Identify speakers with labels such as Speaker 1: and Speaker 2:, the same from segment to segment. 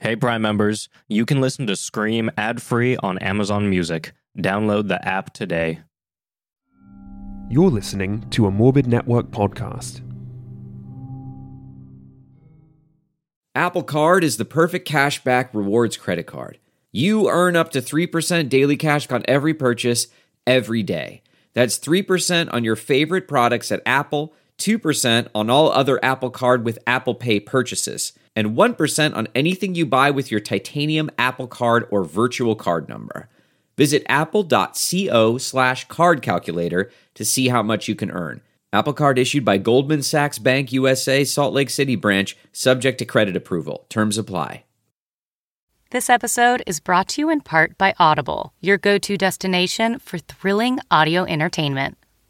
Speaker 1: Hey, Prime members, you can listen to Scream ad free on Amazon Music. Download the app today.
Speaker 2: You're listening to a Morbid Network podcast.
Speaker 3: Apple Card is the perfect cashback rewards credit card. You earn up to 3% daily cash on every purchase every day. That's 3% on your favorite products at Apple, 2% on all other Apple Card with Apple Pay purchases, and 1% on anything you buy with your titanium Apple Card or virtual card number. Visit apple.co slash card calculator to see how much you can earn. Apple Card issued by Goldman Sachs Bank USA, Salt Lake City branch, subject to credit approval. Terms apply.
Speaker 4: This episode is brought to you in part by Audible, your go to destination for thrilling audio entertainment.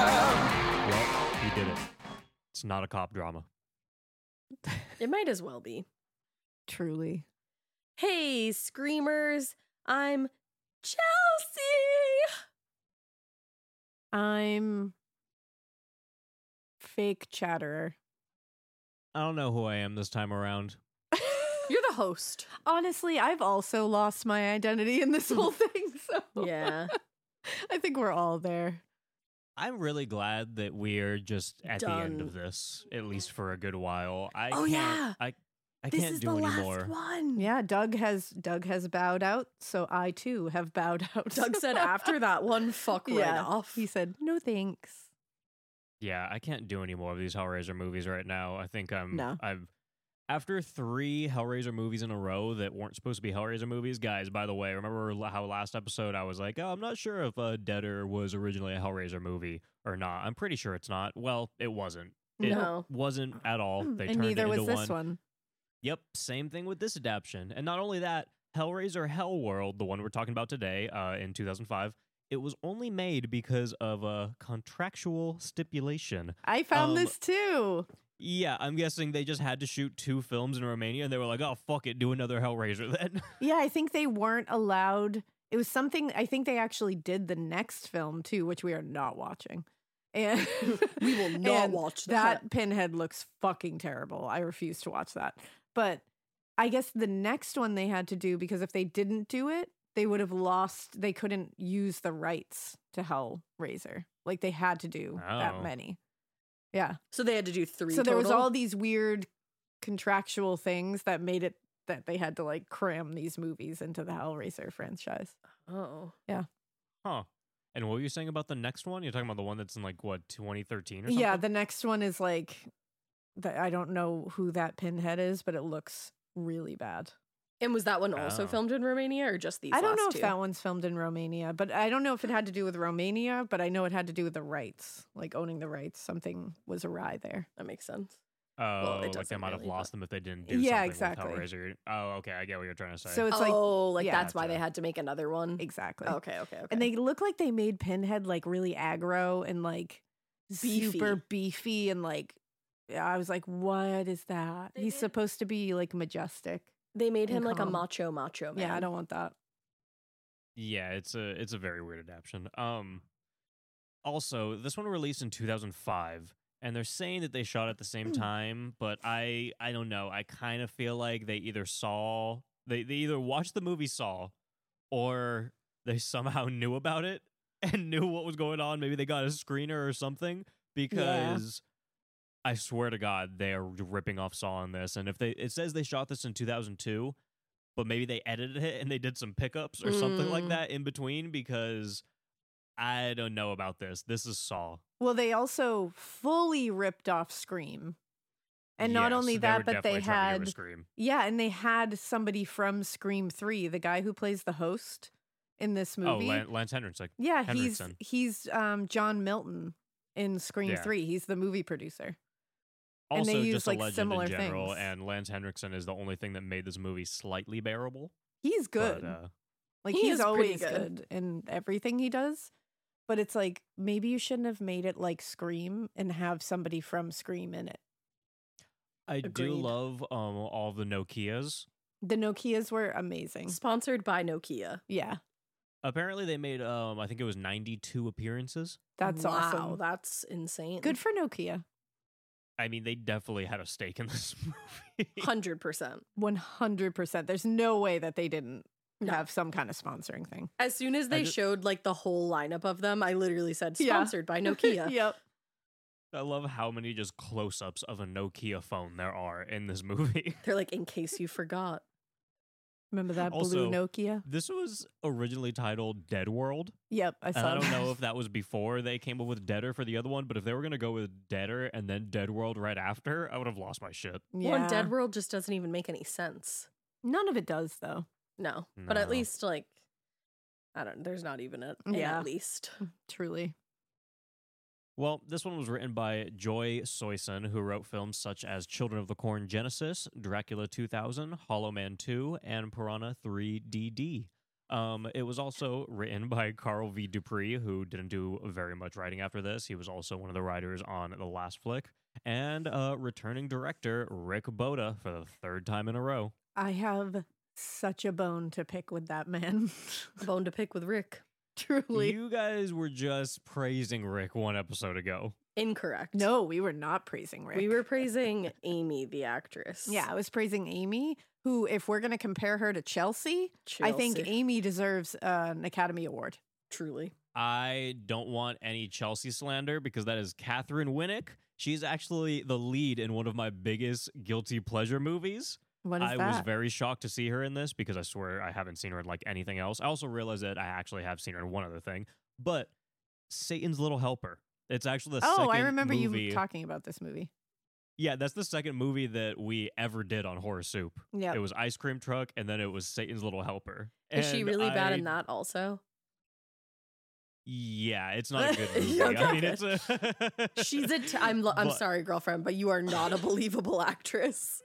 Speaker 1: Well, he did it. It's not a cop drama.
Speaker 5: It might as well be.
Speaker 6: Truly.
Speaker 5: Hey, screamers. I'm Chelsea.
Speaker 6: I'm fake chatterer.
Speaker 1: I don't know who I am this time around.
Speaker 5: You're the host.
Speaker 6: Honestly, I've also lost my identity in this whole thing, so
Speaker 5: Yeah.
Speaker 6: I think we're all there.
Speaker 1: I'm really glad that we're just at the end of
Speaker 5: Done.
Speaker 1: this, at least for a good while. I
Speaker 5: Oh,
Speaker 1: can't,
Speaker 5: yeah.
Speaker 1: I, I
Speaker 5: this
Speaker 1: can't
Speaker 5: is
Speaker 1: do
Speaker 5: the
Speaker 1: anymore.
Speaker 5: last one.
Speaker 6: Yeah, Doug has Doug has bowed out, so I too have bowed out.
Speaker 5: Doug said after that one, fuck right
Speaker 6: yeah,
Speaker 5: off.
Speaker 6: He said, "No thanks."
Speaker 1: Yeah, I can't do any more of these Hellraiser movies right now. I think I'm.
Speaker 6: No.
Speaker 1: I've after three Hellraiser movies in a row that weren't supposed to be Hellraiser movies. Guys, by the way, remember l- how last episode I was like, "Oh, I'm not sure if uh, Deader was originally a Hellraiser movie or not." I'm pretty sure it's not. Well, it wasn't. It
Speaker 5: No.
Speaker 1: wasn't at all. They
Speaker 6: and
Speaker 1: turned
Speaker 6: neither
Speaker 1: it
Speaker 6: was
Speaker 1: into
Speaker 6: this one.
Speaker 1: Yep, same thing with this adaptation. And not only that, Hellraiser Hellworld, the one we're talking about today uh, in 2005, it was only made because of a contractual stipulation.
Speaker 6: I found
Speaker 1: Um,
Speaker 6: this too.
Speaker 1: Yeah, I'm guessing they just had to shoot two films in Romania and they were like, oh, fuck it, do another Hellraiser then.
Speaker 6: Yeah, I think they weren't allowed. It was something I think they actually did the next film too, which we are not watching. And
Speaker 5: We will not
Speaker 6: and
Speaker 5: watch that.
Speaker 6: that. pinhead looks fucking terrible. I refuse to watch that. But I guess the next one they had to do because if they didn't do it, they would have lost they couldn't use the rights to Hellraiser. Like they had to do
Speaker 1: Oh.
Speaker 6: that many. Yeah.
Speaker 5: So they had to do three.
Speaker 6: So there was
Speaker 5: total?
Speaker 6: all these weird contractual things that made it that they had to like cram these movies into the Hellraiser franchise.
Speaker 5: Oh.
Speaker 1: huh. And what were you saying about the next one? You're talking about the one that's in like, what, 2013 or something?
Speaker 6: Yeah, the next one is like the, I don't know who that pinhead is, but it looks really bad.
Speaker 5: And was that one also
Speaker 1: Oh.
Speaker 5: filmed in Romania or just these?
Speaker 6: I don't
Speaker 5: last
Speaker 6: know
Speaker 5: two?
Speaker 6: if that one's filmed in Romania, but I don't know if it had to do with Romania, but I know it had to do with the rights, like owning the rights. Something was awry there.
Speaker 5: That makes sense.
Speaker 1: Oh,
Speaker 5: Well, it
Speaker 1: like they
Speaker 5: doesn't
Speaker 1: might have
Speaker 5: really,
Speaker 1: lost
Speaker 5: but-
Speaker 1: them if they didn't do
Speaker 6: Yeah,
Speaker 1: something with
Speaker 6: exactly.
Speaker 1: Hellraiser. Oh, okay, I get what you're trying to say.
Speaker 6: So it's like
Speaker 5: oh, like
Speaker 6: yeah.
Speaker 5: that's why they had to make another one.
Speaker 6: exactly.
Speaker 5: Okay, okay, okay.
Speaker 6: And they look like they made Pinhead like really aggro and like super beefy and like I was like, what is that?
Speaker 5: They
Speaker 6: He's
Speaker 5: did-
Speaker 6: supposed to be like majestic.
Speaker 5: they made him like a
Speaker 6: Incom.
Speaker 5: macho macho man.
Speaker 6: Yeah, I don't want that.
Speaker 1: Yeah, it's a it's a very weird adaptation. Um also, this one released in 2005 and they're saying that they shot at the same time, but I I don't know. I kind of feel like they either saw they, they either watched the movie Saw or they somehow knew about it and knew what was going on. Maybe they got a screener or something because I swear to God, they are ripping off Saw on this. And if they it says they shot this in 2002, but maybe they edited it and they did some pickups or something like
Speaker 5: Mm.
Speaker 1: that in between because I don't know about this. This is Saw.
Speaker 6: Well, they also fully ripped off Scream. And not
Speaker 1: Yes,
Speaker 6: only
Speaker 1: they
Speaker 6: that,
Speaker 1: were
Speaker 6: but they
Speaker 1: definitely trying to do a
Speaker 6: had
Speaker 1: scream.
Speaker 6: Yeah, and they had somebody from Scream 3, the guy who plays the host in this movie.
Speaker 1: Oh, Lan- Lance Hendrickson.
Speaker 6: yeah,
Speaker 1: Henriksen.
Speaker 6: he's he's um John Milton in Scream
Speaker 1: Yeah.
Speaker 6: 3. He's the movie producer. And they
Speaker 1: Also,
Speaker 6: use,
Speaker 1: just
Speaker 6: like,
Speaker 1: a legend
Speaker 6: similar
Speaker 1: in general,
Speaker 6: things.
Speaker 1: and Lance Hendrickson is the only thing that made this movie slightly bearable.
Speaker 6: He's good.
Speaker 1: But, uh,
Speaker 6: like
Speaker 5: He
Speaker 6: he's
Speaker 5: is pretty
Speaker 6: always
Speaker 5: good.
Speaker 6: good in everything he does. But it's like maybe you shouldn't have made it like Scream and have somebody from Scream in it.
Speaker 1: I
Speaker 5: Agreed.
Speaker 1: do love um, all the Nokias.
Speaker 6: The Nokias were amazing.
Speaker 5: Sponsored by Nokia.
Speaker 6: Yeah,
Speaker 1: Apparently, they made um, I think it was ninety two appearances.
Speaker 6: that's
Speaker 5: wow,
Speaker 6: awesome.
Speaker 5: That's insane.
Speaker 6: Good for Nokia.
Speaker 1: I mean, they definitely had a stake in this movie.
Speaker 5: hundred percent.
Speaker 6: 100%. There's no way that they didn't
Speaker 5: No.
Speaker 6: have some kind of sponsoring thing.
Speaker 5: As soon as they
Speaker 1: ju-
Speaker 5: showed like the whole lineup of them, I literally said
Speaker 6: Yeah.
Speaker 5: sponsored by Nokia.
Speaker 6: yep.
Speaker 1: I love how many just close ups of a Nokia phone there are in this movie.
Speaker 5: They're like, in case you forgot.
Speaker 6: Remember that
Speaker 1: Also-
Speaker 6: blue Nokia?
Speaker 1: This was originally titled Dead World.
Speaker 6: Yep, I
Speaker 1: And
Speaker 6: saw
Speaker 1: I don't
Speaker 6: that.
Speaker 1: know if that was before they came up with Deader for the other one, but if they were going to go with Deader and then Dead World right after, I would have lost my shit.
Speaker 5: Well, and Dead World just doesn't even make any sense.
Speaker 6: None of it does though.
Speaker 5: No, but at
Speaker 1: No.
Speaker 5: least like, I don't. There's not even a, an
Speaker 6: Yeah.
Speaker 5: at least.
Speaker 6: Truly.
Speaker 1: Well, this one was written by Joy Soyson, who wrote films such as Children of the Corn Genesis, Dracula 2000, Hollow Man 2, and Piranha 3DD. Um, it was also written by Carl V. Dupree, who didn't do very much writing after this. He was also one of the writers on The Last Flick, and uh, returning director Rick Boda for the third time in a row.
Speaker 6: I have such a bone to pick with that man.
Speaker 5: Bone to pick with Rick.
Speaker 6: Truly.
Speaker 1: You guys were just praising Rick one episode ago.
Speaker 5: Incorrect.
Speaker 6: no, we were not praising Rick.
Speaker 5: we were praising Amy, the actress.
Speaker 6: Yeah, I was praising Amy, who if we're going to compare her to Chelsea, I think
Speaker 5: Chelsea.
Speaker 6: Amy deserves uh, an Academy Award.
Speaker 5: truly.
Speaker 1: I don't want any Chelsea slander because that is Catherine Winnick. She's actually the lead in one of my biggest guilty pleasure movies.
Speaker 6: What is
Speaker 1: I
Speaker 6: that?
Speaker 1: was very shocked to see her in this because I swear I haven't seen her in like anything else. I also realized that I actually have seen her in one other thing, but Satan's Little Helper. It's actually the
Speaker 6: oh,
Speaker 1: second
Speaker 6: I remember
Speaker 1: movie.
Speaker 6: you talking about this movie.
Speaker 1: Yeah, that's the second movie that we ever did on Horror Soup.
Speaker 6: Yeah.
Speaker 1: It was Ice Cream Truck, and then it was Satan's Little Helper.
Speaker 5: Is she
Speaker 1: And
Speaker 5: really bad
Speaker 1: I
Speaker 5: in that also?
Speaker 1: Yeah, it's not a good
Speaker 5: Okay,
Speaker 1: movie. I mean,
Speaker 5: okay.
Speaker 1: it's a.
Speaker 5: She's a. T- I'm. Lo- I'm
Speaker 1: But
Speaker 5: sorry, girlfriend, but you are not a believable actress.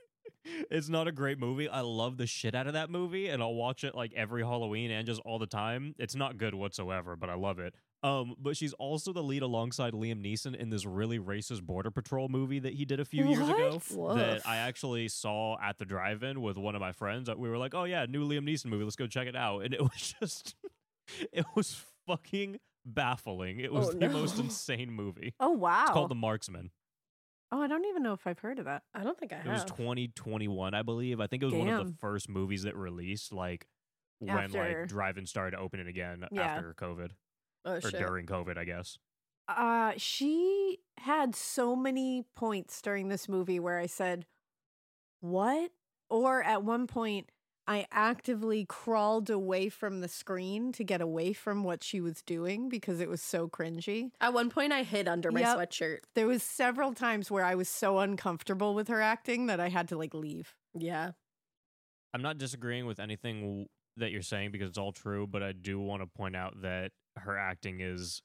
Speaker 1: It's not a great movie. I love the shit out of that movie, and I'll watch it like every Halloween and just all the time. It's not good whatsoever, but I love it. Um, but she's also the lead alongside Liam Neeson in this really racist border patrol movie that he did a few years ago.
Speaker 5: What?
Speaker 1: That
Speaker 5: Woof.
Speaker 1: I actually saw at the drive-in with one of my friends. We were like, "Oh yeah, new Liam Neeson movie. Let's go check it out." And it was just, it was fucking baffling. It was
Speaker 5: Oh,
Speaker 1: the most
Speaker 5: no.
Speaker 1: insane movie.
Speaker 6: Oh wow.
Speaker 1: It's called The Marksman.
Speaker 6: oh, I don't even know if I've heard of that.
Speaker 5: I don't think I
Speaker 1: It was
Speaker 5: have.
Speaker 1: 2021, I believe. I think it was one of the
Speaker 6: Damn.
Speaker 1: first movies that released like when
Speaker 6: After-
Speaker 1: like drive-in started opening again
Speaker 6: Yeah.
Speaker 1: after COVID
Speaker 5: oh
Speaker 1: or
Speaker 5: shit.
Speaker 1: during COVID, I guess.
Speaker 6: Uh, she had so many points during this movie where I said, "What?" Or at one point, I actively crawled away from the screen to get away from what she was doing because it was so cringy.
Speaker 5: At one point, I hid under my
Speaker 6: Yep.
Speaker 5: sweatshirt.
Speaker 6: There was several times where I was so uncomfortable with her acting that I had to like leave.
Speaker 5: Yeah.
Speaker 1: I'm not disagreeing with anything w- that you're saying because it's all true, but I do want to point out that her acting is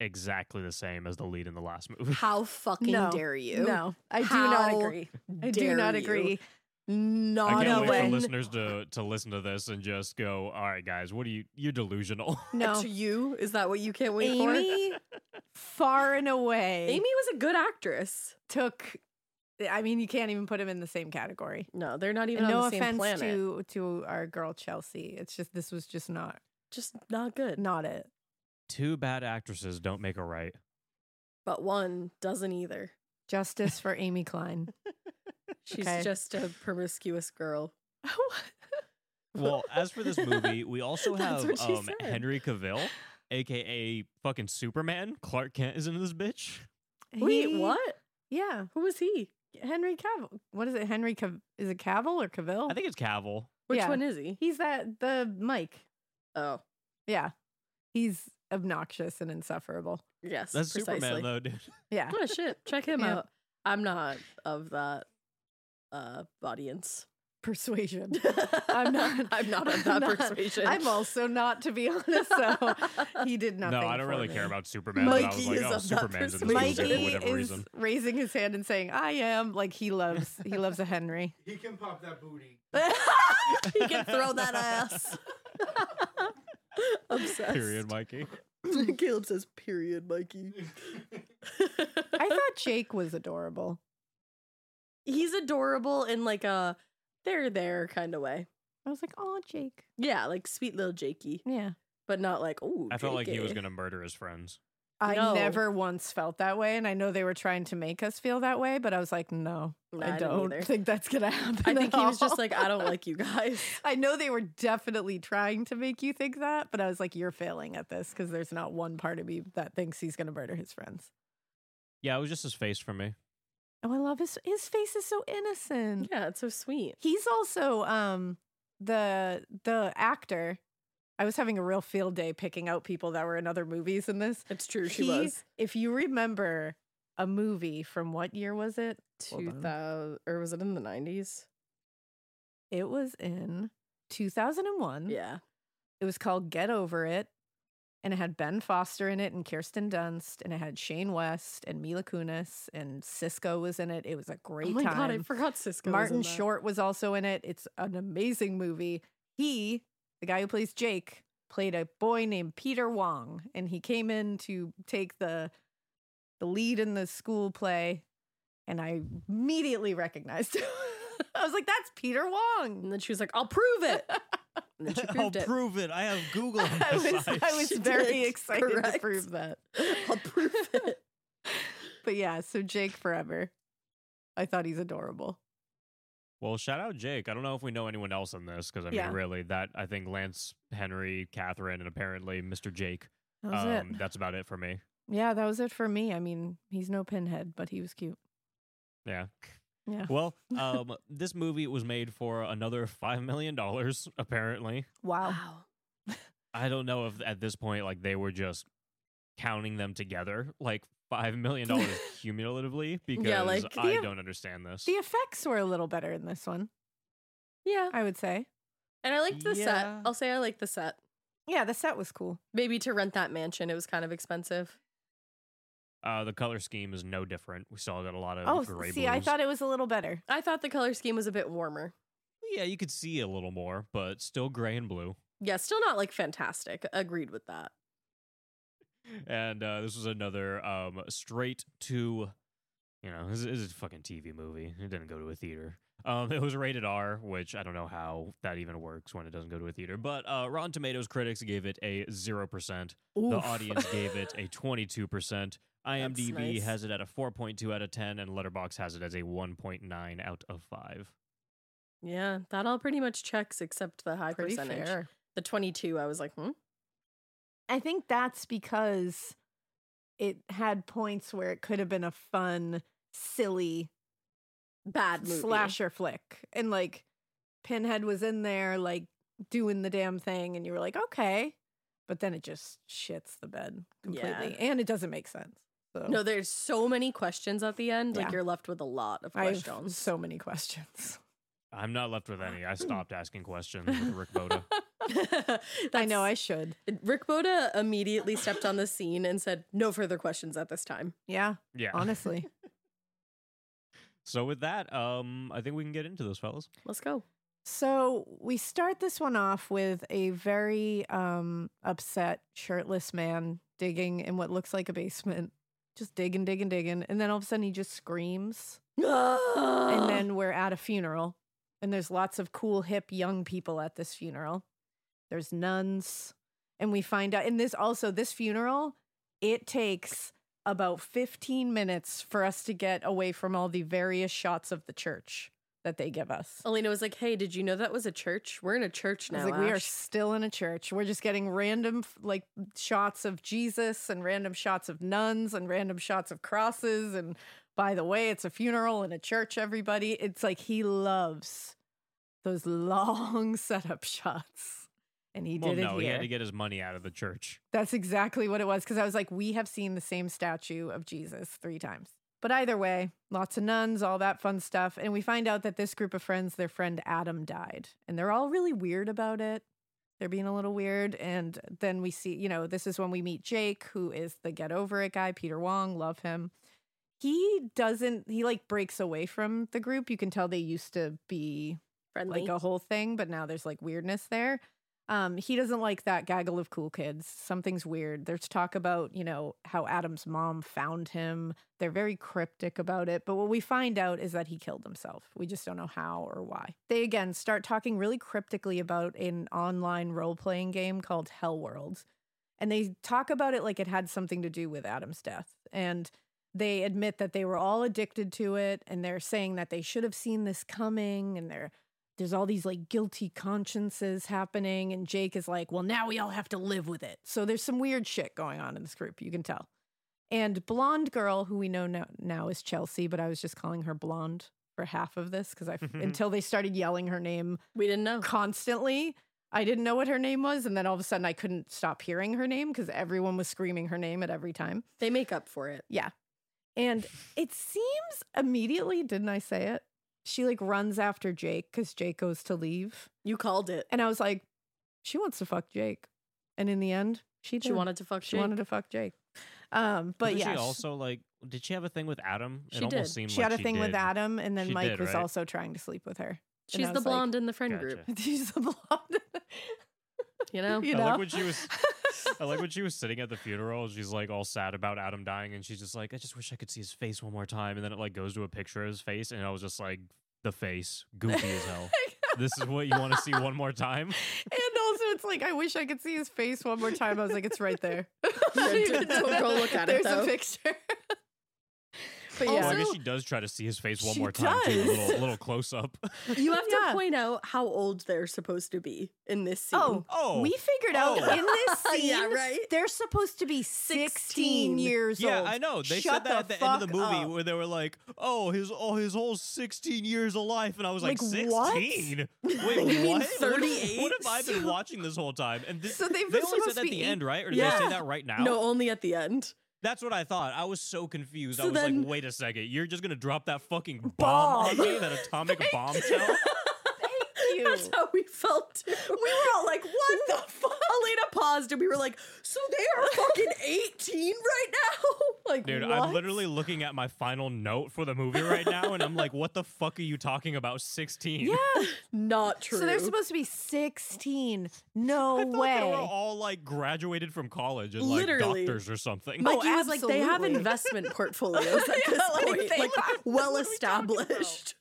Speaker 1: exactly the same as the lead in the last movie.
Speaker 5: How fucking
Speaker 6: No.
Speaker 5: dare you?
Speaker 6: No, I do
Speaker 5: How
Speaker 6: not agree. I do
Speaker 5: dare
Speaker 6: not
Speaker 5: you.
Speaker 6: agree.
Speaker 1: I
Speaker 6: Not
Speaker 1: can't
Speaker 6: a
Speaker 1: wait for
Speaker 5: when-
Speaker 6: way.
Speaker 1: listeners to to listen to this and just go, "All right, guys, what are you? You're delusional."
Speaker 6: No,
Speaker 5: To you? Is that what you can't wait for?
Speaker 6: Amy, far and away.
Speaker 5: Amy was a good actress.
Speaker 6: took I mean you can't even put him in the same category.
Speaker 5: No, they're not even
Speaker 6: And
Speaker 5: on
Speaker 6: no
Speaker 5: the same
Speaker 6: offense
Speaker 5: planet.
Speaker 6: to to our girl Chelsea. It's just this was just not
Speaker 5: Just not good.
Speaker 6: not it.
Speaker 1: Two bad actresses don't make a right.
Speaker 5: but one doesn't either.
Speaker 6: Justice for Amy Klein.
Speaker 5: She's
Speaker 6: Okay.
Speaker 5: just a promiscuous girl.
Speaker 1: Well, as for this movie, we also
Speaker 5: That's
Speaker 1: have
Speaker 5: what she
Speaker 1: um,
Speaker 5: said.
Speaker 1: Henry Cavill, aka fucking Superman. Clark Kent is in this bitch.
Speaker 5: Wait,
Speaker 6: He-
Speaker 5: what?
Speaker 6: Yeah,
Speaker 5: Who was he?
Speaker 6: Henry Cavill. What is it? Henry Cav- is it Cavill or Cavill?
Speaker 1: I think it's Cavill.
Speaker 5: Which
Speaker 6: Yeah.
Speaker 5: one is he?
Speaker 6: he's that the Mike.
Speaker 5: Oh,
Speaker 6: Yeah, he's obnoxious and insufferable.
Speaker 5: yes.
Speaker 1: That's
Speaker 5: precisely.
Speaker 1: Superman though, dude.
Speaker 6: Yeah,
Speaker 5: Oh shit! Check him
Speaker 6: Yeah.
Speaker 5: out. I'm not of that uh audience.
Speaker 6: persuasion. I'm not.
Speaker 5: I'm not of
Speaker 6: I'm
Speaker 5: that
Speaker 6: not-
Speaker 5: persuasion.
Speaker 6: I'm also not, to be honest. So he did nothing.
Speaker 1: no, I don't
Speaker 6: for
Speaker 1: really
Speaker 6: me.
Speaker 1: care about Superman. but I was
Speaker 5: Mikey
Speaker 1: like,
Speaker 5: is
Speaker 1: oh,
Speaker 5: of that
Speaker 1: Superman's in this movie
Speaker 5: persuasion.
Speaker 1: for
Speaker 6: Mikey
Speaker 1: whatever
Speaker 6: is
Speaker 1: reason.
Speaker 6: raising his hand and saying, "I am." Like he loves, he loves a Henry.
Speaker 7: He can pop that booty.
Speaker 5: he can throw that ass. Obsessed.
Speaker 1: Period, Mikey.
Speaker 5: Caleb says, "Period, Mikey."
Speaker 6: I thought Jake was adorable.
Speaker 5: He's adorable in like a they're there kind of way.
Speaker 6: I was like, "Oh, Jake."
Speaker 5: Yeah, like sweet little Jakey,
Speaker 6: Yeah,
Speaker 5: but not like oh.
Speaker 1: I felt like he was gonna murder his friends.
Speaker 6: I
Speaker 5: No.
Speaker 6: never once felt that way, and I know they were trying to make us feel that way, but I was like, "No,
Speaker 5: No,
Speaker 6: I,
Speaker 5: I didn't
Speaker 6: don't
Speaker 5: either.
Speaker 6: think that's gonna happen."
Speaker 5: I think
Speaker 6: at
Speaker 5: he was just
Speaker 6: all.
Speaker 5: like, I don't like you guys.
Speaker 6: I know they were definitely trying to make you think that, but I was like, you're failing at this because there's not one part of me that thinks he's going to murder his friends.
Speaker 1: Yeah, it was just his face for me.
Speaker 6: Oh, I love his his face is so innocent.
Speaker 5: Yeah, it's so sweet.
Speaker 6: He's also um the the actor. I was having a real field day picking out people that were in other movies in this.
Speaker 5: It's true. She
Speaker 6: He-
Speaker 5: was
Speaker 6: If you remember a movie from what year was it? Hold
Speaker 5: two
Speaker 6: on.
Speaker 5: thousand, or was it in the nineties?
Speaker 6: It was in 2001.
Speaker 5: Yeah,
Speaker 6: It was called Get Over It, and it had Ben Foster in it and Kirsten Dunst, and it had Shane West and Mila Kunis and Cisco was in it. It was a great
Speaker 5: oh my
Speaker 6: time.
Speaker 5: god, I forgot Cisco. was
Speaker 6: Martin
Speaker 5: in that.
Speaker 6: Short was also in it. It's an amazing movie. He, the guy who plays Jake, played a boy named Peter Wong, and he came in to take the the lead in the school play, and I immediately recognized him. I was like, "That's Peter Wong."
Speaker 5: And then she was like, "I'll prove it." And then she
Speaker 1: I'll
Speaker 5: proved it.
Speaker 1: prove it. I have Google. on
Speaker 6: I
Speaker 1: my
Speaker 6: was,
Speaker 1: side.
Speaker 6: I was
Speaker 5: She
Speaker 6: very
Speaker 5: did.
Speaker 6: excited to
Speaker 5: Correct.
Speaker 6: prove that.
Speaker 5: I'll prove it.
Speaker 6: But yeah, so Jake forever. I thought he's adorable.
Speaker 1: Well, shout out Jake. I don't know if we know anyone else in this because I mean,
Speaker 6: Yeah.
Speaker 1: really, that I think Lance, Henry, Catherine, and apparently Mr. Jake. um,
Speaker 6: That was it.
Speaker 1: That's about it for me.
Speaker 6: Yeah, that was it for me. I mean, he's no pinhead, but he was cute.
Speaker 1: Yeah.
Speaker 6: Yeah.
Speaker 1: Well, um, this movie was made for another five million dollars. Apparently,
Speaker 6: Wow.
Speaker 1: I don't know if at this point, like, they were just counting them together, like five million dollars cumulatively. Because
Speaker 5: like, the
Speaker 1: I
Speaker 6: eff-
Speaker 1: don't understand this.
Speaker 6: The effects were a little better in this one,
Speaker 5: Yeah,
Speaker 6: I would say.
Speaker 5: and I liked the set.
Speaker 1: Yeah.
Speaker 5: I'll say I liked the set.
Speaker 6: Yeah, the set was cool.
Speaker 5: Maybe to rent that mansion, it was kind of expensive.
Speaker 1: uh, the color scheme is no different. We still got a lot of
Speaker 6: Oh,
Speaker 1: gray.
Speaker 6: see, I
Speaker 1: blues.
Speaker 6: thought it was a little better.
Speaker 5: I thought the color scheme was a bit warmer.
Speaker 1: Yeah, you could see a little more, but still gray and blue.
Speaker 5: Yeah, still not like fantastic. Agreed with that.
Speaker 1: and uh, this was another um, straight to you know this, this is a fucking tv movie it didn't go to a theater um, it was rated r which i don't know how that even works when it doesn't go to a theater but uh, rotten tomatoes critics gave it a 0% the
Speaker 5: Oof.
Speaker 1: audience gave it a 22% imdb
Speaker 5: nice.
Speaker 1: has it at a 4.2 out of 10 and letterbox has it as a 1.9 out of 5
Speaker 5: Yeah, that all pretty much checks except the high
Speaker 6: Pretty
Speaker 5: percentage.
Speaker 6: fair.
Speaker 5: The 22, I was like, hmm?
Speaker 6: I think that's because it had points where it could have been a fun, silly
Speaker 5: Bad movie.
Speaker 6: slasher flick and like pinhead was in there like doing the damn thing and you were like okay but then it just shits the bed completely
Speaker 5: Yeah.
Speaker 6: and it doesn't make sense so
Speaker 5: No, there's so many questions at the end.
Speaker 6: Yeah.
Speaker 5: Like, you're left with a lot of
Speaker 6: i have
Speaker 5: questions.
Speaker 6: so many questions
Speaker 1: i'm not left with any i stopped asking questions with rick boda
Speaker 6: i know i should
Speaker 5: Rick Boda immediately stepped on the scene and said, no further questions at this time.
Speaker 6: yeah
Speaker 1: yeah
Speaker 6: honestly
Speaker 1: so with that um i think we can get into this fellas
Speaker 5: Let's go.
Speaker 6: so we start this one off with a very um upset shirtless man digging in what looks like a basement just digging digging digging and then all of a sudden he just screams and
Speaker 5: and
Speaker 6: then we're at a funeral and there's lots of cool hip young people at this funeral there's nuns and we find out and this also this funeral it takes about 15 minutes for us to get away from all the various shots of the church that they give us.
Speaker 5: Alina was like, "Hey, did you know that was a church? We're in a church
Speaker 6: I was
Speaker 5: now.
Speaker 6: like, we are
Speaker 5: Ash."
Speaker 6: still in a church. We're just getting random f- like shots of Jesus and random shots of nuns and random shots of crosses. And by the way, it's a funeral in a church, everybody. It's like he loves those long setup shots. And he
Speaker 1: well,
Speaker 6: did
Speaker 1: no,
Speaker 6: it
Speaker 1: he
Speaker 6: here.
Speaker 1: had to get his money out of the church.
Speaker 6: That's exactly what it was. Cause I was like, we have seen the same statue of Jesus three times. But either way, lots of nuns, all that fun stuff. And we find out that this group of friends, their friend Adam died. And they're all really weird about it. They're being a little weird. And then we see, you know, this is when we meet Jake, who is the get over it guy, Peter Wong, love him. He doesn't, he like breaks away from the group. You can tell they used to be
Speaker 5: friendly.
Speaker 6: like a whole thing, but now there's like weirdness there. Um, he doesn't like that gaggle of cool kids. Something's weird. There's talk about, you know, how Adam's mom found him. They're very cryptic about it. But what we find out is that he killed himself. We just don't know how or why. They again start talking really cryptically about an online role playing game called Hell World. And they talk about it like it had something to do with Adam's death. And they admit that they were all addicted to it. And they're saying that they should have seen this coming. And they're there's all these like guilty consciences happening and jake is like well now we all have to live with it so there's some weird shit going on in this group you can tell and blonde girl who we know now, now is chelsea but i was just calling her blonde for half of this because i until they started yelling her name
Speaker 5: Mm-hmm. we didn't know.
Speaker 6: constantly i didn't know what her name was and then all of a sudden i couldn't stop hearing her name because everyone was screaming her name at every time
Speaker 5: They make up for it.
Speaker 6: yeah. And it seems immediately, didn't I say it? She like runs after Jake because Jake goes to leave.
Speaker 5: You called it.
Speaker 6: And I was like, she wants to fuck Jake. And in the end, she did.
Speaker 5: She wanted to fuck.
Speaker 6: she wanted to fuck Jake. Um, but
Speaker 1: Wasn't
Speaker 6: yeah,
Speaker 1: she
Speaker 6: she-
Speaker 1: also like, did she have a thing with Adam?
Speaker 5: She
Speaker 1: it almost
Speaker 5: did.
Speaker 1: seemed
Speaker 6: she
Speaker 1: like
Speaker 6: had a thing with
Speaker 1: did.
Speaker 6: Adam, and then
Speaker 1: She
Speaker 6: Mike
Speaker 1: did,
Speaker 6: was
Speaker 1: right?
Speaker 6: also trying to sleep with her. And I
Speaker 5: She's the
Speaker 6: was like,
Speaker 5: blonde in the friend
Speaker 1: Gotcha.
Speaker 5: group.
Speaker 6: She's the blonde.
Speaker 5: You know.
Speaker 6: you
Speaker 1: I
Speaker 6: know?
Speaker 1: like when she was- I like when she was sitting at the funeral. She's like all sad about Adam dying, and she's just like, "I just wish I could see his face one more time." And then it like goes to a picture of his face, and I was just like, "The face, goofy as hell. This is what you want to see one more time."
Speaker 6: and also, it's like I wish I could see his face one more time. I was like, it's right there.
Speaker 5: don't- don't go look at it,
Speaker 6: There's
Speaker 5: though.
Speaker 6: a picture. but
Speaker 1: Well, I
Speaker 6: yeah,
Speaker 1: guess
Speaker 5: Also-
Speaker 1: she does try to see his face one
Speaker 6: She
Speaker 1: more time, too. A
Speaker 6: does.
Speaker 1: little, little close up.
Speaker 5: You have
Speaker 6: Yeah.
Speaker 5: to point out how old they're supposed to be in this scene.
Speaker 6: Oh,
Speaker 1: Oh,
Speaker 6: we figured out
Speaker 1: Oh.
Speaker 6: in this scene,
Speaker 5: Yeah, right?
Speaker 6: they're supposed to be 16,
Speaker 5: 16.
Speaker 6: years
Speaker 1: yeah,
Speaker 6: old.
Speaker 1: I know. They
Speaker 6: Shut
Speaker 1: said that at the end of the
Speaker 6: fuck
Speaker 1: movie
Speaker 6: up.
Speaker 1: where they were like, "Oh, his oh his whole sixteen years of life," and I was like,
Speaker 6: Like, what?
Speaker 1: "16? Wait,
Speaker 5: You mean
Speaker 1: what? What-
Speaker 5: 38?
Speaker 1: What have I been watching this whole time?" And this,
Speaker 6: So they were
Speaker 1: they only
Speaker 6: supposed
Speaker 1: said
Speaker 6: to
Speaker 1: at
Speaker 6: be
Speaker 1: the end, right? Or did they
Speaker 5: Yeah.
Speaker 1: say that right now?
Speaker 5: No, only at the end.
Speaker 1: that's what I thought. I was so confused. I
Speaker 5: So
Speaker 1: was
Speaker 5: then-
Speaker 1: like, "Wait a second, you're just gonna drop that fucking bomb? at
Speaker 6: Bomb.
Speaker 1: me, that atomic bombshell?"
Speaker 6: Thank you.
Speaker 5: That's how we felt. too. We were all like, what the fuck? Elena paused and we were like, so they are fucking 18 right now? Like,
Speaker 1: Dude,
Speaker 5: what?
Speaker 1: I'm literally looking at my final note for the movie right now, and I'm like, "What the fuck are you talking about? 16? Yeah,
Speaker 5: not true.
Speaker 6: So they're supposed to be 16. No
Speaker 1: I thought
Speaker 6: way.
Speaker 1: They were all like graduated from college and
Speaker 5: Literally.
Speaker 1: like doctors or something.
Speaker 5: Mikey was like, they have
Speaker 6: absolutely.
Speaker 5: investment portfolios at this
Speaker 6: Yeah, like,
Speaker 5: point,
Speaker 6: they
Speaker 5: like
Speaker 6: have-
Speaker 5: well established.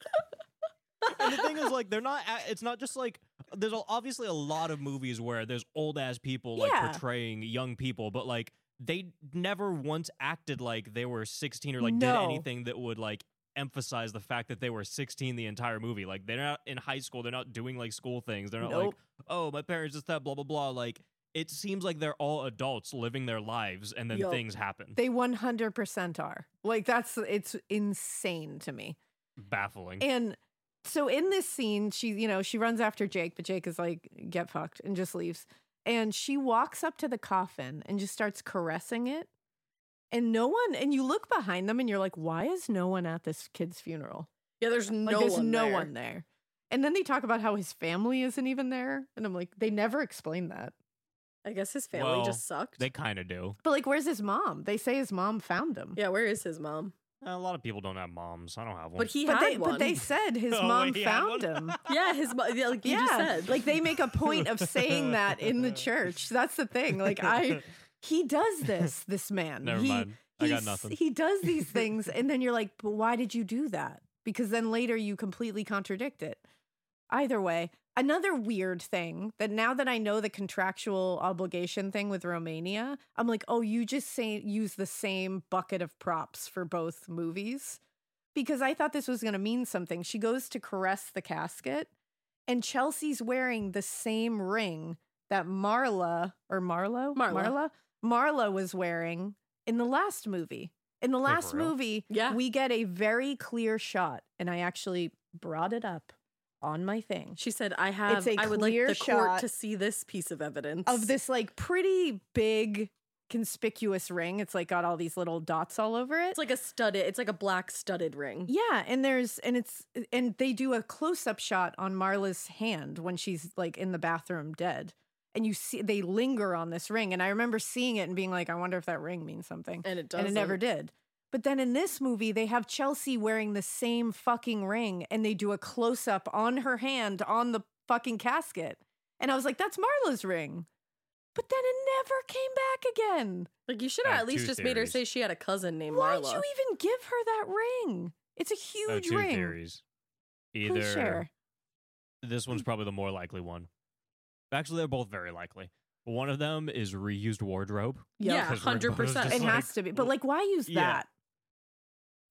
Speaker 1: and the thing is, like, they're not. a- It's not just like there's a- obviously a lot of movies where there's old ass people like
Speaker 6: Yeah.
Speaker 1: portraying young people, but like they never once acted like they were 16 or like
Speaker 6: No.
Speaker 1: did anything that would like emphasize the fact that they were 16 the entire movie. Like they're not in high school. They're not doing like school things. They're not like,
Speaker 6: Nope.
Speaker 1: oh, my parents just that blah blah blah. Like it seems like they're all adults living their lives, and then
Speaker 5: Yup.
Speaker 1: things happen.
Speaker 6: They 100% are. Like, that's, it's insane to me.
Speaker 1: Baffling.
Speaker 6: And so in this scene, she, you know, she runs after Jake, but Jake is like, get fucked and just leaves. And she walks up to the coffin and just starts caressing it. And no one, and you look behind them and you're like, why is no one at this kid's funeral?
Speaker 5: Yeah, there's no
Speaker 6: Like, there's
Speaker 5: one.
Speaker 6: no
Speaker 5: there.
Speaker 6: one there. And then they talk about how his family isn't even there. And I'm like, they never explain that.
Speaker 5: I guess his family
Speaker 1: Well,
Speaker 5: just sucked.
Speaker 1: They kind of do.
Speaker 6: But like, where's his mom? They say his mom found him.
Speaker 5: yeah, where is his mom?
Speaker 1: A lot of people don't have moms. I don't have one.
Speaker 5: But he
Speaker 6: But
Speaker 5: had
Speaker 6: they,
Speaker 5: one.
Speaker 6: but they said his
Speaker 1: Oh,
Speaker 6: mom
Speaker 1: wait, he had
Speaker 6: found
Speaker 1: one?
Speaker 6: him.
Speaker 5: yeah, his mom. Yeah, like you just said,
Speaker 6: like they make a point of saying that in the church. That's the thing. Like I, he does this. This man.
Speaker 1: Never
Speaker 6: he,
Speaker 1: mind. I got
Speaker 6: he's-
Speaker 1: nothing.
Speaker 6: He does these things, and then you're like, "But why did you do that?" Because then later you completely contradict it. Either way, another weird thing that now that I know the contractual obligation thing with Romania, I'm like, oh, you just say use the same bucket of props for both movies. Because I thought this was going to mean something. She goes to caress the casket, and Chelsea's wearing the same ring that Marla or Marlo?
Speaker 5: Marla.
Speaker 6: Marla? Marla was wearing in the last movie. In the last
Speaker 1: real?
Speaker 6: movie,
Speaker 5: Yeah.
Speaker 6: we get a very clear shot, and I actually brought it up on my thing
Speaker 5: She said, "I have.
Speaker 6: a
Speaker 5: I would like
Speaker 6: clear
Speaker 5: the
Speaker 6: shot
Speaker 5: court to see this piece of evidence
Speaker 6: of this like pretty big conspicuous ring. It's like got all these little dots all over it.
Speaker 5: It's like a studded. It's like a black studded ring.
Speaker 6: yeah, and there's and it's uh, and they do a close up shot on Marla's hand when she's like in the bathroom dead. And you see they linger on this ring. And I remember seeing it and being like, I wonder if that ring means something.
Speaker 5: And it does.
Speaker 6: and it never did. But then in this movie, they have Chelsea wearing the same fucking ring and they do a close up on her hand on the fucking casket. And I was like, that's Marla's ring. But then it never came back again.
Speaker 5: Like you should
Speaker 1: I
Speaker 5: have
Speaker 1: have
Speaker 5: at least
Speaker 1: two
Speaker 5: just made her
Speaker 1: theories.
Speaker 5: say she had a cousin named
Speaker 6: Why'd
Speaker 5: Marla.
Speaker 6: you even give her that ring? It's a
Speaker 1: Oh,
Speaker 6: huge
Speaker 1: two
Speaker 6: ring.
Speaker 1: theories.
Speaker 6: Please
Speaker 1: Either
Speaker 6: share.
Speaker 1: this one's probably the more likely one. Actually, they're both very likely. One of them is reused wardrobe.
Speaker 5: Yeah,
Speaker 1: 'cause we're both
Speaker 5: 100%.
Speaker 1: just
Speaker 6: It
Speaker 1: like-
Speaker 6: has to be. But like, why use
Speaker 1: Yeah.
Speaker 6: that?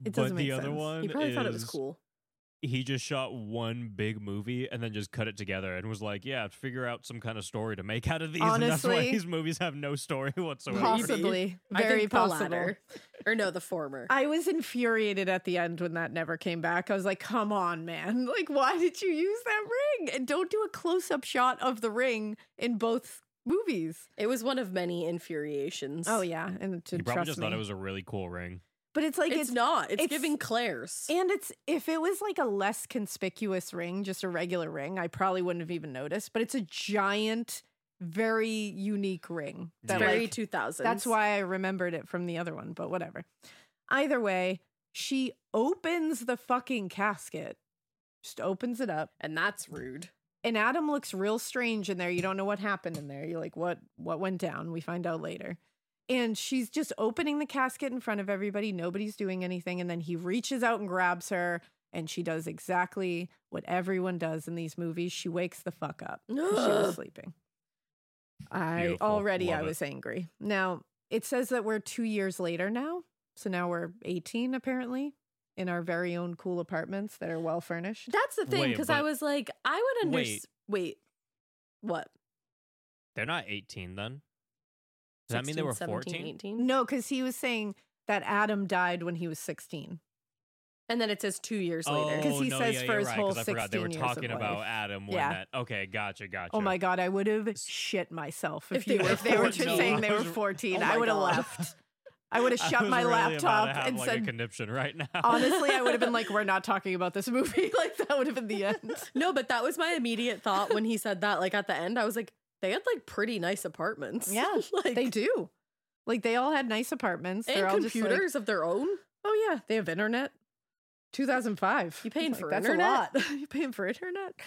Speaker 6: It doesn't
Speaker 1: but
Speaker 6: make
Speaker 1: the other
Speaker 6: sense.
Speaker 1: one
Speaker 5: He probably thought it was
Speaker 1: is
Speaker 5: cool.
Speaker 1: He just shot one big movie and then just cut it together and was like, "Yeah, figure out some kind of story to make out of these." and that's why
Speaker 6: Honestly.
Speaker 1: these movies have no story whatsoever.
Speaker 6: Possibly.
Speaker 5: I
Speaker 6: Very
Speaker 5: think the
Speaker 6: possible.
Speaker 5: latter. or no, the former.
Speaker 6: I was infuriated at the end when that never came back. I was like, come on, man. Like, why did you use that ring? And don't do a close up shot of the ring in both movies.
Speaker 5: it was one of many infuriations.
Speaker 6: Oh, yeah. And to
Speaker 1: He probably
Speaker 6: trust
Speaker 1: just
Speaker 6: me.
Speaker 1: thought it was a really cool ring.
Speaker 6: but it's like,
Speaker 5: it's,
Speaker 6: it's,
Speaker 5: not. It's,
Speaker 6: it's-
Speaker 5: giving Claire's.
Speaker 6: And it's, if it was like a less conspicuous ring, just a regular ring, I probably wouldn't have even noticed. But it's a giant, very unique ring.
Speaker 1: It's
Speaker 5: it's
Speaker 6: that,
Speaker 5: very
Speaker 6: like,
Speaker 5: two thousand.
Speaker 6: That's why I remembered it from the other one, but whatever. Either way, she opens the fucking casket, just opens it up,
Speaker 5: and that's rude.
Speaker 6: and Adam looks real strange in there. You don't know what happened in there. You're like, what? What went down? We find out later. And she's just opening the casket in front of everybody. Nobody's doing anything, and then he reaches out and grabs her. And she does exactly what everyone does in these movies. She wakes the fuck up. she was sleeping. I
Speaker 1: Beautiful.
Speaker 6: already I
Speaker 1: Love it.
Speaker 6: was angry. Now it says that we're two years later now, so now we're 18 apparently in our very own cool apartments that are well furnished.
Speaker 5: That's the thing
Speaker 1: Wait,
Speaker 5: because I
Speaker 1: but-
Speaker 5: was like, I would under
Speaker 1: Wait.
Speaker 5: wait. What?
Speaker 1: They're not 18 then. Does that mean they
Speaker 5: 16,
Speaker 1: were
Speaker 5: 17,
Speaker 1: 14?
Speaker 5: 18?
Speaker 6: No, because he was saying that Adam died when he was 16.
Speaker 5: And then it says two years later.
Speaker 6: Oh, 'Cause he
Speaker 1: Oh, no,
Speaker 6: says
Speaker 1: yeah,
Speaker 6: for
Speaker 1: you're
Speaker 6: his
Speaker 1: right,
Speaker 6: whole
Speaker 1: 'cause I forgot they were
Speaker 6: 16 years of
Speaker 1: talking about
Speaker 6: life.
Speaker 1: Adam when
Speaker 6: Yeah.
Speaker 1: that. Okay, gotcha, gotcha.
Speaker 6: Oh my God, I would have shit myself if,
Speaker 5: If they
Speaker 6: you,
Speaker 5: were
Speaker 6: if they were
Speaker 1: 14.
Speaker 6: just saying they
Speaker 1: No, I
Speaker 6: were
Speaker 1: was-
Speaker 6: 14.
Speaker 5: Oh my
Speaker 6: I would have
Speaker 5: God.
Speaker 6: left. I would have
Speaker 1: I
Speaker 6: shut
Speaker 1: was
Speaker 6: my
Speaker 1: really about to
Speaker 6: laptop
Speaker 1: have,
Speaker 6: and
Speaker 1: like, a
Speaker 6: said,
Speaker 1: conniption right now.
Speaker 6: honestly, I would have been like, we're not talking about this movie. Like, that would have been the end.
Speaker 5: No, but that was my immediate thought when he said that. Like at the end, I was like, they had like pretty nice apartments.
Speaker 6: Yeah,
Speaker 5: like
Speaker 6: They do. Like, they all had nice apartments.
Speaker 5: And
Speaker 6: They're all just like,
Speaker 5: computers of their own.
Speaker 6: Oh yeah, they have internet. 2005.
Speaker 5: You paying
Speaker 6: Like,
Speaker 5: for
Speaker 6: that's
Speaker 5: internet?
Speaker 6: A lot. you paying for internet?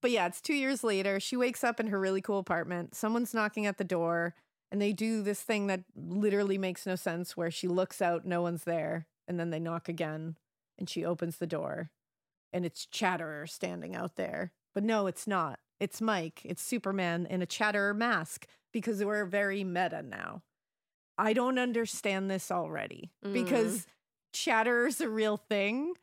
Speaker 6: But yeah, it's two years later. She wakes up in her really cool apartment. Someone's knocking at the door, and they do this thing that literally makes no sense. Where she looks out, no one's there, and then they knock again, and she opens the door, and it's Chatterer standing out there. But no, it's not. It's Mike. It's Superman in a Chatterer mask because we're very meta now. I don't understand this already because Chatterer's a real thing.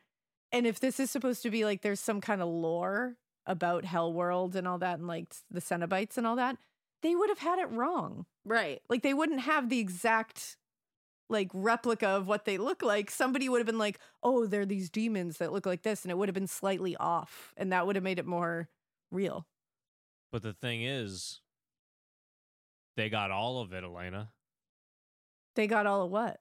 Speaker 6: And if this is supposed to be like there's some kind of lore about Hellworld and all that and like s- the Cenobites and all that, they would have had it wrong.
Speaker 5: Right.
Speaker 6: Like they wouldn't have the exact like replica of what they look like. Somebody would have been like, "Oh, they're these demons that look like this." And it would have been slightly off and that would have made it more real.
Speaker 1: But the thing is, they got all of it, Elena.
Speaker 6: They got all of what?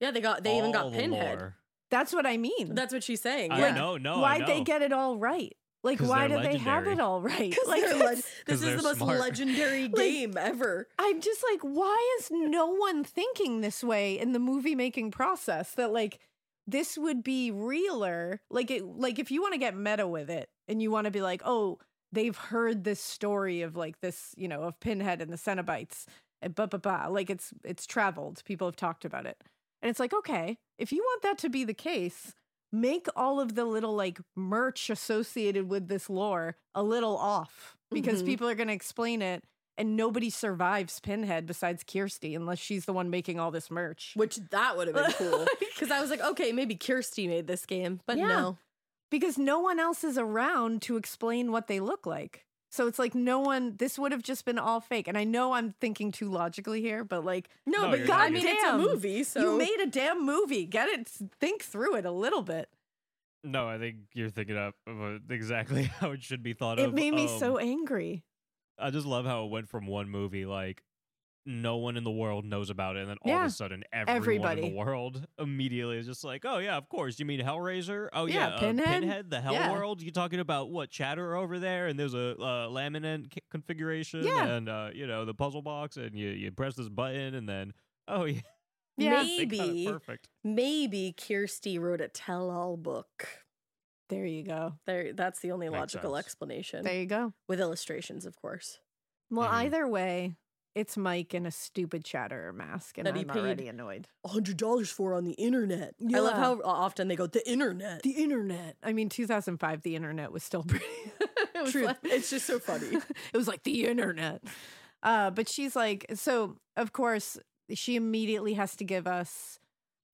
Speaker 5: Yeah, they got they even
Speaker 1: All
Speaker 5: got
Speaker 1: the
Speaker 5: pinhead.
Speaker 1: lore.
Speaker 6: That's what I mean.
Speaker 5: That's what she's saying.
Speaker 1: I
Speaker 5: yeah.
Speaker 1: know, no, I
Speaker 6: why would they
Speaker 1: know.
Speaker 6: get it all right? Like
Speaker 1: 'Cause
Speaker 6: why do
Speaker 1: they're
Speaker 6: they have it
Speaker 1: legendary.
Speaker 6: all right?
Speaker 5: 'Cause
Speaker 6: Like
Speaker 5: they're
Speaker 6: it's-
Speaker 5: leg- this
Speaker 1: they're
Speaker 5: is the most
Speaker 1: smart.
Speaker 5: legendary game ever.
Speaker 6: I'm just like, why is no one thinking this way in the movie making process? That like this would be realer. Like it like if you want to get meta with it and you want to be like, oh, they've heard this story of like this, you know, of Pinhead and the Cenobites eh, and blah blah blah. Like it's it's traveled. People have talked about it. And it's like, okay, if you want that to be the case, make all of the little like merch associated with this lore a little off because
Speaker 5: Mhm.
Speaker 6: people are going to explain it and nobody survives Pinhead besides Kirsty unless she's the one making all this merch.
Speaker 5: Which that would have been cool. Because I was like, okay, maybe Kirsty made this game, but
Speaker 6: Yeah.
Speaker 5: no.
Speaker 6: because no one else is around to explain what they look like. So it's like no one. This would have just been all fake. And I know I'm thinking too logically here, but like
Speaker 5: No,
Speaker 1: No,
Speaker 5: but
Speaker 1: you're
Speaker 5: God,
Speaker 1: not.
Speaker 5: I mean, it's a
Speaker 6: Damn.
Speaker 5: movie, so
Speaker 6: you made a damn movie. Get it? Think through it a little bit.
Speaker 1: No, I think you're thinking up of uh, exactly how it should be thought of.
Speaker 6: It made me
Speaker 1: Um,
Speaker 6: so angry.
Speaker 1: I just love how it went from one movie like no one in the world knows about it, and then all
Speaker 6: Yeah.
Speaker 1: of a sudden everyone in
Speaker 6: Everybody.
Speaker 1: the world immediately is just like, "Oh yeah, of course." You mean Hellraiser? Oh
Speaker 6: Yeah,
Speaker 1: yeah, uh,
Speaker 6: Pinhead.
Speaker 1: Pinhead, the Hell
Speaker 6: Yeah.
Speaker 1: World. You talking about what Chatter over there? And there's a uh, laminate c- configuration,
Speaker 6: Yeah.
Speaker 1: and uh, you know the puzzle box, and you you press this button, and then oh yeah,
Speaker 6: Yeah,
Speaker 1: they got it
Speaker 5: maybe,
Speaker 1: perfect.
Speaker 5: maybe Kirsty wrote a tell-all book.
Speaker 6: There you go.
Speaker 5: There, that's the only
Speaker 1: Makes
Speaker 5: logical
Speaker 1: sense.
Speaker 5: explanation
Speaker 6: There you go.
Speaker 5: with illustrations, of course.
Speaker 6: Well,
Speaker 1: Mhm.
Speaker 5: Mm-hmm.
Speaker 6: either way, it's Mike in a stupid chatterer mask, and
Speaker 5: That he
Speaker 6: I'm
Speaker 5: paid.
Speaker 6: already annoyed.
Speaker 5: hundred dollars for on the internet. I love
Speaker 6: Yeah.
Speaker 5: how often they go the internet.
Speaker 6: The internet. I mean, 2005. The internet was still pretty. it was
Speaker 5: True.
Speaker 6: like-
Speaker 5: It's just so funny.
Speaker 6: it was like the internet. Uh, but she's like, so of course she immediately has to give us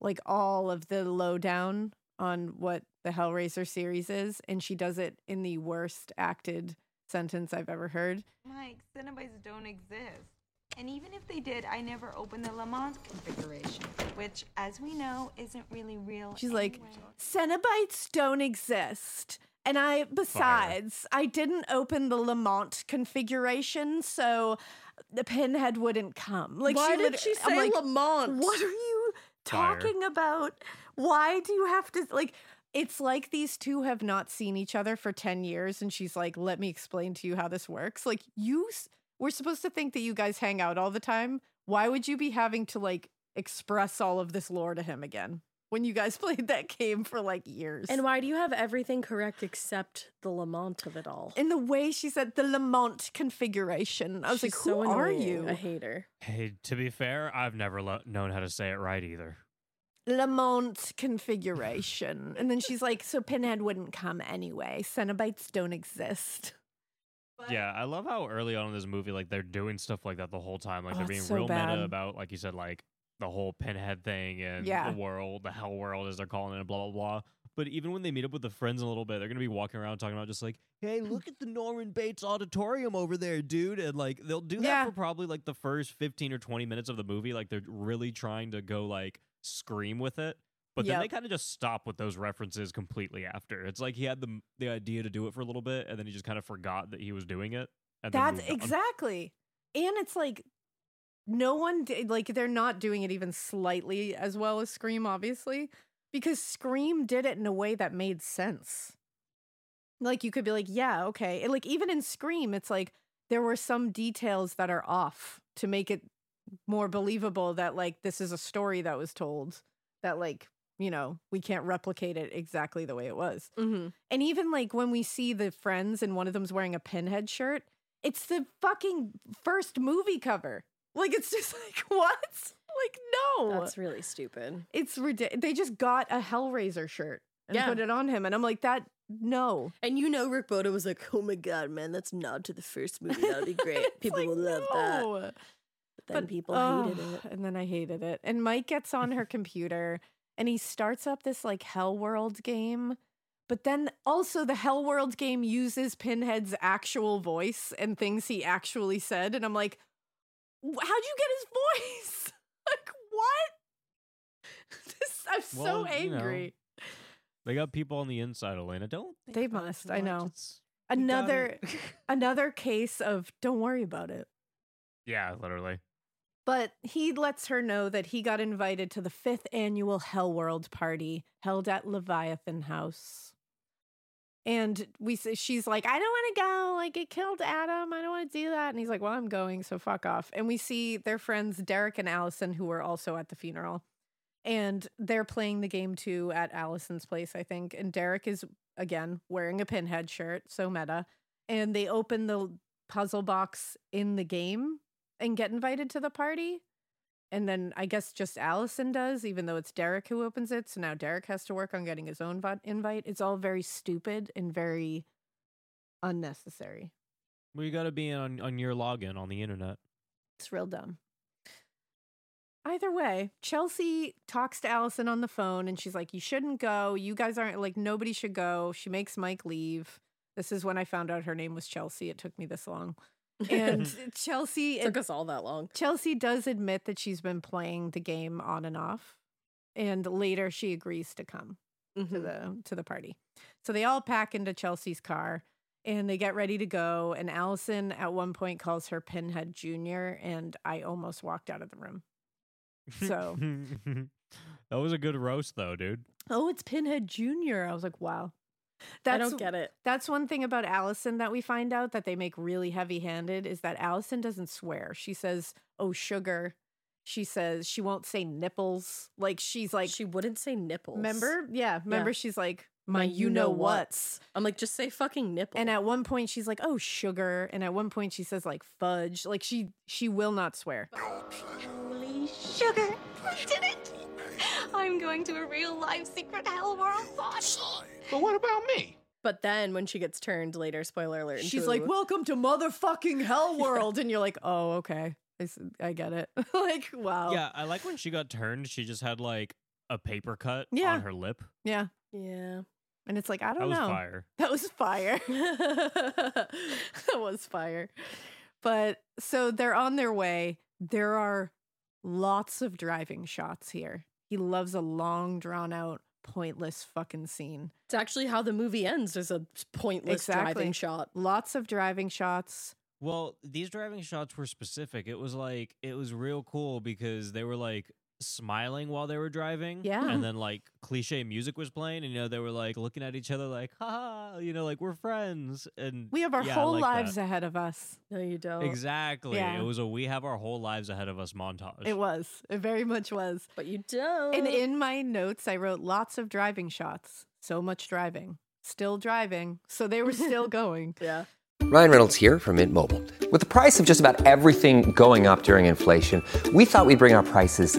Speaker 6: like all of the lowdown on what the Hellraiser series is, and she does it in the worst acted sentence I've ever heard.
Speaker 7: Mike, Cinnabites don't exist. And even if they did, I never opened the Lamont configuration, which, as we know, isn't really real.
Speaker 6: She's like,
Speaker 7: anyway.
Speaker 6: Cenobites don't exist. And I, besides, I didn't open the Lamont configuration, so the pinhead wouldn't come. Like,
Speaker 5: Why
Speaker 6: she
Speaker 5: did
Speaker 6: lit-
Speaker 5: she
Speaker 6: I'm
Speaker 5: say
Speaker 6: like,
Speaker 5: Lamont?
Speaker 6: What are you
Speaker 1: Fire.
Speaker 6: talking about? Why do you have to like? It's like these two have not seen each other for ten years, and she's like, "Let me explain to you how this works." Like you, s- we're supposed to think that you guys hang out all the time. Why would you be having to like express all of this lore to him again when you guys played that game for like years?
Speaker 5: And why do you have everything correct except the Lamont of it all?
Speaker 6: in the way she said the Lamont configuration, I was
Speaker 5: She's
Speaker 6: like,
Speaker 5: so
Speaker 6: "Who are
Speaker 5: annoying.
Speaker 6: you?"
Speaker 5: I hate her.
Speaker 1: Hey, to be fair, I've never lo- known how to say it right either.
Speaker 6: Lamont configuration. and then she's like, so Pinhead wouldn't come anyway. Cenobites don't exist.
Speaker 1: Yeah, I love how early on in this movie, like they're doing stuff like that the whole time. Like
Speaker 6: Oh,
Speaker 1: they're
Speaker 6: it's
Speaker 1: being
Speaker 6: so
Speaker 1: real
Speaker 6: bad.
Speaker 1: meta about, like you said, like the whole pinhead thing and
Speaker 6: Yeah.
Speaker 1: the world, the hell world as they're calling it, and blah blah blah. But even when they meet up with the friends in a little bit, they're gonna be walking around talking about just like, hey, look at the Norman Bates auditorium over there, dude. And like they'll do that
Speaker 6: Yeah.
Speaker 1: for probably like the first fifteen or twenty minutes of the movie. Like they're really trying to go like scream with it. But then they
Speaker 6: Yep.
Speaker 1: kind of just stop with those references completely after. It's like he had the the idea to do it for a little bit, and then he just kind of forgot that he was doing it. And then
Speaker 6: That's
Speaker 1: moved on.
Speaker 6: exactly. And it's like, no one did, like, they're not doing it even slightly as well as Scream, obviously, because Scream did it in a way that made sense. Like, you could be like, yeah, okay. And, like, even in Scream, it's like there were some details that are off to make it more believable that, like, this is a story that was told that, like, you know, we can't replicate it exactly the way it was.
Speaker 5: Mm-hmm.
Speaker 6: And even like when we see the friends and one of them's wearing a pinhead shirt, it's the fucking first movie cover. Like it's just like what? Like no.
Speaker 5: That's really stupid.
Speaker 6: it's ridiculous. They just got a Hellraiser shirt and
Speaker 5: Yeah.
Speaker 6: put it on him and I'm like that no.
Speaker 5: And you know, Rick Boda was like, "Oh my god, man, that's a nod to the first movie. That'll be great.
Speaker 6: It's
Speaker 5: People
Speaker 6: like,
Speaker 5: will love that."
Speaker 6: no.
Speaker 5: But then people hated
Speaker 6: oh,
Speaker 5: it.
Speaker 6: And then I hated it. And Mike gets on her computer and he starts up this like Hell World game. But then also the Hell World game uses Pinhead's actual voice and things he actually said. And I'm like, "Wh- how'd you get his voice? like, what? this, I'm so
Speaker 1: Well, you know,
Speaker 6: angry.
Speaker 1: They got people on the inside, Elena. Don't think
Speaker 6: They
Speaker 1: about it
Speaker 6: must,
Speaker 1: too
Speaker 6: I
Speaker 1: much.
Speaker 6: know.
Speaker 1: It's- we got
Speaker 6: another
Speaker 1: it.
Speaker 6: another case of don't worry about it.
Speaker 1: yeah, literally.
Speaker 6: But he lets her know that he got invited to the fifth annual Hellworld party held at Leviathan House. And we say, she's like, I don't want to go. Like, it killed Adam. I don't want to do that. And he's like, Well, I'm going, so fuck off. And we see their friends, Derek and Allison, who were also at the funeral. And they're playing the game too at Allison's place, I think. And Derek is, again, wearing a pinhead shirt, so meta. And they open the puzzle box in the game and get invited to the party. And then I guess just Allison does, even though it's Derek who opens it. So now Derek has to work on getting his own vo- invite. It's all very stupid and very unnecessary.
Speaker 1: Well, you got to be on on your login on the internet.
Speaker 6: It's real dumb. Either way, Chelsea talks to Allison on the phone and she's like, You shouldn't go. You guys aren't like, nobody should go. She makes Mike leave. This is when I found out her name was Chelsea. It took me this long. And Chelsea,
Speaker 5: It took us all that long.
Speaker 6: Chelsea does admit that she's been playing the game on and off. And later she agrees to come to
Speaker 5: Mm-hmm.
Speaker 6: the to the party. So they all pack into Chelsea's car and they get ready to go. And Allison at one point calls her Pinhead Junior, and I almost walked out of the room. So-
Speaker 1: that was a good roast, though, dude.
Speaker 6: Oh, it's Pinhead Junior. I was like, wow.
Speaker 5: I don't get it.
Speaker 6: That's one thing about Allison that we find out that they make really heavy handed is that Allison doesn't swear. She says, oh, sugar. She says she won't say nipples. Like she's like,
Speaker 5: Like she wouldn't say nipples.
Speaker 6: remember? Yeah. Remember, she's like, my, you know what's.
Speaker 5: I'm like, just say fucking nipple.
Speaker 6: And at one point she's like, "Oh, sugar." And at one point she says like fudge. Like she she will not swear.
Speaker 7: Holy sugar! I did it! I'm going to a real life secret hell world party.
Speaker 5: but then when she gets turned later, spoiler alert.
Speaker 6: She's
Speaker 5: into-
Speaker 6: like, "Welcome to motherfucking hell world." And you're like, "Oh, okay. I, s- I get it." like, wow.
Speaker 1: Yeah, I like when she got turned. She just had like a paper cut
Speaker 6: Yeah.
Speaker 1: on her lip.
Speaker 6: Yeah.
Speaker 5: yeah.
Speaker 6: And it's like, I
Speaker 1: That
Speaker 6: don't
Speaker 1: was
Speaker 6: know.
Speaker 1: fire.
Speaker 6: That was fire.
Speaker 5: that was fire.
Speaker 6: But so they're on their way. There are lots of driving shots here. He loves a long drawn out pointless fucking scene.
Speaker 5: It's actually how the movie ends. There's a pointless
Speaker 6: Exactly.
Speaker 5: driving shot.
Speaker 6: Lots of driving shots.
Speaker 1: Well, these driving shots were specific. It was like it was real cool because they were like smiling while they were driving.
Speaker 6: Yeah.
Speaker 1: And then like cliche music was playing, and you know, they were like looking at each other like, ha, ha," you know, like we're friends. And
Speaker 6: We have our
Speaker 1: yeah, I
Speaker 6: whole
Speaker 1: like
Speaker 6: lives
Speaker 1: that.
Speaker 6: ahead of us.
Speaker 5: No, you don't.
Speaker 1: Exactly.
Speaker 6: Yeah.
Speaker 1: It was a we have our whole lives ahead of us montage.
Speaker 6: It was. It very much was.
Speaker 5: But you don't.
Speaker 6: And in my notes, I wrote lots of driving shots. So much driving. Still driving. So they were still going.
Speaker 5: yeah.
Speaker 8: Ryan Reynolds here from Mint Mobile. With the price of just about everything going up during inflation, we thought we'd bring our prices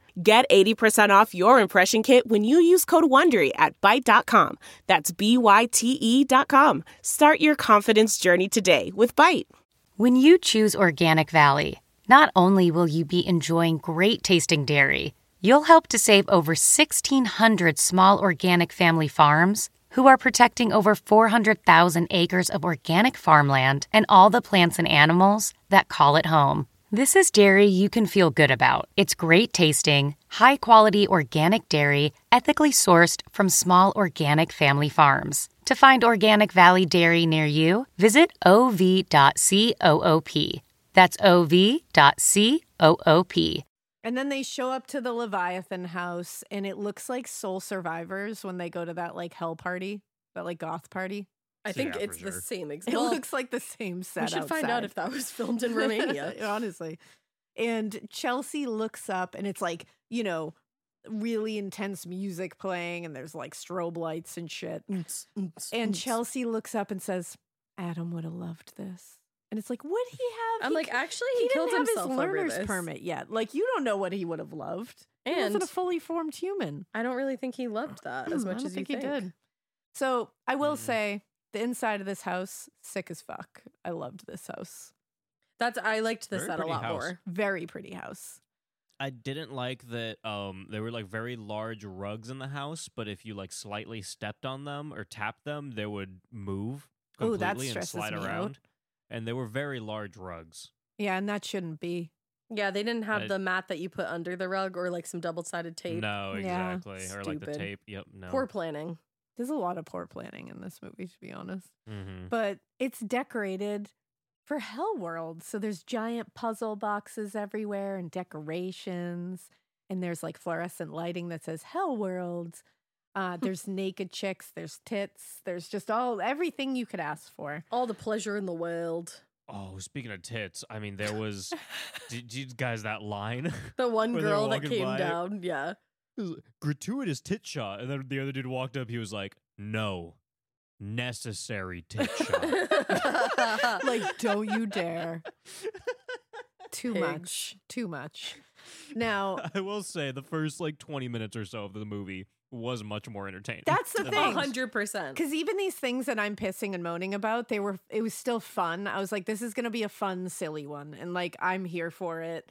Speaker 9: Get 80% off your impression kit when you use code WONDERY at Byte.com. That's B-Y-T-E E dot com. Start your confidence journey today with Byte.
Speaker 4: When you choose Organic Valley, not only will you be enjoying great tasting dairy, you'll help to save over 1,600 small organic family farms who are protecting over 400,000 acres of organic farmland and all the plants and animals that call it home. This is dairy you can feel good about. It's great tasting, high quality organic dairy, ethically sourced from small organic family farms. To find Organic Valley Dairy near you, visit ov.coop. That's ov.coop.
Speaker 6: And then they show up to the Leviathan house and it looks like Soul Survivors when they go to that like hell party, that like goth party.
Speaker 5: I think
Speaker 1: Yeah,
Speaker 5: it's
Speaker 1: for
Speaker 5: the
Speaker 1: sure.
Speaker 5: same exact.
Speaker 6: It looks like the same set.
Speaker 5: we should find
Speaker 6: outside.
Speaker 5: out if that was filmed in Romania.
Speaker 6: Honestly. And Chelsea looks up and it's like, you know, really intense music playing and there's like strobe lights and shit. And Chelsea looks up and says, Adam would have loved this. And it's like, would he have?
Speaker 5: I'm
Speaker 6: he
Speaker 5: like,
Speaker 6: c-
Speaker 5: actually, he,
Speaker 6: didn't
Speaker 5: killed
Speaker 6: have
Speaker 5: himself
Speaker 6: his
Speaker 5: over
Speaker 6: learner's
Speaker 5: this.
Speaker 6: permit yet. Like, you don't know what he would have loved. he wasn't
Speaker 5: And
Speaker 6: a fully formed human
Speaker 5: I don't really think he loved that as
Speaker 6: Mm, I
Speaker 5: much
Speaker 6: don't
Speaker 5: as
Speaker 6: think
Speaker 5: you
Speaker 6: he did. So I
Speaker 1: Mm.
Speaker 6: will say, the inside of this house, sick as fuck. I loved this house.
Speaker 5: That's I liked the
Speaker 1: Very
Speaker 5: set a
Speaker 1: pretty
Speaker 5: lot
Speaker 1: house.
Speaker 5: more.
Speaker 6: Very pretty house.
Speaker 1: I didn't like that um there were like very large rugs in the house, but if you like slightly stepped on them or tapped them, they would move
Speaker 6: Ooh, that
Speaker 1: completely and
Speaker 6: stresses
Speaker 1: slide
Speaker 6: me out.
Speaker 1: around. And they were very large rugs.
Speaker 6: Yeah, and that shouldn't be.
Speaker 5: Yeah, they didn't have
Speaker 1: I-
Speaker 5: the mat that you put under the rug or like some double sided tape.
Speaker 1: No,
Speaker 6: Yeah.
Speaker 1: exactly. or like the
Speaker 5: Stupid.
Speaker 1: tape. Yep, no.
Speaker 5: Poor planning.
Speaker 6: There's a lot of poor planning in this movie, to be honest.
Speaker 1: Mhm.
Speaker 6: But it's decorated for Hell World. So there's giant puzzle boxes everywhere and decorations. And there's like fluorescent lighting that says Hell World. Uh, there's naked chicks, there's tits, there's just all everything you could ask for.
Speaker 5: All the pleasure in the world.
Speaker 1: Oh, speaking of tits, I mean there was did, did you guys that line?
Speaker 5: The one
Speaker 1: Where they were
Speaker 5: girl that
Speaker 1: walking
Speaker 5: came
Speaker 1: by-
Speaker 5: down. Yeah. Uh-huh.
Speaker 1: It was gratuitous tit shot. And then the other dude walked up, he was like, No. Necessary tit shot.
Speaker 6: like, don't you dare. Too
Speaker 5: Pig.
Speaker 6: much. Too much. Now,
Speaker 1: I will say the first like 20 minutes or so of the movie was much more entertaining.
Speaker 6: That's the
Speaker 1: than
Speaker 6: thing.
Speaker 1: this.
Speaker 5: 100%.
Speaker 6: Because even these things that I'm pissing and moaning about, they were, it was still fun. I was like, this is going to be a fun, silly one. And like, I'm here for it.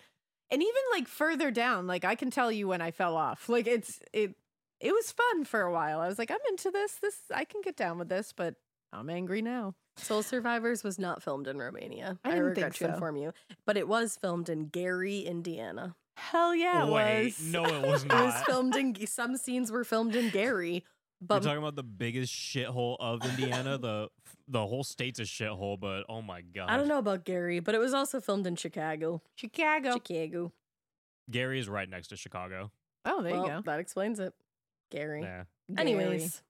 Speaker 6: And even like further down, like, I can tell you when I fell off. Like, it's, it, it was fun for a while. I was like, I'm into this. This, I can get down with this, but I'm angry now.
Speaker 5: Soul Survivors was not filmed in Romania.
Speaker 6: I
Speaker 5: I,
Speaker 6: didn't
Speaker 5: regret
Speaker 6: think
Speaker 5: to
Speaker 6: so.
Speaker 5: inform you, but it was filmed in Gary, Indiana.
Speaker 6: Hell yeah, it
Speaker 1: Oh, Wait,
Speaker 6: was.
Speaker 1: no, it was
Speaker 5: It was
Speaker 1: not.
Speaker 5: filmed in some scenes were filmed in Gary,
Speaker 1: We're
Speaker 5: but
Speaker 1: talking about the biggest shithole of Indiana. the the whole state's a shithole, but oh my god.
Speaker 5: I don't know about Gary, but it was also filmed in Chicago.
Speaker 6: Chicago.
Speaker 5: Chicago.
Speaker 1: Gary is right next to Chicago.
Speaker 6: oh, there
Speaker 5: well,
Speaker 6: you go.
Speaker 5: That explains it. Gary.
Speaker 1: Yeah.
Speaker 5: Anyways,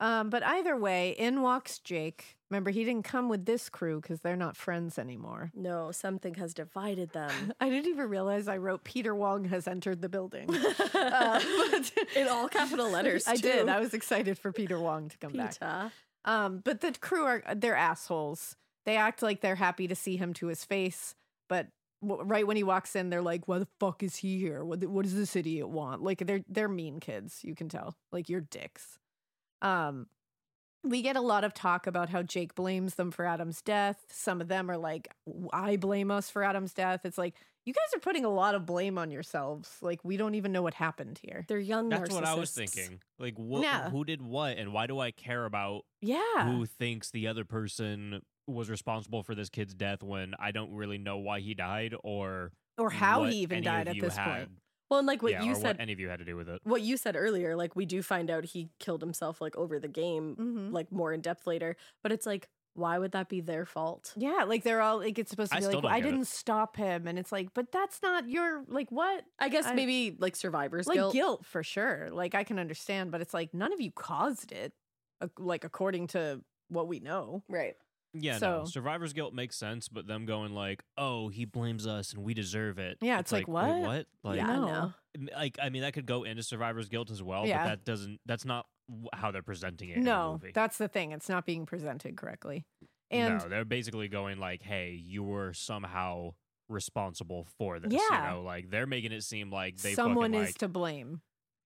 Speaker 6: Um, but either way, in walks Jake. Remember, he didn't come with this crew because they're not friends anymore.
Speaker 5: no, something has divided them.
Speaker 6: I didn't even realize I wrote Peter Wong has entered the building. Uh, but-
Speaker 5: in all capital letters.
Speaker 6: I did.
Speaker 5: too.
Speaker 6: I was excited for Peter Wong to come back.
Speaker 5: Pita.
Speaker 6: Um, but the crew are they're assholes. They act like they're happy to see him to his face, but w- right when he walks in, they're like, "Why the fuck is he here? What, what does this idiot want?" Like they're they're mean kids. You can tell. Like you're dicks. Um, we get a lot of talk about how Jake blames them for Adam's death. Some of them are like, "I blame us for Adam's death." It's like you guys are putting a lot of blame on yourselves. Like we don't even know what happened here.
Speaker 5: They're young
Speaker 1: That's what I was
Speaker 5: narcissists.
Speaker 1: thinking. Like what
Speaker 6: Yeah.
Speaker 1: who did what and why do I care about
Speaker 6: Yeah.
Speaker 1: who thinks the other person was responsible for this kid's death when I don't really know why he died or
Speaker 6: or how
Speaker 1: what
Speaker 6: he even
Speaker 1: any
Speaker 6: died
Speaker 1: of
Speaker 6: at
Speaker 1: you
Speaker 6: this
Speaker 1: had.
Speaker 6: point.
Speaker 5: Well, and like what
Speaker 1: yeah,
Speaker 5: you
Speaker 1: or
Speaker 5: said,
Speaker 1: what any of you had to do with it.
Speaker 5: what you said earlier, like we do find out he killed himself like over the game,
Speaker 6: Mhm.
Speaker 5: like more in depth later. But it's like, why would that be their fault?
Speaker 6: Yeah, like they're all like it's supposed to
Speaker 1: I
Speaker 6: be
Speaker 1: still
Speaker 6: like
Speaker 1: don't
Speaker 6: I
Speaker 1: get it.
Speaker 6: didn't stop him, and it's like, but that's not your like what
Speaker 5: I guess
Speaker 6: I-
Speaker 5: maybe like survivor's
Speaker 6: like guilt.
Speaker 5: guilt.
Speaker 6: for sure. Like I can understand, but it's like none of you caused it, ac- like according to what we know.
Speaker 5: Right.
Speaker 1: Yeah, no.
Speaker 6: So-
Speaker 1: Survivor's guilt makes sense, but them going like, "Oh, he blames us and we deserve it."
Speaker 6: Yeah, it's like,
Speaker 1: wait,
Speaker 6: what?
Speaker 1: what? Like,
Speaker 5: Yeah,
Speaker 6: no.
Speaker 5: no.
Speaker 1: m- like I mean, that could go into survivor's guilt as well,
Speaker 6: Yeah.
Speaker 1: but that doesn't. That's not w- how they're presenting it. in the
Speaker 6: no,
Speaker 1: movie.
Speaker 6: that's the thing. It's not being presented correctly, and
Speaker 1: no, they're basically going like, "Hey, you were somehow responsible for this."
Speaker 6: Yeah.
Speaker 1: you know, like they're making it seem like they
Speaker 6: someone
Speaker 1: fucking,
Speaker 6: is
Speaker 1: like,
Speaker 6: to blame.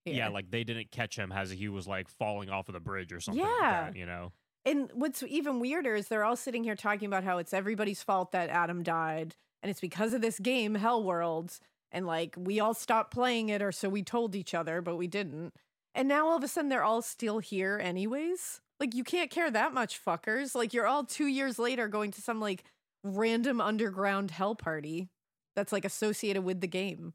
Speaker 1: Yeah,
Speaker 6: here.
Speaker 1: like they didn't catch him as he was like falling off of the bridge or something.
Speaker 6: Yeah.
Speaker 1: like that, you know.
Speaker 6: And what's even weirder is they're all sitting here talking about how it's everybody's fault that Adam died, and it's because of this game, Hell Worlds, and like we all stopped playing it, or so we told each other, but we didn't. And now all of a sudden they're all still here, anyways. Like you can't care that much, fuckers. Like you're all two years later going to some like random underground hell party that's like associated with the game.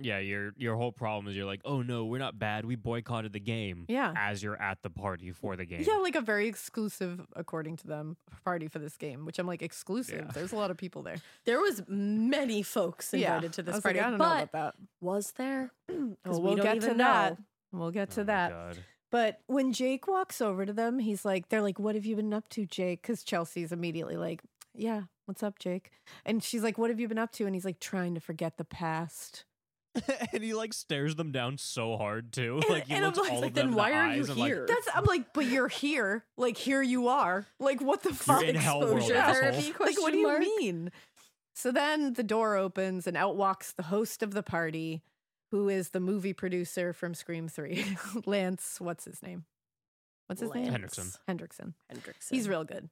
Speaker 1: Yeah, your your whole problem is you're like, "Oh no, we're not bad. We boycotted the game."
Speaker 6: Yeah.
Speaker 1: as you're at the party for the game.
Speaker 6: Yeah, like a very exclusive, according to them, party for this game, which I'm like, exclusive.
Speaker 1: Yeah.
Speaker 6: There's a lot of people there.
Speaker 5: There was many folks invited to
Speaker 6: I
Speaker 5: this
Speaker 6: was like,
Speaker 5: party,
Speaker 6: I don't know
Speaker 5: but
Speaker 6: about that.
Speaker 5: was there?
Speaker 6: Oh,
Speaker 5: we
Speaker 6: we'll
Speaker 5: don't
Speaker 6: get
Speaker 5: even
Speaker 6: to that.
Speaker 5: know.
Speaker 6: We'll get to
Speaker 1: Oh my
Speaker 6: that.
Speaker 1: God.
Speaker 6: But when Jake walks over to them, he's like, they're like, what have you been up to, Jake? Because Chelsea's immediately like, yeah, what's up, Jake? And she's like, what have you been up to? And he's like, trying to forget the past.
Speaker 1: and he like stares them down so hard too.
Speaker 6: And-
Speaker 1: like he
Speaker 6: and I'm
Speaker 1: looks
Speaker 6: like,
Speaker 1: all
Speaker 5: like,
Speaker 1: of them
Speaker 5: then
Speaker 1: in
Speaker 5: why
Speaker 1: the
Speaker 5: are you
Speaker 1: eyes and like,
Speaker 5: here?
Speaker 6: That's, I'm like, but you're here. Like, here you are. Like, what the fuck?
Speaker 1: you're in hell world,
Speaker 5: Exposure
Speaker 1: asshole.
Speaker 5: therapy?
Speaker 6: Like, what
Speaker 5: Question
Speaker 6: do you
Speaker 5: mark?
Speaker 6: mean? So then the door opens and out walks the host of the party, who is the movie producer from Scream 3, Lance. What's his name? What's his name?
Speaker 1: Lance Hendrickson.
Speaker 6: Hendrickson.
Speaker 5: Hendrickson.
Speaker 6: He's real good.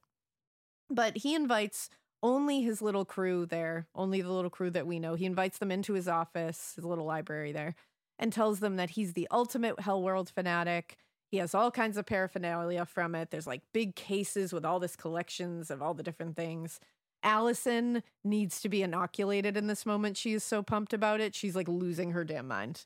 Speaker 6: But he invites only his little crew there, only the little crew that we know. He invites them into his office, his little library there, and tells them that he's the ultimate Hellworld fanatic. He has all kinds of paraphernalia from it. There's like big cases with all this collections of all the different things. Allison needs to be inoculated in this moment. She is so pumped about it. She's like losing her damn mind.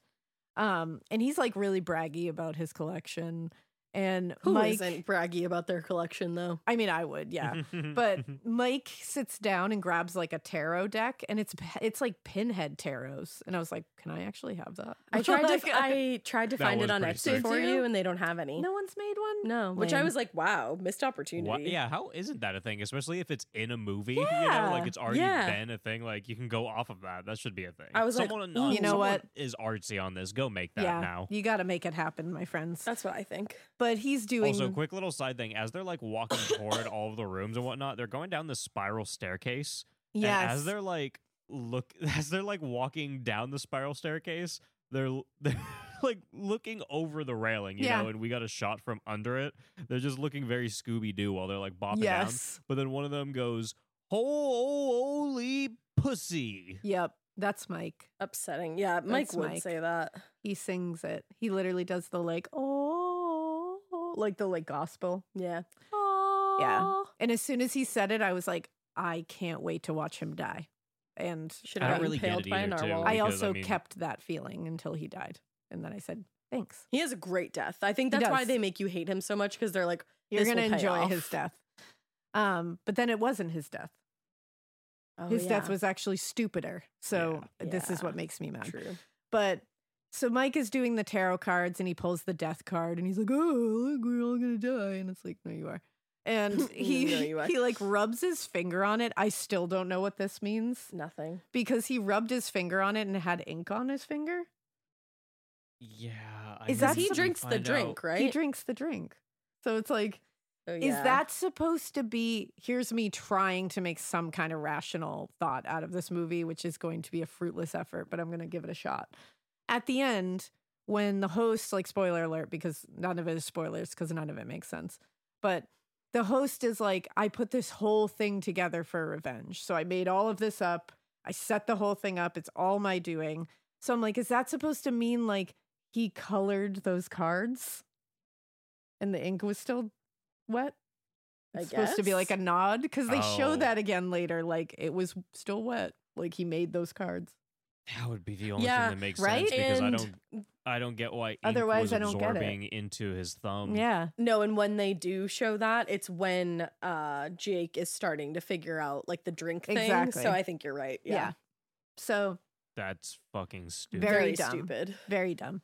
Speaker 6: Um, and he's like really braggy about his collection. And
Speaker 5: Who
Speaker 6: Mike,
Speaker 5: isn't braggy about their collection though?
Speaker 6: I mean, I would, yeah. but Mike sits down and grabs like a tarot deck, and it's it's like pinhead tarots. And I was like, can I actually have that?
Speaker 5: I tried
Speaker 6: Like,
Speaker 5: to I tried to
Speaker 1: That
Speaker 5: find
Speaker 1: was
Speaker 5: it on
Speaker 1: pretty
Speaker 5: Etsy
Speaker 1: sick.
Speaker 5: for
Speaker 6: Did
Speaker 5: you,
Speaker 6: you?
Speaker 5: and they don't have any.
Speaker 6: no one's made one.
Speaker 5: No, which I
Speaker 6: Lame.
Speaker 5: was like, wow, missed opportunity.
Speaker 1: Wha- Yeah, how isn't that a thing? Especially if it's in a movie, you know,
Speaker 5: Yeah,
Speaker 1: like it's already
Speaker 5: yeah.
Speaker 1: been a thing. Like you can go off of that. That should be a thing.
Speaker 5: I was like,
Speaker 1: someone,
Speaker 5: ooh.
Speaker 1: uh,
Speaker 5: You know
Speaker 1: someone
Speaker 6: what?
Speaker 1: is artsy on this. Go make that
Speaker 6: yeah,
Speaker 1: now.
Speaker 6: you got to make it happen, my friends.
Speaker 5: That's what I think.
Speaker 6: But he's doing
Speaker 1: Also, quick little side thing: as they're like walking toward all of the rooms and whatnot, they're going down this spiral staircase. and
Speaker 6: yes.
Speaker 1: as they're like look, as they're like walking down the spiral staircase, they're l- they're like looking over the railing, you
Speaker 6: Yeah.
Speaker 1: know. And we got a shot from under it. They're just looking very Scooby Doo while they're like bopping down.
Speaker 6: yes.
Speaker 1: But then one of them goes, "Holy pussy!"
Speaker 6: Yep. That's Mike.
Speaker 5: Upsetting. Yeah, Mike
Speaker 6: That's
Speaker 5: would
Speaker 6: Mike.
Speaker 5: say that.
Speaker 6: He sings it. He literally does the like oh like the like gospel.
Speaker 5: Yeah.
Speaker 6: Yeah. And as soon as he said it, I was like, I can't wait to watch him die. And
Speaker 5: Should
Speaker 1: I
Speaker 5: have
Speaker 1: don't
Speaker 5: gotten
Speaker 1: really get
Speaker 5: impaled
Speaker 1: it
Speaker 5: by a
Speaker 1: either, too.
Speaker 5: narwhal.
Speaker 1: I
Speaker 6: I
Speaker 1: because,
Speaker 6: also
Speaker 1: mean-
Speaker 6: kept that feeling until he died. And then I said, thanks.
Speaker 5: He has a great death. I think
Speaker 6: He
Speaker 5: that's why
Speaker 6: does.
Speaker 5: they make you hate him so much because they're like,
Speaker 6: You're
Speaker 5: "This will
Speaker 6: going to
Speaker 5: pay
Speaker 6: enjoy
Speaker 5: off."
Speaker 6: his death. Um, but then it wasn't his death.
Speaker 5: Oh,
Speaker 6: his death
Speaker 5: yeah.
Speaker 6: was actually stupider. So this is
Speaker 5: Yeah.
Speaker 6: what makes me mad.
Speaker 5: true.
Speaker 6: But so Mike is doing the tarot cards and he pulls the death card and he's like, "Oh, look, we're all gonna die," and it's like, "No, you are." And he
Speaker 5: No, you are.
Speaker 6: he like rubs his finger on it. I still don't know what this means
Speaker 5: Nothing.
Speaker 6: because he rubbed his finger on it and had ink on his finger.
Speaker 1: Yeah,
Speaker 6: Is
Speaker 1: guess
Speaker 6: that
Speaker 1: we
Speaker 5: he
Speaker 1: can
Speaker 5: drinks the
Speaker 1: find
Speaker 5: drink,
Speaker 1: out.
Speaker 5: right?
Speaker 6: He drinks the drink, so it's like,
Speaker 5: Oh,
Speaker 6: is
Speaker 5: yeah.
Speaker 6: that supposed to be? Here's me trying to make some kind of rational thought out of this movie, which is going to be a fruitless effort, but I'm going to give it a shot. At the end, when the host, like, spoiler alert, because none of it is spoilers, because none of it makes sense, but the host is like, I put this whole thing together for revenge. So I made all of this up. I set the whole thing up. It's all my doing. So I'm like, is that supposed to mean like he colored those cards and the ink was still wet?
Speaker 5: I
Speaker 6: It's supposed to be like a
Speaker 5: guess.
Speaker 6: nod because they show
Speaker 1: Oh.
Speaker 6: that again later. Like it was still wet. Like he made those cards.
Speaker 1: That would be the only
Speaker 5: Yeah,
Speaker 1: thing that makes
Speaker 6: right?
Speaker 1: sense because I
Speaker 5: And-
Speaker 1: don't, I don't get why. Ink
Speaker 6: Otherwise,
Speaker 1: was
Speaker 6: I don't get it.
Speaker 1: absorbing into his thumb.
Speaker 6: yeah.
Speaker 5: No, and when they do show that, it's when uh Jake is starting to figure out like the drink thing.
Speaker 6: Exactly.
Speaker 5: So I think you're right.
Speaker 6: yeah.
Speaker 5: Yeah.
Speaker 6: So
Speaker 1: that's fucking stupid.
Speaker 6: Very dumb.
Speaker 5: stupid.
Speaker 6: very dumb.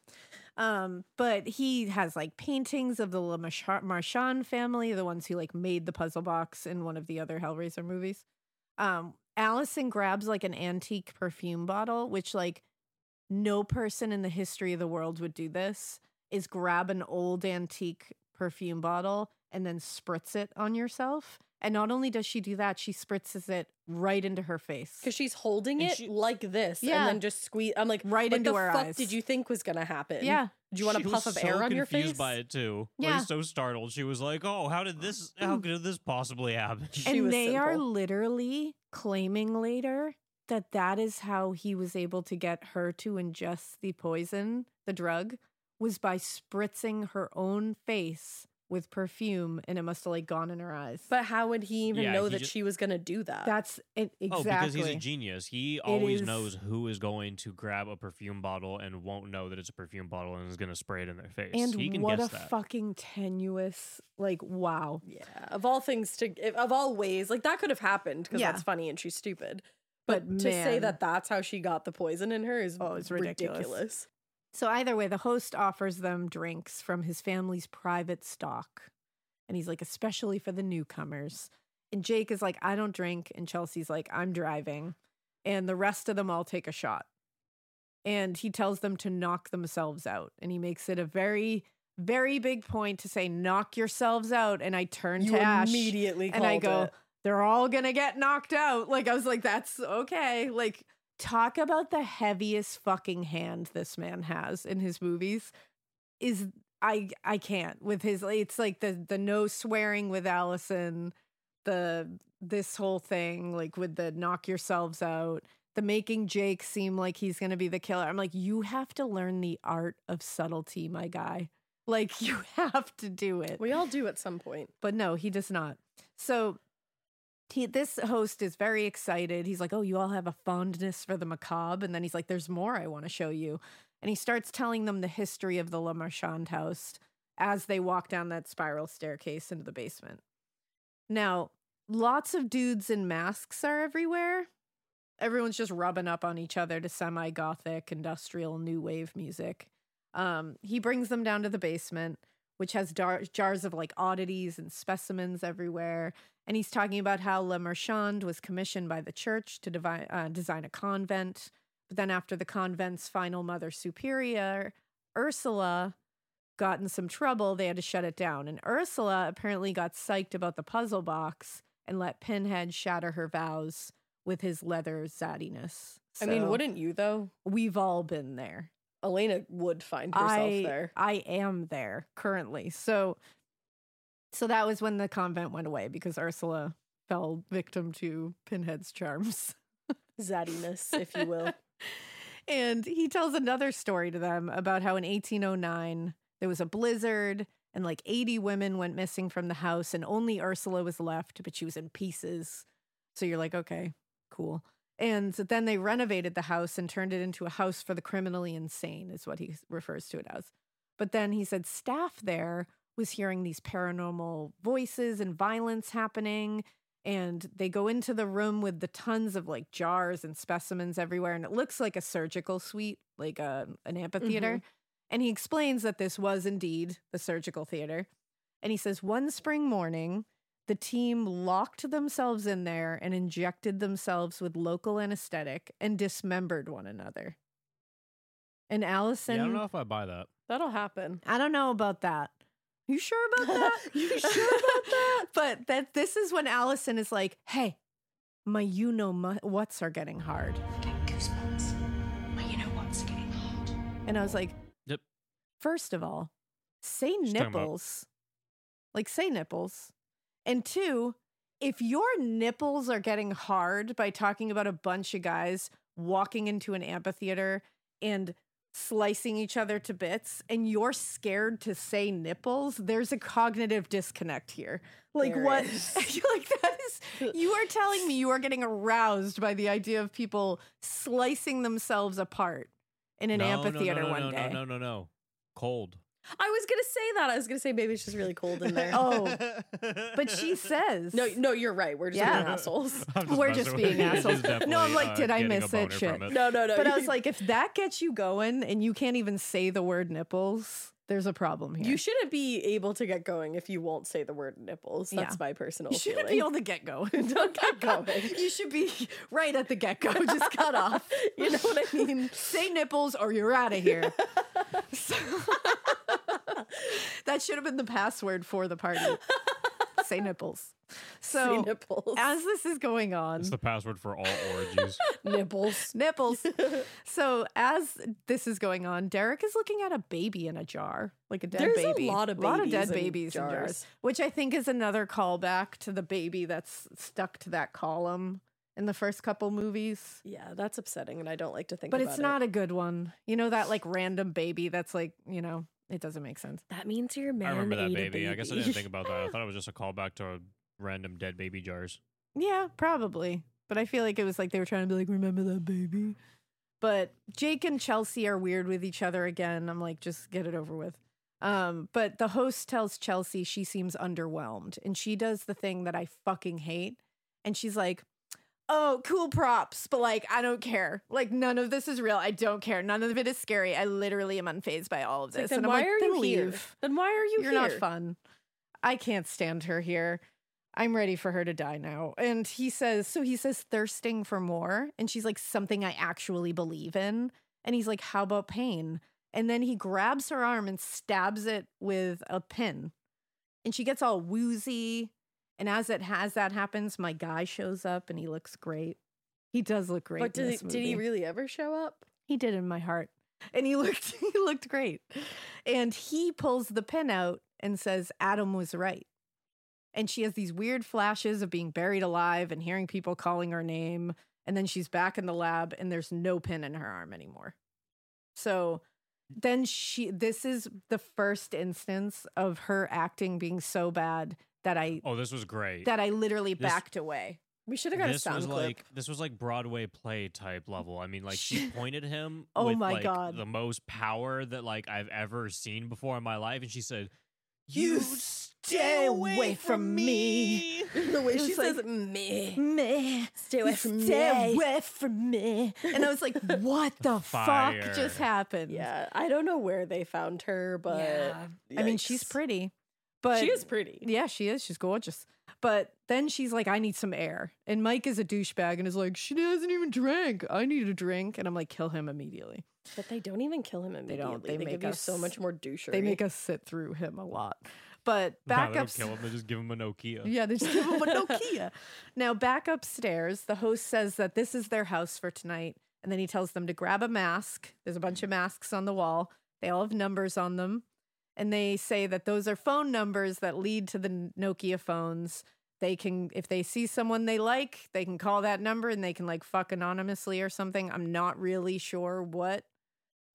Speaker 6: Um, but he has like paintings of the Le Marcha- Marchand family, the ones who like made the puzzle box in one of the other Hellraiser movies. Um, Allison grabs like an antique perfume bottle, which like no person in the history of the world would do this, is grab an old antique perfume bottle and then spritz it on yourself. And not only does she do that, she spritzes it right into her face.
Speaker 5: Because she's holding
Speaker 1: And
Speaker 5: it
Speaker 1: she-
Speaker 5: like this
Speaker 6: Yeah.
Speaker 5: and then just squeeze. I'm like,
Speaker 6: Right
Speaker 5: what
Speaker 6: into
Speaker 5: the
Speaker 6: her
Speaker 5: fuck
Speaker 6: eyes.
Speaker 5: did you think was going to happen?
Speaker 6: Yeah.
Speaker 5: Do you want
Speaker 1: She
Speaker 5: a
Speaker 1: was
Speaker 5: puff of
Speaker 1: so
Speaker 5: air on your
Speaker 1: confused
Speaker 5: face?
Speaker 1: by it too.
Speaker 6: Yeah.
Speaker 1: like, so startled. She was like, "Oh, how did this? How could this possibly happen?"
Speaker 5: She
Speaker 6: and
Speaker 5: was
Speaker 6: they are
Speaker 5: simple.
Speaker 6: literally claiming later that that is how he was able to get her to ingest the poison, the drug, was by spritzing her own face with perfume, and it must have like gone in her eyes.
Speaker 5: But how would he even
Speaker 1: Yeah,
Speaker 5: know
Speaker 1: he
Speaker 5: that
Speaker 1: just-
Speaker 5: she was going to do that?
Speaker 6: that's it,
Speaker 1: Oh,
Speaker 6: exactly.
Speaker 1: because he's a genius. He always
Speaker 6: is-
Speaker 1: knows who is going to grab a perfume bottle and won't know that it's a perfume bottle and is going to spray it in their face.
Speaker 6: and
Speaker 1: he can
Speaker 6: what
Speaker 1: guess
Speaker 6: a
Speaker 1: that.
Speaker 6: fucking tenuous, like wow.
Speaker 5: yeah. Of all things to, if- of all ways, like that could have happened because
Speaker 6: Yeah.
Speaker 5: that's funny and she's stupid. But,
Speaker 6: But
Speaker 5: to say
Speaker 6: man.
Speaker 5: that that's how she got the poison in her is
Speaker 6: Oh, it's ridiculous.
Speaker 5: ridiculous.
Speaker 6: So either way, the host offers them drinks from his family's private stock. And he's like, especially for the newcomers. And Jake is like, I don't drink. And Chelsea's like, I'm driving. And the rest of them all take a shot. And he tells them to knock themselves out. And he makes it a very, very big point to say, knock yourselves out. And I turn
Speaker 5: You
Speaker 6: to Ash
Speaker 5: immediately
Speaker 6: and I
Speaker 5: called
Speaker 6: go,
Speaker 5: it.
Speaker 6: they're all gonna get knocked out. Like I was like, that's okay. Like talk about the heaviest fucking hand this man has in his movies. Is I I can't with his. It's like the the no swearing with Allison, the this whole thing, like with the knock yourselves out, the making Jake seem like he's going to be the killer. I'm like, you have to learn the art of subtlety, my guy. Like you have to do it.
Speaker 5: We all do at some point.
Speaker 6: But no, he does not. So he, this host is very excited. He's like, "Oh, you all have a fondness for the macabre," and then he's like, "There's more I want to show you," and he starts telling them the history of the Le Marchand house as they walk down that spiral staircase into the basement. Now, lots of dudes in masks are everywhere. Everyone's just rubbing up on each other to semi gothic, industrial, new wave music. Um, he brings them down to the basement, which has dar- jars of like oddities and specimens everywhere. And he's talking about how Le Marchand was commissioned by the church to devi- uh, design a convent. But then, after the convent's final mother superior, Ursula, got in some trouble, they had to shut it down. And Ursula apparently got psyched about the puzzle box and let Pinhead shatter her vows with his leather zattiness.
Speaker 5: I mean,
Speaker 6: So,
Speaker 5: wouldn't you though?
Speaker 6: We've all been there.
Speaker 5: Elena would find herself
Speaker 6: I,
Speaker 5: there.
Speaker 6: I am there currently. So so that was when the convent went away because Ursula fell victim to Pinhead's charms.
Speaker 5: Zattiness, if you will.
Speaker 6: and he tells another story to them about how in 1809 there was a blizzard and like 80 women went missing from the house and only Ursula was left, but she was in pieces. So you're like, okay, cool. And then they renovated the house and turned it into a house for the criminally insane, is what he refers to it as. But then he said staff there was hearing these paranormal voices and violence happening. And they go into the room with the tons of like jars and specimens everywhere. And it looks like a surgical suite, like a, an amphitheater.
Speaker 5: Mhm.
Speaker 6: And he explains that this was indeed the surgical theater. And he says, one spring morning, the team locked themselves in there and injected themselves with local anesthetic and dismembered one another. And Allison.
Speaker 1: Yeah, I don't know if I buy that.
Speaker 5: That'll happen.
Speaker 6: I don't know about that. You sure about that?
Speaker 5: You sure about
Speaker 6: that? But that this is when Allison is like, "Hey, my you know mu- what's are getting hard,"
Speaker 7: Goosebumps. Well, you know what's getting hard.
Speaker 6: and I was like,
Speaker 1: Yep.
Speaker 6: First of all, say
Speaker 1: talking about-
Speaker 6: nipples, like say nipples, and two, if your nipples are getting hard by talking about a bunch of guys walking into an amphitheater and slicing each other to bits and you're scared to say nipples there's a cognitive disconnect here like
Speaker 5: There
Speaker 6: what
Speaker 5: is.
Speaker 6: like that is you are telling me you are getting aroused by the idea of people slicing themselves apart in an
Speaker 1: No, no, no,
Speaker 6: amphitheater
Speaker 1: no,
Speaker 6: one
Speaker 1: no,
Speaker 6: day
Speaker 1: No, no, no, no. Cold.
Speaker 5: I was gonna say that. I was gonna say maybe it's just really cold in there.
Speaker 6: oh but she says
Speaker 5: No, no, you're right. We're just
Speaker 6: Yeah.
Speaker 5: being assholes.
Speaker 1: I'm
Speaker 6: we're
Speaker 1: messing
Speaker 6: just
Speaker 1: with
Speaker 6: being
Speaker 1: you. She's
Speaker 6: assholes.
Speaker 1: definitely,
Speaker 6: No, I'm like,
Speaker 1: uh,
Speaker 6: did I
Speaker 1: getting a
Speaker 6: miss that
Speaker 1: boner
Speaker 6: shit?
Speaker 1: from it.
Speaker 5: No, no, no.
Speaker 6: but i
Speaker 5: you-
Speaker 6: was like if that gets you going and you can't even say the word nipples there's a problem here
Speaker 5: you shouldn't be able to get going if you won't say the word nipples. That's
Speaker 6: Yeah.
Speaker 5: my personal
Speaker 6: You shouldn't be
Speaker 5: feeling.
Speaker 6: on the get go. Don't
Speaker 5: get going.
Speaker 6: you should be right at the get go. Just cut off.
Speaker 5: You know what I mean?
Speaker 6: Say nipples or you're out of here. So- that should have been the password for the party. Say nipples. So
Speaker 5: Say nipples.
Speaker 6: as this is going on,
Speaker 1: It's the password for all orgies.
Speaker 5: nipples.
Speaker 6: nipples. so as this is going on, Derek is looking at a baby in a jar, like a dead
Speaker 5: There's a
Speaker 6: baby.
Speaker 5: lot of
Speaker 6: lot of dead
Speaker 5: babies in
Speaker 6: babies in
Speaker 5: jars.
Speaker 6: jars, which I think is another callback to the baby that's stuck to that column in the first couple movies.
Speaker 5: Yeah, that's upsetting, and I don't like to think.
Speaker 6: But
Speaker 5: about
Speaker 6: it's
Speaker 5: it.
Speaker 6: not a good one. You know that like random baby that's like, you know, it doesn't make sense.
Speaker 5: That means your man.
Speaker 1: I remember that
Speaker 5: ate a
Speaker 1: baby. I guess I didn't think about that. I thought it was just a callback to random dead baby jars.
Speaker 6: Yeah, probably. But I feel like it was like they were trying to be like, remember that baby. But Jake and Chelsea are weird with each other again. I'm like, just get it over with. Um, but the host tells Chelsea she seems underwhelmed and she does the thing that I fucking hate. And she's like, Oh, cool props, but like, I don't care. Like, none of this is real. I don't care. None of it is scary. I literally am unfazed by all of
Speaker 5: It's
Speaker 6: this.
Speaker 5: like, then
Speaker 6: and I'm
Speaker 5: why
Speaker 6: like,
Speaker 5: are
Speaker 6: then
Speaker 5: you
Speaker 6: leave.
Speaker 5: here? Then why are you
Speaker 6: You're
Speaker 5: here?
Speaker 6: not fun. I can't stand her here. I'm ready for her to die now. And he says, so he says, thirsting for more. And she's like, something I actually believe in. And he's like, how about pain? And then he grabs her arm and stabs it with a pin. And she gets all woozy. And as it as that happens, my guy shows up and he looks great. He does look great.
Speaker 5: But
Speaker 6: in
Speaker 5: did he,
Speaker 6: this
Speaker 5: did he
Speaker 6: movie.
Speaker 5: really ever show up?
Speaker 6: He did in my heart. And he looked he looked great. And he pulls the pin out and says Adam was right. and she has these weird flashes of being buried alive and hearing people calling her name and then she's back in the lab and there's no pin in her arm anymore so then she this is the first instance of her acting being so bad that i
Speaker 1: Oh, this was great.
Speaker 6: that i literally
Speaker 1: This-
Speaker 6: backed away we should have got a
Speaker 1: this
Speaker 6: sound
Speaker 1: was
Speaker 6: clip.
Speaker 1: like this was like Broadway play type level. I mean, like she pointed him.
Speaker 6: Oh
Speaker 1: with,
Speaker 6: my
Speaker 1: like,
Speaker 6: God.
Speaker 1: The most power that like I've ever seen before in my life, and she said,
Speaker 5: You stay away from me. The way
Speaker 6: It
Speaker 5: she
Speaker 6: was like,
Speaker 5: says me.
Speaker 6: Meh.
Speaker 5: Stay away from
Speaker 6: Stay
Speaker 5: me.
Speaker 6: away from me. And I was like, what the
Speaker 1: Fire.
Speaker 6: fuck just happened?
Speaker 5: Yeah, I don't know where they found her, but
Speaker 6: Yeah. I mean, she's
Speaker 5: yikes.
Speaker 6: pretty, but
Speaker 5: she is pretty.
Speaker 6: Yeah, she is. She's gorgeous. But then she's like, I need some air. And Mike is a douchebag and is like, she hasn't even drank. I need a drink. And I'm like, kill him immediately.
Speaker 5: But they don't even kill him
Speaker 6: They
Speaker 5: immediately.
Speaker 6: don't. They, make
Speaker 5: give
Speaker 6: us
Speaker 5: you so much more douchery.
Speaker 6: They make us sit through him a lot. But
Speaker 1: "Nah,
Speaker 6: back
Speaker 1: they don't
Speaker 6: up.
Speaker 1: kill him. They just give him a Nokia."
Speaker 6: Yeah, they just give him a Nokia. Now, back upstairs, the host says that this is their house for tonight. And then he tells them to grab a mask. There's a bunch of masks on the wall, they all have numbers on them. And they say that those are phone numbers that lead to the N- Nokia phones. They can, if they see someone they like, they can call that number and they can like fuck anonymously or something. I'm not really sure what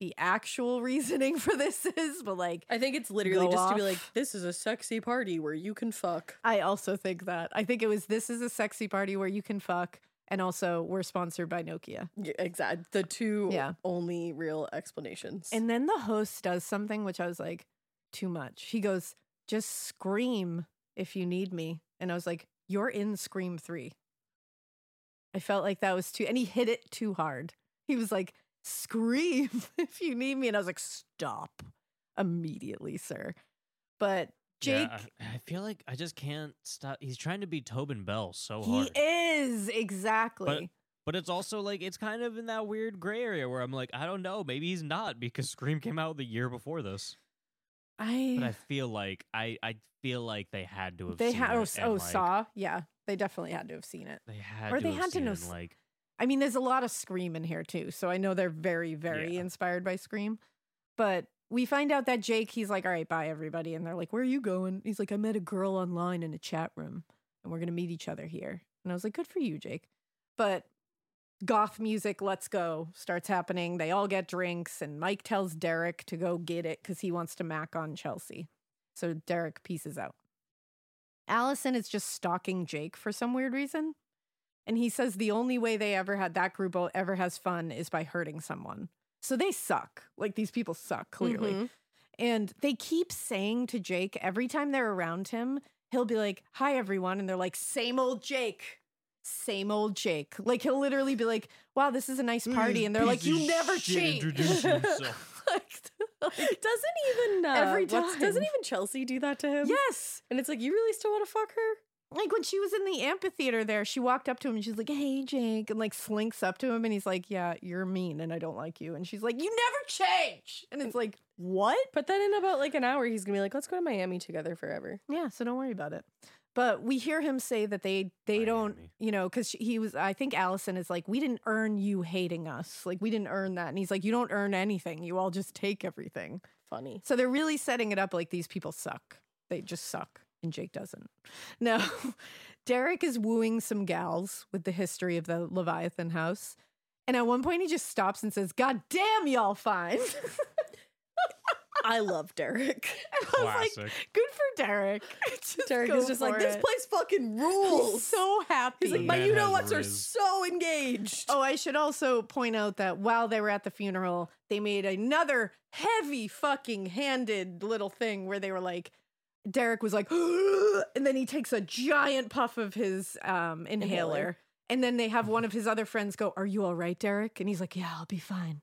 Speaker 6: the actual reasoning for this is, but like,
Speaker 5: I think it's literally
Speaker 6: Go
Speaker 5: just to be like,
Speaker 6: off.
Speaker 5: this is a sexy party where you can fuck.
Speaker 6: I also think that. I think it was this is a sexy party where you can fuck. And also, we're sponsored by Nokia.
Speaker 5: Yeah, exactly. The two
Speaker 6: Yeah.
Speaker 5: only real explanations.
Speaker 6: And then the host does something which I was like, too much. He goes, just scream if you need me. And I was like, you're in Scream 3. I felt like that was too, and he hit it too hard. He was like, scream if you need me. And I was like, stop immediately, sir. But Jake.
Speaker 1: Yeah, I, I feel like I just can't stop. He's trying to be Tobin Bell so
Speaker 6: He
Speaker 1: hard.
Speaker 6: is exactly.
Speaker 1: But it's also like it's kind of in that weird gray area where I'm like, I don't know, maybe he's not because Scream came out the year before this.
Speaker 6: I,
Speaker 1: But I feel like I I feel like they had to have
Speaker 6: they
Speaker 1: seen
Speaker 6: had oh,
Speaker 1: it
Speaker 6: s-
Speaker 1: and,
Speaker 6: oh
Speaker 1: like,
Speaker 6: saw yeah they definitely had to have seen it
Speaker 1: they had
Speaker 6: or
Speaker 1: to
Speaker 6: they
Speaker 1: have
Speaker 6: had to
Speaker 1: seen
Speaker 6: know
Speaker 1: it
Speaker 6: s-
Speaker 1: and, like
Speaker 6: i mean there's a lot of scream in here too so i know they're very very
Speaker 1: Yeah.
Speaker 6: inspired by scream but we find out that jake he's like all right bye everybody and they're like where are you going he's like i met a girl online in a chat room and we're gonna meet each other here and i was like good for you jake but goth music let's go starts happening they all get drinks and mike tells derek to go get it because he wants to mac on chelsea so derek pieces out allison is just stalking jake for some weird reason and he says the only way they ever had that group o- ever has fun is by hurting someone so they suck like these people suck clearly
Speaker 5: Mhm.
Speaker 6: and they keep saying to Jake every time they're around him, he'll be like, Hi, everyone. And they're like, Same old Jake. Same old Jake. Like, he'll literally be like, Wow, this is a nice
Speaker 10: Mm,
Speaker 6: party. And they're like, You never change. Like,
Speaker 5: doesn't even uh,
Speaker 6: Every
Speaker 5: what's-
Speaker 6: time.
Speaker 5: doesn't even Chelsea do that to him?
Speaker 6: yes.
Speaker 5: And it's like, you really still want to fuck her?
Speaker 6: Like, when she was in the amphitheater there, she walked up to him and she's like, Hey, Jake. And like, slinks up to him and he's like, Yeah, you're mean and I don't like you. And she's like, You never change. And it's like, What?
Speaker 5: But then in about like an hour, he's gonna be like, let's go to Miami together forever.
Speaker 6: Yeah, so don't worry about it. But we hear him say that they they don't,
Speaker 1: Miami.
Speaker 6: you know, because he was. I think Allison is like, we didn't earn you hating us. Like we didn't earn that. And he's like, you don't earn anything. You all just take everything.
Speaker 5: Funny.
Speaker 6: So they're really setting it up like these people suck. They just suck. And Jake doesn't. No, Derek is wooing some gals with the history of the Leviathan house. And at one point, he just stops and says, God damn, y'all fine.
Speaker 5: I love Derek.
Speaker 6: And I was like,
Speaker 1: Classic.
Speaker 6: good for Derek. Just
Speaker 5: Derek
Speaker 6: go
Speaker 5: is just like,
Speaker 6: for
Speaker 5: this
Speaker 6: it.
Speaker 5: place fucking
Speaker 6: He's
Speaker 5: rules.
Speaker 6: so happy.
Speaker 5: He's like, my
Speaker 1: Man
Speaker 5: you
Speaker 1: has
Speaker 5: know whats are
Speaker 1: riz.
Speaker 5: so engaged.
Speaker 6: oh, I should also point out that while they were at the funeral, they made another heavy fucking handed little thing where they were like, Derek was like, and then he takes a giant puff of his um, inhaler.
Speaker 5: Inhaler.
Speaker 6: And then they have one of his other friends go, Are you all right, Derek? And he's like, Yeah, I'll be fine.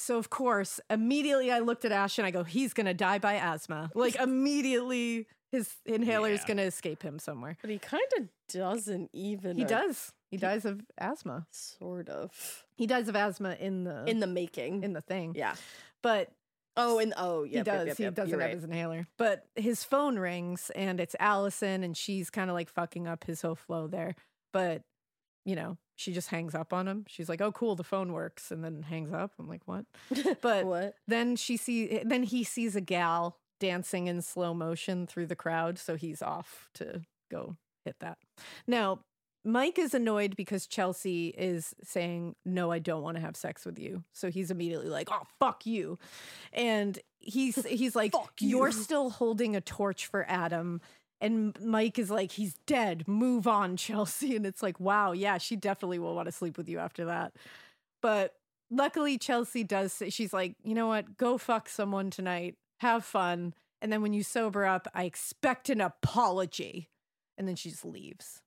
Speaker 6: So, of course, immediately I looked at Ash and I go, He's going to die by asthma. Like, immediately his inhaler is
Speaker 1: Yeah.
Speaker 6: going to escape him somewhere.
Speaker 5: But he kind of doesn't even.
Speaker 6: He
Speaker 5: or
Speaker 6: does. He dies of asthma.
Speaker 5: Sort of.
Speaker 6: He dies of asthma in the
Speaker 5: In the making.
Speaker 6: in the thing.
Speaker 5: yeah.
Speaker 6: But
Speaker 5: Oh, and oh, yeah.
Speaker 6: he does. he doesn't have
Speaker 5: right.
Speaker 6: his inhaler. But his phone rings and it's Allison and she's kind of like fucking up his whole flow there. But, you know, she just hangs up on him. She's like, "Oh cool, the phone works." And then hangs up. I'm like, "What?" But
Speaker 5: what?
Speaker 6: then she see then he sees a gal dancing in slow motion through the crowd, so he's off to go hit that. Now, Mike is annoyed because Chelsea is saying, No, I don't want to have sex with you. So he's immediately like, Oh, fuck you. And he's he's like, you. are still holding a torch for Adam. And Mike is like, He's dead. Move on, Chelsea. And it's like, Wow, yeah, she definitely will want to sleep with you after that. But luckily, Chelsea does. say- She's like, You know what? Go fuck someone tonight. Have fun. And then when you sober up, I expect an apology. And then she just leaves.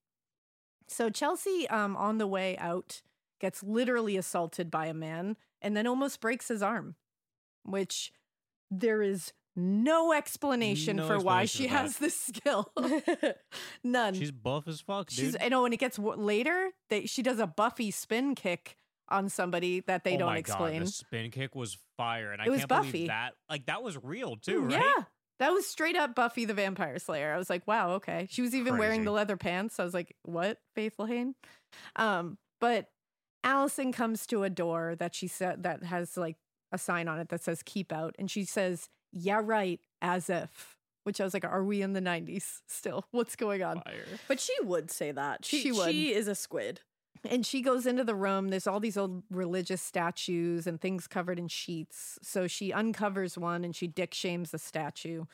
Speaker 6: So Chelsea, um, on the way out, gets literally assaulted by a man and then almost breaks his arm, which there is no explanation
Speaker 1: No
Speaker 6: for why
Speaker 1: explanation
Speaker 6: she
Speaker 1: for that.
Speaker 6: has this skill. None.
Speaker 1: She's buff as fuck, dude.
Speaker 6: She's, I know when it gets w- later, they, she does a Buffy spin kick on somebody that they
Speaker 1: oh
Speaker 6: don't
Speaker 1: my
Speaker 6: explain.
Speaker 1: God, the spin kick was fire, and I
Speaker 6: It was
Speaker 1: can't
Speaker 6: Buffy. Mm,
Speaker 1: believe that. Like that was real too, right?
Speaker 6: Yeah. That was straight up Buffy the Vampire Slayer. I was like, wow, okay. She was even wearing
Speaker 1: Crazy.
Speaker 6: the leather pants. I was like, what, Faith Lane? Um, but Allison comes to a door that she said that has like a sign on it that says keep out. And she says, yeah, right, as if, which I was like, are we in the 90s still? What's going on?
Speaker 5: But she would say that. She,
Speaker 6: She would.
Speaker 5: she is a squid.
Speaker 6: And she goes into the room. There's all these old religious statues and things covered in sheets. So she uncovers one and she dick shames the statue.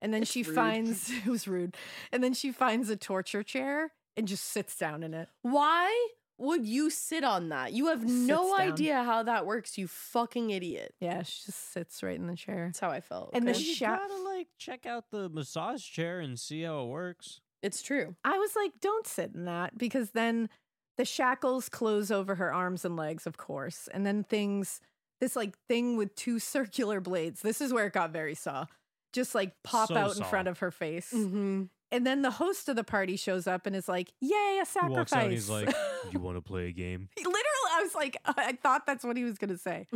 Speaker 6: And then
Speaker 5: It's
Speaker 6: she
Speaker 5: rude.
Speaker 6: finds it was rude. And then she finds a torture chair and just sits down in it.
Speaker 5: Why would you sit on that? You have no
Speaker 6: Sits down.
Speaker 5: idea how that works, you fucking idiot.
Speaker 6: Yeah, she just sits right in the chair.
Speaker 5: That's how I felt.
Speaker 6: And the
Speaker 5: okay?
Speaker 1: You
Speaker 6: sha-
Speaker 1: gotta like check out the massage chair and see how it works.
Speaker 5: It's true.
Speaker 6: I was like, don't sit in that because then the shackles close over her arms and legs, of course. And then things, this like thing with two circular blades, this is where it got very saw, just like pop
Speaker 5: So
Speaker 6: out
Speaker 5: Saw.
Speaker 6: in front of her face.
Speaker 5: Mm-hmm.
Speaker 6: And then the host of the party shows up and is like, yay, a
Speaker 1: He
Speaker 6: sacrifice.
Speaker 1: walks out and he's like, "You want to play a game?"
Speaker 6: He Literally, I was like, I thought that's what he was going to say.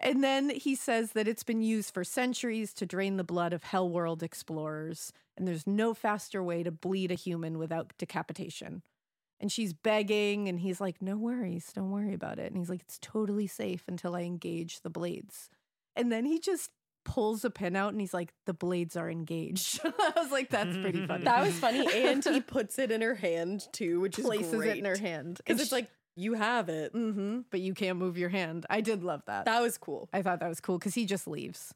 Speaker 6: and then he says that it's been used for centuries to drain the blood of hell world explorers, and there's no faster way to bleed a human without decapitation. And she's begging, and he's like, No worries, don't worry about it. And he's like, It's totally safe until I engage the blades. And then he just pulls a pin out and he's like, The blades are engaged. I was like, That's pretty funny.
Speaker 5: That was funny. And he puts it in her hand too, which
Speaker 6: places
Speaker 5: is great.
Speaker 6: it in her hand.
Speaker 5: Because it's like, you have it.
Speaker 6: Mm-hmm. But you can't move your hand. I did love that.
Speaker 5: That was cool.
Speaker 6: I thought that was cool because he just leaves.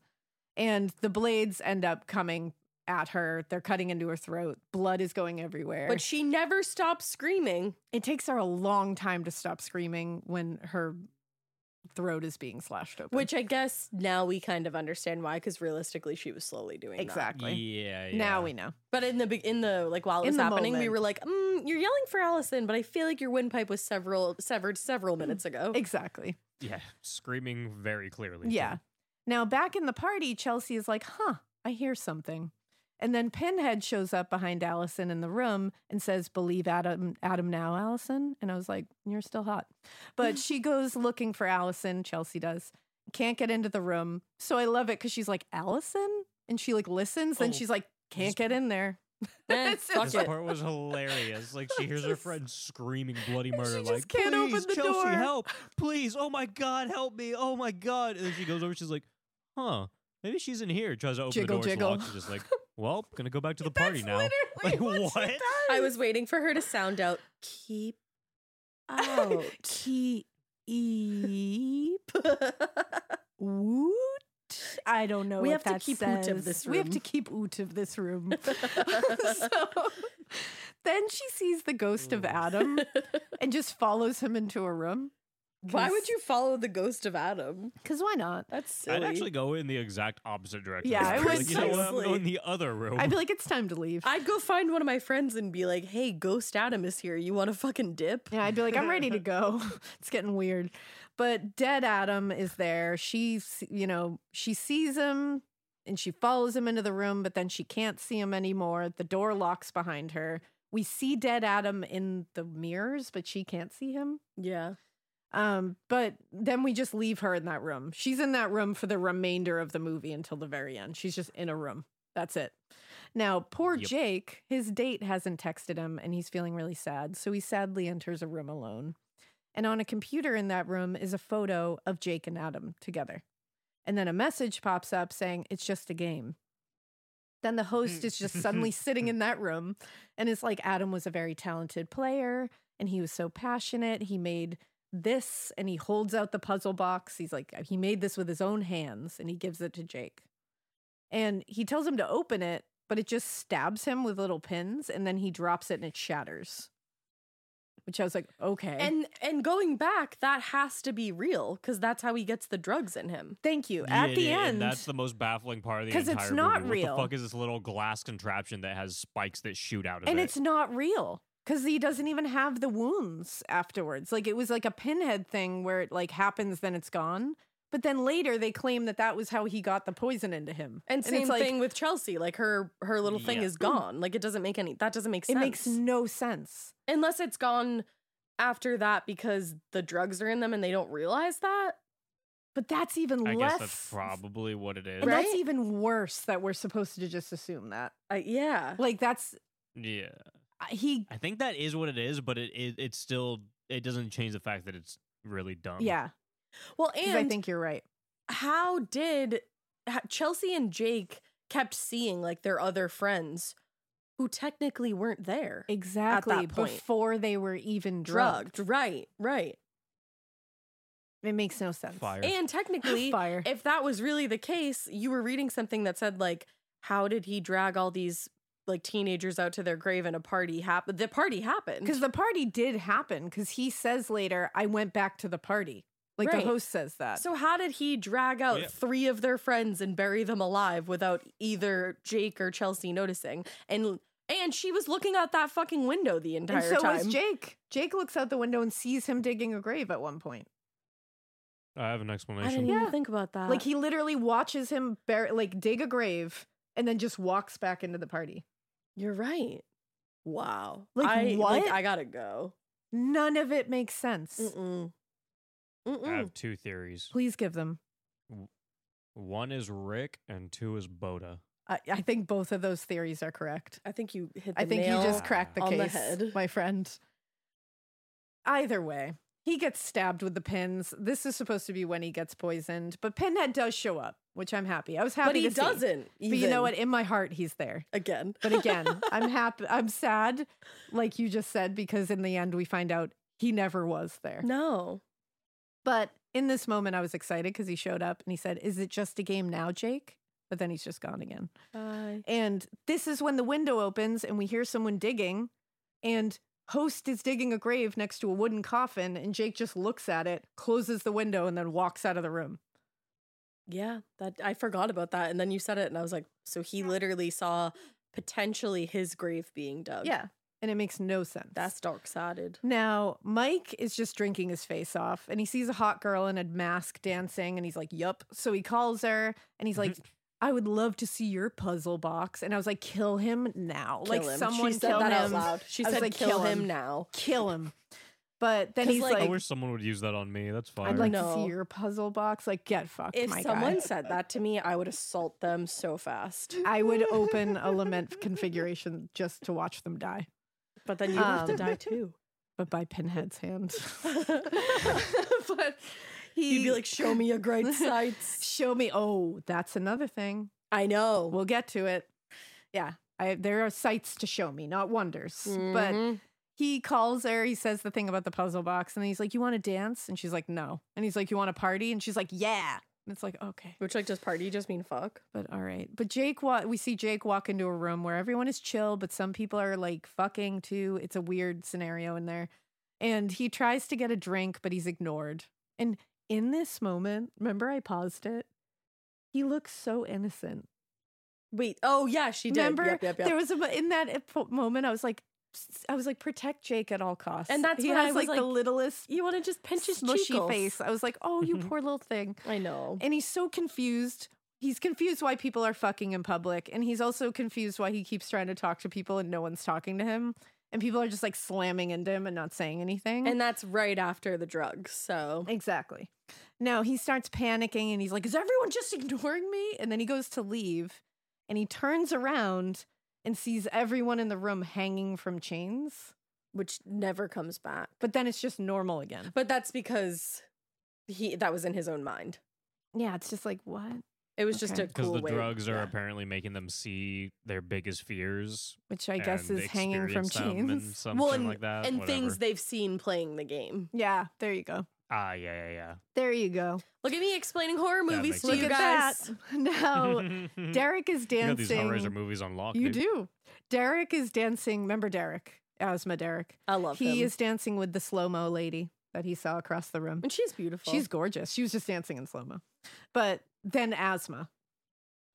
Speaker 6: And the blades end up coming at her. They're cutting into her throat. Blood is going everywhere.
Speaker 5: But she never stops screaming.
Speaker 6: it takes her a long time to stop screaming when her throat is being slashed open.
Speaker 5: Which I guess now we kind of understand why, because realistically she was slowly doing that.
Speaker 6: exactly.
Speaker 1: Yeah, yeah.
Speaker 6: Now we know.
Speaker 5: But in the be- in the like while it
Speaker 6: In
Speaker 5: was
Speaker 6: the
Speaker 5: happening, we
Speaker 6: moment.
Speaker 5: were like, mm, "You're yelling for Allison," but I feel like your windpipe was several severed several minutes ago.
Speaker 6: Mm, Exactly.
Speaker 1: Yeah, screaming very clearly. too.
Speaker 6: Yeah. Now back in the party, Chelsea is like, huh, I hear something. And then Pinhead shows up behind Allison in the room and says, Believe Adam Adam now, Allison. And I was like, You're still hot. But she goes looking for Allison, Chelsea does. Can't get into the room. So I love it because she's like, Allison? And she like listens, then
Speaker 1: Oh,
Speaker 6: she's like, Can't get in there.
Speaker 5: Eh,
Speaker 6: It's
Speaker 5: fuck
Speaker 1: This
Speaker 5: it.
Speaker 1: part was hilarious. Like she hears her friend screaming bloody murder,
Speaker 6: just
Speaker 1: like
Speaker 6: can't open
Speaker 1: "Please,
Speaker 6: the
Speaker 1: Chelsea,
Speaker 6: door."
Speaker 1: help! Please, oh my god, help me! Oh my god!" And then she goes over. She's like, "Huh? Maybe she's in here." Tries to open
Speaker 6: Jiggle,
Speaker 1: the door. it's
Speaker 6: jiggle.
Speaker 1: locked. She's just like, "Well, gonna go back to the party now." Like Oh. what?
Speaker 5: I was waiting for her to sound out. Keep out.
Speaker 6: Keep E woot. I don't know.
Speaker 5: We
Speaker 6: what
Speaker 5: have to
Speaker 6: that
Speaker 5: keep oot of
Speaker 6: says.
Speaker 5: this
Speaker 6: We have
Speaker 5: room.
Speaker 6: to keep oot of this room. so, then she sees the ghost
Speaker 1: Mm.
Speaker 6: of Adam and just follows him into a room.
Speaker 5: Why would you follow the ghost of Adam?
Speaker 6: Because why not?
Speaker 5: That's silly.
Speaker 1: I'd actually go in the exact opposite direction.
Speaker 6: Yeah,
Speaker 1: I'd
Speaker 6: I
Speaker 1: be like,
Speaker 6: would
Speaker 1: you know what? I'm
Speaker 5: seriously.
Speaker 1: going the other room.
Speaker 6: I'd be like, it's time to leave.
Speaker 5: I'd go find one of my friends and be like, "Hey, Ghost Adam is here. You want to fucking dip?"
Speaker 6: Yeah, I'd be like, I'm ready to go. it's getting weird. But dead Adam is there. She, s- you know, she sees him and she follows him into the room, but then she can't see him anymore. The door locks behind her. We see dead Adam in the mirrors, but she can't see him.
Speaker 5: Yeah.
Speaker 6: Um, but then we just leave her in that room. She's in that room for the remainder of the movie until the very end. She's just in a room. That's it. Now, poor
Speaker 1: Yep.
Speaker 6: Jake, his date hasn't texted him and he's feeling really sad. So he sadly enters a room alone. And on a computer in that room is a photo of Jake and Adam together. And then a message pops up saying, It's just a game. Then the host is just suddenly sitting in that room and it's like Adam was a very talented player and he was so passionate. He made this and he holds out the puzzle box. He's like, he made this with his own hands and he gives it to Jake. And he tells him to open it, but it just stabs him with little pins and then he drops it and it shatters. Which I was like, okay.
Speaker 5: And and going back, that has to be real because that's how he gets the drugs in him.
Speaker 6: Thank you. At
Speaker 1: Yeah,
Speaker 6: the
Speaker 1: yeah,
Speaker 6: end,
Speaker 1: and that's the most baffling part of the
Speaker 6: 'Cause
Speaker 1: entire
Speaker 6: it's not
Speaker 1: movie.
Speaker 6: real.
Speaker 1: What the fuck is this little glass contraption that has spikes that shoot out of
Speaker 6: and
Speaker 1: it?
Speaker 6: it's not real because he doesn't even have the wounds afterwards like it was like a pinhead thing where it like happens then it's gone but then later they claim that that was how he got the poison into him
Speaker 5: And same
Speaker 6: it's like,
Speaker 5: thing with Chelsea. Like her her little thing
Speaker 6: Yeah.
Speaker 5: is gone. Like it doesn't make any that doesn't make
Speaker 6: it
Speaker 5: sense.
Speaker 6: makes no sense
Speaker 5: unless it's gone after that because the drugs are in them and they don't realize that.
Speaker 6: but that's even
Speaker 1: I guess
Speaker 6: less
Speaker 1: that's probably what it is.
Speaker 6: and that's even worse that we're supposed to just assume that
Speaker 5: uh, yeah
Speaker 6: like that's
Speaker 1: Yeah.
Speaker 6: he
Speaker 1: I think that is what it is, but it, it it's still it doesn't change the fact that it's really dumb.
Speaker 6: yeah
Speaker 5: Well,
Speaker 6: Um, 'Cause i
Speaker 5: and-
Speaker 6: think you're right
Speaker 5: how did ha- Chelsea and Jake kept seeing like their other friends who technically weren't there
Speaker 6: exactly
Speaker 5: point.
Speaker 6: before they were even drugged,
Speaker 5: drugged. Right, right.
Speaker 6: it makes no sense
Speaker 1: Fire.
Speaker 5: And technically,
Speaker 6: Fire.
Speaker 5: if that was really the case, you were reading something that said like, how did he drag all these like teenagers out to their grave and a party happened? The party happened
Speaker 6: Because the party did happen, because he says later, I went back to the party. Like
Speaker 5: Right.
Speaker 6: the host says that.
Speaker 5: So how did he drag out
Speaker 6: Yeah.
Speaker 5: three of their friends and bury them alive without either Jake or Chelsea noticing? And and she was looking out that fucking window the entire
Speaker 6: and so
Speaker 5: time.
Speaker 6: was Jake. Jake looks out the window and sees him digging a grave at one point.
Speaker 1: I have an
Speaker 5: I didn't
Speaker 1: explanation.
Speaker 5: even think about that.
Speaker 6: like he literally watches him bur- like dig a grave and then just walks back into the party.
Speaker 5: You're right. Wow.
Speaker 6: Like,
Speaker 5: I,
Speaker 6: what?
Speaker 5: I gotta go.
Speaker 6: None of it makes sense.
Speaker 5: Mm-mm.
Speaker 1: I
Speaker 5: Mm-mm.
Speaker 1: have
Speaker 6: mm.
Speaker 1: two theories.
Speaker 6: Please give them.
Speaker 1: One is Rick and two is Boda.
Speaker 6: I, I think both of those theories are correct.
Speaker 5: I think you hit. The
Speaker 6: I think you just
Speaker 5: nail
Speaker 6: cracked the
Speaker 5: on
Speaker 6: case,
Speaker 5: the head.
Speaker 6: my friend. Either way, he gets stabbed with the pins. This is supposed to be when he gets poisoned, but Pinhead does show up, which I'm happy. I was happy,
Speaker 5: But he
Speaker 6: to see.
Speaker 5: doesn't
Speaker 6: But you
Speaker 5: even.
Speaker 6: know what? In my heart, he's there.
Speaker 5: again.
Speaker 6: But again, I'm happy. I'm sad, like you just said, because in the end, we find out he never was there.
Speaker 5: no.
Speaker 6: But in this moment, I was excited because he showed up and he said, "Is it just a game now, Jake?" But then he's just gone again.
Speaker 5: Bye.
Speaker 6: And this is when the window opens and we hear someone digging, and Host is digging a grave next to a wooden coffin, and Jake just looks at it, closes the window, and then walks out of the room.
Speaker 5: Yeah, that I forgot about that, and then you said it, and I was like, so he literally saw potentially his grave being dug.
Speaker 6: Yeah. And it makes no sense.
Speaker 5: that's dark sided.
Speaker 6: now, Mike is just drinking his face off and he sees a hot girl in a mask dancing and he's like, Yup. So he calls her and
Speaker 5: Mm-hmm.
Speaker 6: he's like, I would love to see your puzzle box. And I was like, Kill him now. like,
Speaker 5: him. She
Speaker 6: someone
Speaker 5: said
Speaker 6: kill
Speaker 5: that out
Speaker 6: him.
Speaker 5: loud. She
Speaker 6: I was
Speaker 5: said,
Speaker 6: like,
Speaker 5: "Kill him now."
Speaker 6: Kill him. But then
Speaker 5: 'Cause,
Speaker 6: he's
Speaker 5: like-
Speaker 6: like,
Speaker 1: I wish someone would use that on me. That's fine.
Speaker 6: I'd like to
Speaker 5: No.
Speaker 6: see your puzzle box. Like, get fucked,
Speaker 5: If
Speaker 6: my
Speaker 5: someone
Speaker 6: guy.
Speaker 5: said that to me, I would assault them so fast.
Speaker 6: I would open a lament configuration just to watch them die,
Speaker 5: But then you have to
Speaker 6: Um,
Speaker 5: die too.
Speaker 6: but by Pinhead's hand.
Speaker 5: but he, would be like, "Show me your great sights."
Speaker 6: Show me. Oh, that's another thing.
Speaker 5: I know.
Speaker 6: We'll get to it. Yeah, I, there are sights to show me, not wonders. But
Speaker 5: Mhm.
Speaker 6: he calls her. He says the thing about the puzzle box, and then he's like, "You want to dance?" And she's like, "No." And he's like, "You want to party?" And she's like, "Yeah." And it's like, okay.
Speaker 5: Which like does party just mean fuck?
Speaker 6: But all right. But Jake, wa- we see Jake walk into a room where everyone is chill, but some people are like fucking too. It's a weird scenario in there. And he tries to get a drink, but he's ignored. And in this moment, remember I paused it? He looks so innocent.
Speaker 5: Wait. Oh yeah, she did.
Speaker 6: Remember,
Speaker 5: Yep, yep, yep.
Speaker 6: there was a mo- in that ep- moment I was like, s- I was like, protect Jake at all costs.
Speaker 5: and that's
Speaker 6: he
Speaker 5: when
Speaker 6: has
Speaker 5: I was like,
Speaker 6: the littlest
Speaker 5: You want to just pinch his
Speaker 6: smushy
Speaker 5: cheekles.
Speaker 6: face. I was like, oh, you poor little thing.
Speaker 5: Mm-hmm. I know.
Speaker 6: And he's so confused. He's confused why people are fucking in public. And he's also confused why he keeps trying to talk to people and no one's talking to him. And people are just like slamming into him and not saying anything.
Speaker 5: And that's right after the drugs. So
Speaker 6: exactly. No, he starts panicking and he's like, Is everyone just ignoring me? And then he goes to leave and he turns around and sees everyone in the room hanging from chains.
Speaker 5: which never comes back.
Speaker 6: But then it's just normal again.
Speaker 5: But that's because he that was in his own mind.
Speaker 6: Yeah, it's just like, What?
Speaker 5: It was just a
Speaker 1: because
Speaker 5: cool
Speaker 1: the
Speaker 5: way.
Speaker 1: drugs are
Speaker 5: yeah.
Speaker 1: apparently making them see their biggest fears,
Speaker 6: Which I guess
Speaker 1: and
Speaker 6: is hanging from
Speaker 1: experience them and
Speaker 6: chains.
Speaker 1: something like that,
Speaker 5: and things
Speaker 1: whatever.
Speaker 5: they've seen playing the game.
Speaker 6: Yeah, there you go.
Speaker 1: ah yeah yeah yeah.
Speaker 6: There you go.
Speaker 5: Look at me explaining horror
Speaker 1: That
Speaker 5: movies to
Speaker 1: makes sense.
Speaker 5: you
Speaker 6: Look at
Speaker 5: guys.
Speaker 6: that. Now, Derek is
Speaker 1: You got these
Speaker 6: dancing.
Speaker 1: Hellraiser movies on lock.
Speaker 6: You
Speaker 1: dude.
Speaker 6: do. Derek is dancing. Remember Derek? Asthma Derek.
Speaker 5: I love
Speaker 6: He
Speaker 5: him.
Speaker 6: is dancing with the slow mo lady that he saw across the room.
Speaker 5: And she's beautiful.
Speaker 6: She's gorgeous. She was just dancing in slow mo. But then asthma.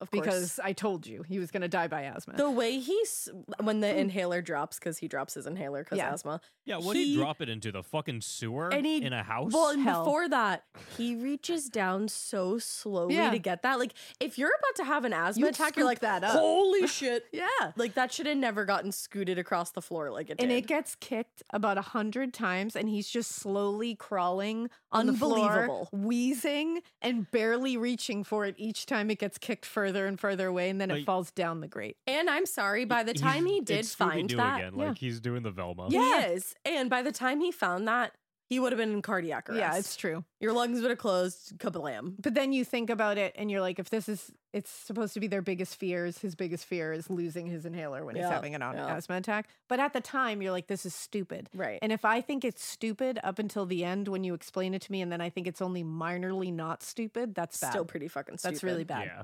Speaker 5: of course.
Speaker 6: Because I told you he was going to die by asthma.
Speaker 5: the way he's when the inhaler drops because he drops his inhaler because
Speaker 6: Yeah.
Speaker 5: asthma.
Speaker 1: Yeah, what did he
Speaker 5: He-
Speaker 1: drop it into the fucking sewer
Speaker 5: And he-
Speaker 1: in a house?
Speaker 5: Well, and
Speaker 6: Hell.
Speaker 5: before that, he reaches down so slowly
Speaker 6: Yeah.
Speaker 5: to get that. Like, if you're about to have an asthma
Speaker 6: You'd
Speaker 5: attack, you're
Speaker 6: scoop
Speaker 5: like,
Speaker 6: that up.
Speaker 5: holy shit.
Speaker 6: yeah.
Speaker 5: Like, that should have never gotten scooted across the floor like it did.
Speaker 6: And it gets kicked about a hundred times, and he's just slowly crawling on
Speaker 5: Unbelievable.
Speaker 6: the floor, wheezing and barely reaching for it each time it gets kicked further and further away, and then it
Speaker 1: Like-
Speaker 6: falls down the grate.
Speaker 5: and I'm sorry, by the time he did
Speaker 1: it's
Speaker 5: find
Speaker 1: Scooby-Doo
Speaker 5: that,
Speaker 1: again,
Speaker 6: yeah.
Speaker 1: like he's doing the Velma.
Speaker 5: yeah. he is. And by the time he found that, he would have been in cardiac arrest.
Speaker 6: Yeah, it's true.
Speaker 5: Your lungs would have closed, kablam.
Speaker 6: But then you think about it, and you're like, if this is, it's supposed to be their biggest fears. His biggest fear is losing his inhaler when he's
Speaker 5: Yeah,
Speaker 6: having an on-
Speaker 5: yeah.
Speaker 6: asthma attack. But at the time, you're like, this is stupid.
Speaker 5: Right.
Speaker 6: And if I think it's stupid up until the end when you explain it to me, and then I think it's only minorly not stupid, that's bad.
Speaker 5: still pretty fucking stupid.
Speaker 6: That's really bad.
Speaker 1: Yeah.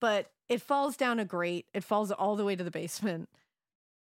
Speaker 6: but it falls down a grate. It falls all the way to the basement.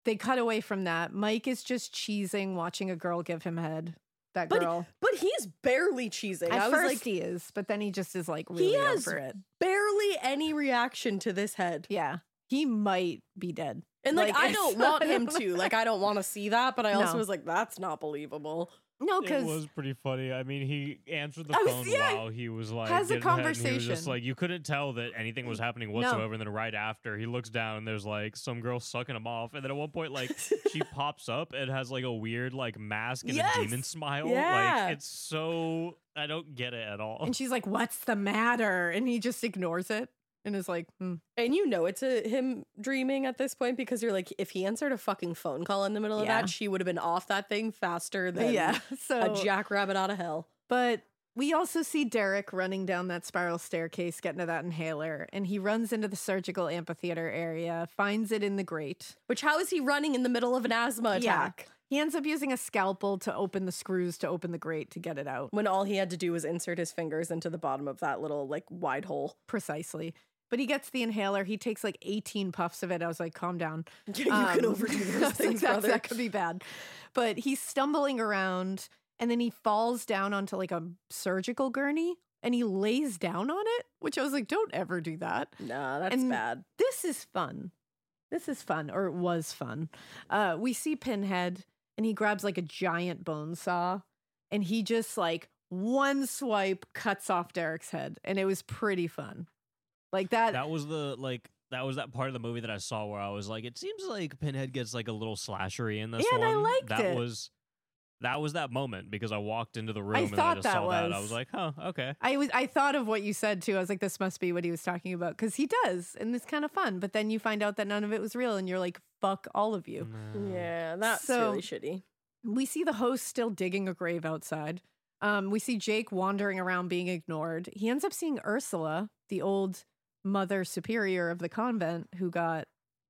Speaker 6: They cut away from that. Mike is just cheesing, watching a girl give him head. That
Speaker 5: But
Speaker 6: girl.
Speaker 5: But he's barely cheesing.
Speaker 6: At
Speaker 5: I was
Speaker 6: first
Speaker 5: like,
Speaker 6: he is, but then he just is like really
Speaker 5: he has
Speaker 6: over it.
Speaker 5: barely any reaction to this head.
Speaker 6: Yeah, he might be dead.
Speaker 5: And like,
Speaker 6: Like,
Speaker 5: I
Speaker 6: it's-
Speaker 5: don't want him to. Like I don't want to see that, but I also
Speaker 6: No.
Speaker 5: was like, that's not believable.
Speaker 6: No,
Speaker 1: It
Speaker 6: because
Speaker 1: was pretty funny. I mean, he answered the
Speaker 5: I was-
Speaker 1: phone
Speaker 5: yeah.
Speaker 1: while he was like
Speaker 6: Has a
Speaker 1: getting head, and He was
Speaker 6: conversation.
Speaker 1: just like you couldn't tell that anything was happening whatsoever. And then right after, he looks down and there's like some girl sucking him off. And then at one point, like she pops up and has like a weird like mask and
Speaker 5: Yes.
Speaker 1: a demon smile.
Speaker 5: Yeah.
Speaker 1: Like it's so I don't get it at all.
Speaker 6: and she's like, "What's the matter?" And he just ignores it and is like, hmm.
Speaker 5: And you know it's a, him dreaming at this point because you're like, if he answered a fucking phone call in the middle
Speaker 6: Yeah.
Speaker 5: of that, she would have been off that thing faster than
Speaker 6: "Yeah." So
Speaker 5: a jackrabbit out of hell.
Speaker 6: But we also see Derek running down that spiral staircase, getting to that inhaler, and he runs into the surgical amphitheater area, finds it in the grate.
Speaker 5: Which how is he running in the middle of an asthma
Speaker 6: Yeah.
Speaker 5: attack
Speaker 6: He ends up using a scalpel to open the screws to open the grate to get it out.
Speaker 5: when all he had to do was insert his fingers into the bottom of that little like wide hole?
Speaker 6: Precisely. But he gets the inhaler. He takes like 18 puffs of it. I was like, calm down.
Speaker 5: you
Speaker 6: Um,
Speaker 5: can overdo
Speaker 6: I
Speaker 5: those
Speaker 6: was like,
Speaker 5: things,
Speaker 6: that,
Speaker 5: brother.
Speaker 6: that could be bad. But he's stumbling around and then he falls down onto like a surgical gurney and he lays down on it, which I was like, don't ever do that.
Speaker 5: Nah, that's
Speaker 6: And
Speaker 5: bad.
Speaker 6: This is fun. This is fun, or it was fun. Uh, we see Pinhead and he grabs like a giant bone saw and he just like one swipe cuts off Derek's head. And it was pretty fun. Like that.
Speaker 1: that was the like that was that part of the movie that I saw where I was like, it seems like Pinhead gets like a little slashery in this
Speaker 6: Yeah, and
Speaker 1: one.
Speaker 6: I liked
Speaker 1: that
Speaker 6: it.
Speaker 1: was that was that moment because I walked into the room and then I
Speaker 6: thought
Speaker 1: just
Speaker 6: that
Speaker 1: saw that. I
Speaker 6: was-
Speaker 1: was like, huh, okay.
Speaker 6: I was I thought of what you said too. I was like, this must be what he was talking about because he does, and it's kind of fun. But then you find out that none of it was real, and you're like, fuck all of you.
Speaker 5: Yeah, that's
Speaker 6: So-
Speaker 5: really shitty.
Speaker 6: We see the host still digging a grave outside. Um, we see Jake wandering around being ignored. He ends up seeing Ursula, the old mother superior of the convent who got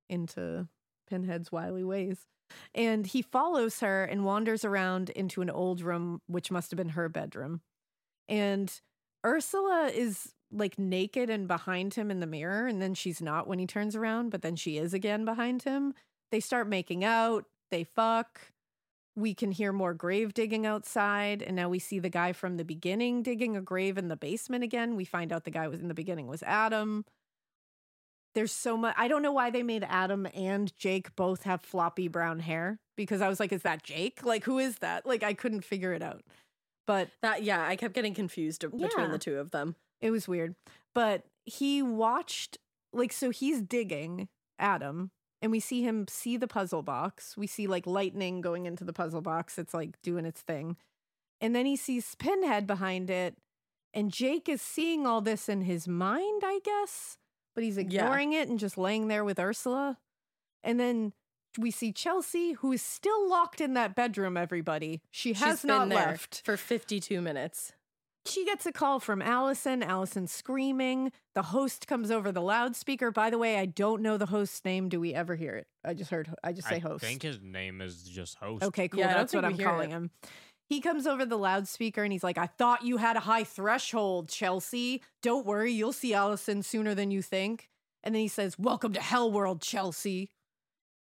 Speaker 6: into Pinhead's wily ways. And he follows her and wanders around into an old room, which must have been her bedroom. And Ursula is like naked and behind him in the mirror. And then she's not when he turns around, but then she is again behind him. They start making out, they fuck we can hear more grave digging outside and now we see the guy from the beginning digging a grave in the basement again we find out the guy was in the beginning was adam there's so much i don't know why they made adam and jake both have floppy brown hair because i was like is that jake like who is that like i couldn't figure it out but
Speaker 5: That yeah, I kept getting confused of- between
Speaker 6: Yeah.
Speaker 5: the two of them.
Speaker 6: it was weird. But he watched, like, so he's digging Adam, and we see him see the puzzle box. We see, like, lightning going into the puzzle box. It's, like, doing its thing. And then he sees Pinhead behind it, and Jake is seeing all this in his mind, I guess, but he's
Speaker 5: Yeah.
Speaker 6: ignoring it and just laying there with Ursula. And then we see Chelsea, who is still locked in that bedroom, everybody. She has
Speaker 5: She's
Speaker 6: not
Speaker 5: been there
Speaker 6: left.
Speaker 5: for 52 minutes.
Speaker 6: She gets a call from Allison. Allison screaming. The host comes over the loudspeaker. By the way, I don't know the host's name. Do we ever hear it? I just heard. I just say
Speaker 1: I
Speaker 6: host.
Speaker 1: think his name is just host.
Speaker 6: Okay, cool.
Speaker 5: Yeah, I don't
Speaker 6: That's what I'm
Speaker 5: think we hear
Speaker 6: calling
Speaker 5: it.
Speaker 6: him. He comes over the loudspeaker and he's like, I thought you had a high threshold, Chelsea. Don't worry, you'll see Allison sooner than you think. And then he says, Welcome to Hell World, Chelsea.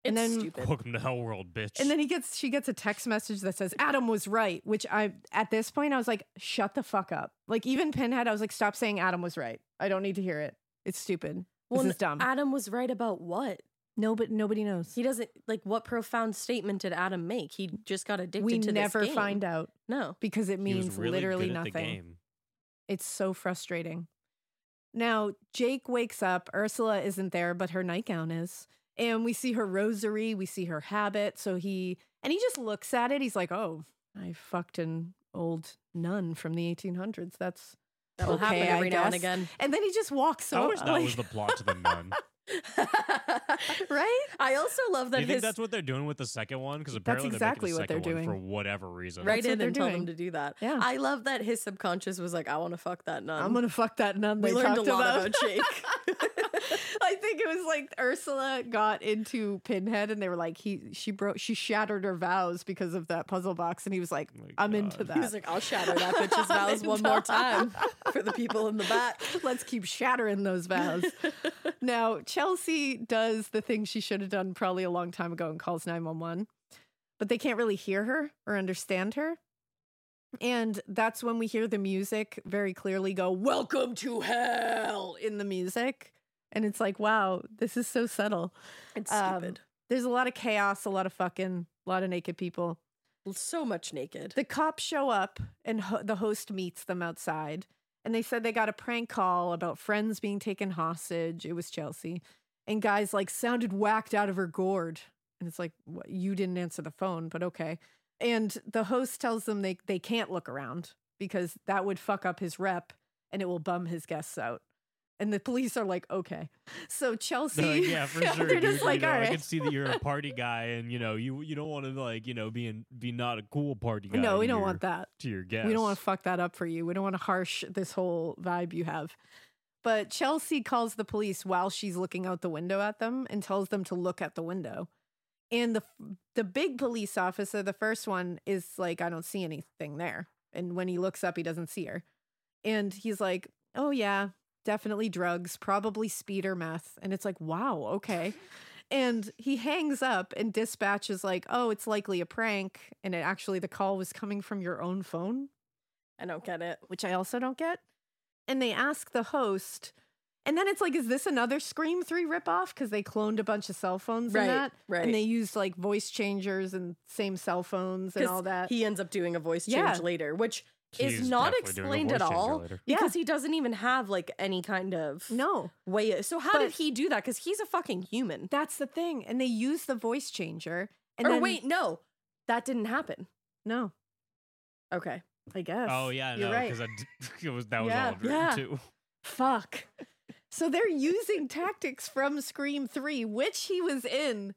Speaker 6: And
Speaker 5: It's
Speaker 6: then
Speaker 5: stupid.
Speaker 1: Welcome to Hell World, bitch.
Speaker 6: and then he gets she gets a text message that says Adam was right, which I at this point I was like, shut the fuck up. Like even Pinhead, I was like, stop saying Adam was right. I don't need to hear it. It's stupid.
Speaker 5: Well,
Speaker 6: this is dumb.
Speaker 5: Adam was right about what?
Speaker 6: no, but nobody knows.
Speaker 5: He doesn't like what profound statement did Adam make? He just got addicted
Speaker 6: We
Speaker 5: to this
Speaker 6: never
Speaker 5: game.
Speaker 6: find out
Speaker 5: No.
Speaker 6: because it
Speaker 1: He was
Speaker 6: means
Speaker 1: really
Speaker 6: literally
Speaker 1: good at the
Speaker 6: nothing.
Speaker 1: game.
Speaker 6: It's so frustrating. Now, Jake wakes up. Ursula isn't there, but her nightgown is. And we see her rosary, we see her habit. So he, and he just looks at it. He's like, oh, I fucked an old nun from the 1800s. That's
Speaker 5: That'll
Speaker 6: okay,
Speaker 5: happen
Speaker 6: I
Speaker 5: every now and
Speaker 6: guess."
Speaker 5: again.
Speaker 6: And then he just walks
Speaker 1: I
Speaker 6: over.
Speaker 1: wish that
Speaker 6: like-
Speaker 1: was the plot to the nun.
Speaker 6: right?
Speaker 5: I also love
Speaker 1: Do
Speaker 5: that
Speaker 1: you think
Speaker 5: his
Speaker 1: that's what they're doing with the second one? Because
Speaker 6: That's
Speaker 1: apparently
Speaker 6: exactly what
Speaker 1: they're making
Speaker 6: they're
Speaker 1: a second one
Speaker 6: doing.
Speaker 1: for whatever reason.
Speaker 5: right
Speaker 6: That's what
Speaker 5: in
Speaker 6: they're
Speaker 5: and told him
Speaker 6: doing.
Speaker 5: to do that.
Speaker 6: Yeah.
Speaker 5: I love that his subconscious was like, I want to fuck that nun.
Speaker 6: I'm going to fuck that nun.
Speaker 5: we
Speaker 6: they
Speaker 5: learned Um, a
Speaker 6: talked
Speaker 5: lot
Speaker 6: about.
Speaker 5: about Jake.
Speaker 6: I think it was like Ursula got into Pinhead and they were like he she broke she shattered her vows because of that puzzle box and he was like
Speaker 1: Oh my
Speaker 6: I'm
Speaker 1: God.
Speaker 6: into that.
Speaker 5: He was like, I'll shatter that bitch's vows one more time for the people in the back.
Speaker 6: Let's keep shattering those vows. now, Chelsea does the thing she should have done probably a long time ago and calls 911. But they can't really hear her or understand her. And that's when we hear the music very clearly go, Welcome to Hell in the music. And it's like, wow, this is so subtle.
Speaker 5: It's
Speaker 6: Um,
Speaker 5: stupid.
Speaker 6: There's a lot of chaos, a lot of fucking, a lot of naked people.
Speaker 5: So much naked.
Speaker 6: The cops show up and ho- the host meets them outside. And they said they got a prank call about friends being taken hostage. It was Chelsea. And guys like sounded whacked out of her gourd. And it's like, what? you didn't answer the phone, but okay. And the host tells them they, they can't look around because that would fuck up his rep and it will bum his guests out. And the police are like, okay. So Chelsea,
Speaker 1: They're like, yeah, for sure.
Speaker 6: they're
Speaker 1: dude,
Speaker 6: just
Speaker 1: you
Speaker 6: like,
Speaker 1: know,
Speaker 6: all right.
Speaker 1: I can see that you're a party guy, and you know, you you don't want to like you know be in, be not a cool party guy.
Speaker 6: no, we
Speaker 1: to
Speaker 6: don't
Speaker 1: your-
Speaker 6: want that.
Speaker 1: to your guests.
Speaker 6: We don't want to fuck that up for you. We don't want to harsh this whole vibe you have. But Chelsea calls the police while she's looking out the window at them and tells them to look at the window. And the the big police officer, the first one, is like, I don't see anything there. And when he looks up, he doesn't see her. And he's like, Oh yeah, definitely drugs, probably speed or meth. And it's like, wow, okay. And he hangs up and dispatch is like, oh, it's likely a prank. And it actually the call was coming from your own phone,
Speaker 5: I don't get it.
Speaker 6: which I also don't get. And they ask the host, and then it's like, is this another Scream 3 ripoff? Because they cloned a bunch of cell phones
Speaker 5: Right,
Speaker 6: in that.
Speaker 5: right.
Speaker 6: And they used like voice changers and same cell phones and
Speaker 5: 'Cause
Speaker 6: all that.
Speaker 5: He ends up doing a voice change
Speaker 6: Yeah.
Speaker 5: later, which
Speaker 1: He's
Speaker 5: is not
Speaker 1: definitely doing a
Speaker 5: explained at
Speaker 1: voice changer
Speaker 5: all
Speaker 1: later.
Speaker 6: Yeah.
Speaker 5: because he doesn't even have like any kind of
Speaker 6: no.
Speaker 5: way. So how did
Speaker 6: But-
Speaker 5: he do that? Because he's a fucking human.
Speaker 6: That's the thing. And they use the voice changer. And
Speaker 5: or
Speaker 6: then-
Speaker 5: wait, no, that didn't happen.
Speaker 6: No,
Speaker 5: Okay,
Speaker 6: I guess.
Speaker 1: Oh yeah,
Speaker 6: You're
Speaker 1: no,
Speaker 6: right.
Speaker 1: because it was that was
Speaker 6: Yeah,
Speaker 1: all dream
Speaker 6: yeah.
Speaker 1: too.
Speaker 6: Fuck. So they're using tactics from Scream 3, which he was in,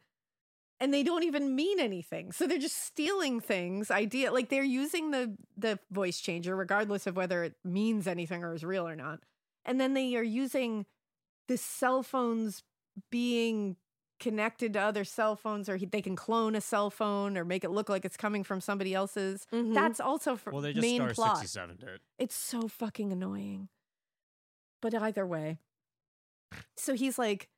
Speaker 6: and they don't even mean anything. So they're just stealing things, idea like they're using the the voice changer regardless of whether it means anything or is real or not. And then they are using the cell phones being connected to other cell phones or he, they can clone a cell phone or make it look like it's coming from somebody else's.
Speaker 5: Mhm.
Speaker 6: That's also for
Speaker 1: Well, they just
Speaker 6: main
Speaker 1: star
Speaker 6: plot.
Speaker 1: sixty seven did.
Speaker 6: It's so fucking annoying. But either way. So he's like,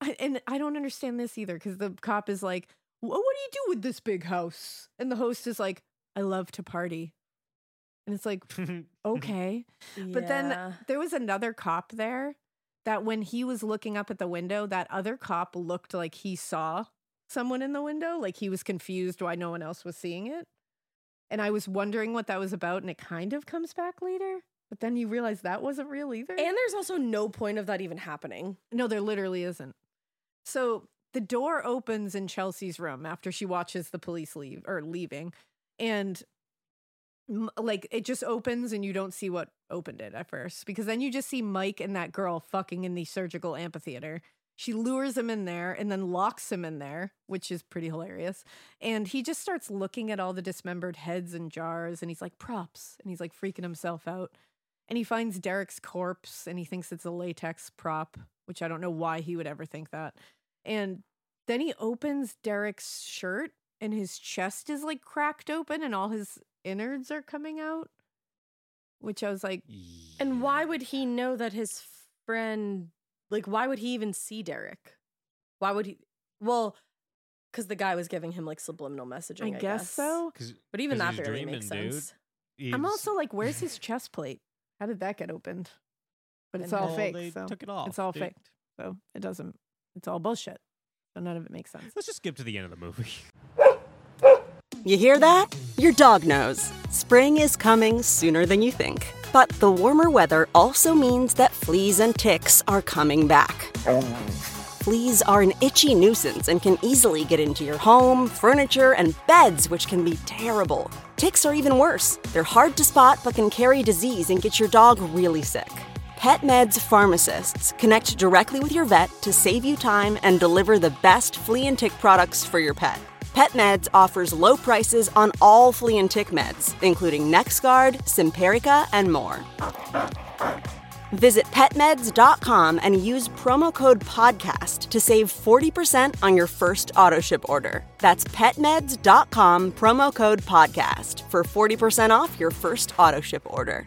Speaker 6: I, and I don't understand this either because the cop is like, "Wha- What do you do with this big house? And the host is like, I love to party. And it's like, okay. But then
Speaker 5: Yeah.
Speaker 6: there was another cop there that when he was looking up at the window, that other cop looked like he saw someone in the window. Like he was confused why no one else was seeing it. And I was wondering what that was about. And it kind of comes back later. But then you realize that wasn't real either.
Speaker 5: and there's also no point of that even happening.
Speaker 6: no, there literally isn't. So the door opens in Chelsea's room after she watches the police leave or leaving. And m- like it just opens and you don't see what opened it at first because then you just see Mike and that girl fucking in the surgical amphitheater. She lures him in there and then locks him in there, which is pretty hilarious. And he just starts looking at all the dismembered heads and jars and he's like, props. And he's like freaking himself out. And he finds Derek's corpse and he thinks it's a latex prop, which I don't know why he would ever think that. And then he opens Derek's shirt and his chest is like cracked open and all his innards are coming out, which I was like,
Speaker 11: And why would he know that his friend, like, why would he even see Derek? Why would he? Well, because the guy was giving him like subliminal messaging. I,
Speaker 6: I guess so.
Speaker 1: 'Cause-
Speaker 11: But even
Speaker 1: 'cause
Speaker 11: that
Speaker 1: he's
Speaker 11: barely
Speaker 1: dreaming,
Speaker 11: makes
Speaker 1: dude.
Speaker 11: sense.
Speaker 6: I'm
Speaker 1: He's-
Speaker 6: also like, where's his chest plate? How did that get opened? But it's
Speaker 11: And
Speaker 6: all
Speaker 11: how
Speaker 6: fake.
Speaker 1: they
Speaker 6: so
Speaker 1: took it off,
Speaker 6: It's all
Speaker 1: dude.
Speaker 6: faked. So it doesn't. It's all bullshit. So none of it makes sense.
Speaker 1: Let's just skip to the end of the movie.
Speaker 12: You hear that? Your dog knows. Spring is coming sooner than you think. But the warmer weather also means that fleas and ticks are coming back. Fleas are an itchy nuisance and can easily get into your home, furniture, and beds, which can be terrible. Ticks are even worse. They're hard to spot but can carry disease and get your dog really sick. PetMeds pharmacists connect directly with your vet to save you time and deliver the best flea and tick products for your pet. PetMeds offers low prices on all flea and tick meds, including NexGard, Simparica, and more. Visit petmeds.com and use promo code podcast to save 40% on your first auto ship order. That's petmeds.com promo code podcast for 40% off your first auto ship order.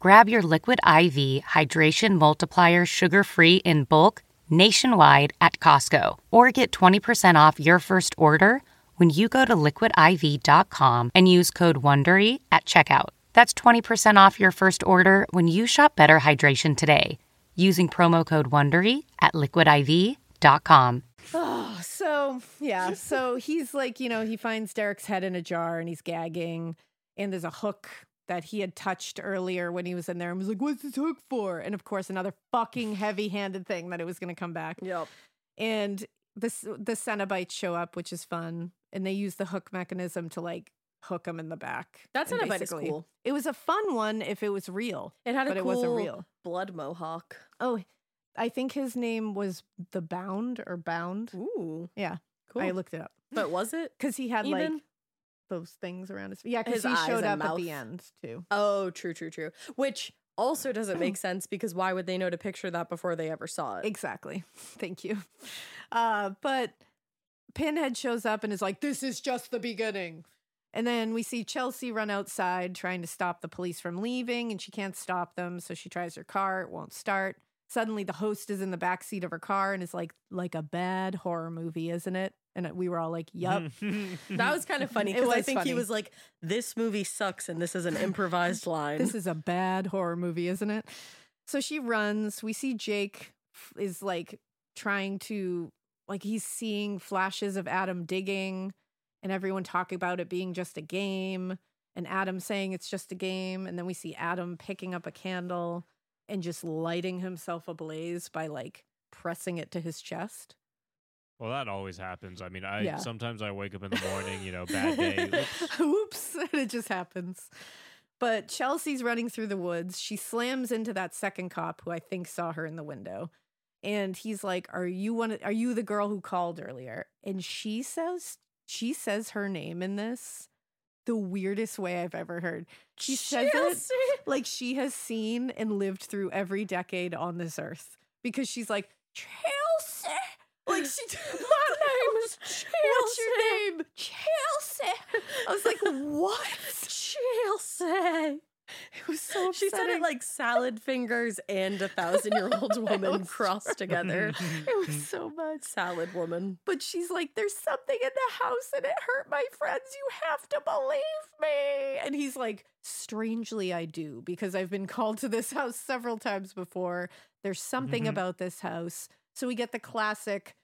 Speaker 4: Grab your Liquid IV Hydration Multiplier sugar free in bulk nationwide at Costco or get 20% off your first order when you go to liquidiv.com and use code WONDERY at checkout. That's 20% off your first order when you shop Better Hydration today using promo code WONDERY at liquidiv.com.
Speaker 6: Oh, so yeah. So he's like, you know, he finds Derek's head in a jar and he's gagging, and there's a hook that he had touched earlier when he was in there and was like, What's this hook for? And of course, another fucking heavy handed thing that it was gonna come back.
Speaker 11: Yep.
Speaker 6: And this the Cenobites show up, which is fun, and they use the hook mechanism to like hook him in the back.
Speaker 11: That
Speaker 6: And
Speaker 11: Cenobite is
Speaker 6: basically-
Speaker 11: cool.
Speaker 6: It was a fun one if it was real.
Speaker 11: It had a
Speaker 6: but
Speaker 11: cool
Speaker 6: it wasn't real.
Speaker 11: blood mohawk.
Speaker 6: Oh, I think his name was the Bound or Bound.
Speaker 11: Ooh,
Speaker 6: yeah.
Speaker 11: cool.
Speaker 6: I looked it up
Speaker 11: But was it?
Speaker 6: because he had
Speaker 11: Even?
Speaker 6: like those things around his. Yeah, because
Speaker 11: His
Speaker 6: he
Speaker 11: eyes
Speaker 6: showed up
Speaker 11: and
Speaker 6: at the
Speaker 11: mouth.
Speaker 6: end too.
Speaker 11: Oh, true, true, true. Which also doesn't make sense because why would they know to picture that before they ever saw it?
Speaker 6: Exactly. Thank you. Uh, but Pinhead shows up and is like, "This is just the beginning." And then we see Chelsea run outside trying to stop the police from leaving, and she can't stop them. So she tries her car; it won't start. Suddenly, the host is in the back seat of her car and is like, "Like a bad horror movie, isn't it?" And uh, we were all like, "Yup."
Speaker 11: That was kind of funny
Speaker 6: It
Speaker 11: because I
Speaker 6: was
Speaker 11: think he
Speaker 6: funny.
Speaker 11: was like, "This movie sucks," and this is an improvised line.
Speaker 6: This is a bad horror movie, isn't it? So she runs. We see Jake f- is like trying to, like, he's seeing flashes of Adam digging and everyone talking about it being just a game and Adam saying it's just a game. And then we see Adam picking up a candle and just lighting himself ablaze by like pressing it to his chest.
Speaker 1: Well, that always happens. I mean, I
Speaker 6: Yeah.
Speaker 1: sometimes I wake up in the morning, you know, bad day.
Speaker 6: Oops. it just happens. But Chelsea's running through the woods. She slams into that second cop who I think saw her in the window. And he's like, "Are you one of- are you the girl who called earlier?" And she says she says her name in this the weirdest way I've ever heard. She says
Speaker 11: Chelsea!
Speaker 6: it like she has seen and lived through every decade on this earth because she's like, "Chelsea." Like she
Speaker 11: My name is
Speaker 6: What's your
Speaker 11: Chelsea.
Speaker 6: name? Chelsea. I was like, what?
Speaker 11: Chelsea.
Speaker 6: It was so
Speaker 11: She said it
Speaker 6: upsetting.
Speaker 11: like salad fingers and a thousand year old woman crossed together.
Speaker 6: It was so much.
Speaker 11: Salad woman.
Speaker 6: But she's like, there's something in the house and it hurt my friends. You have to believe me. And he's like, strangely, I do because I've been called to this house several times before. There's something
Speaker 11: Mhm.
Speaker 6: about this house. So we get the classic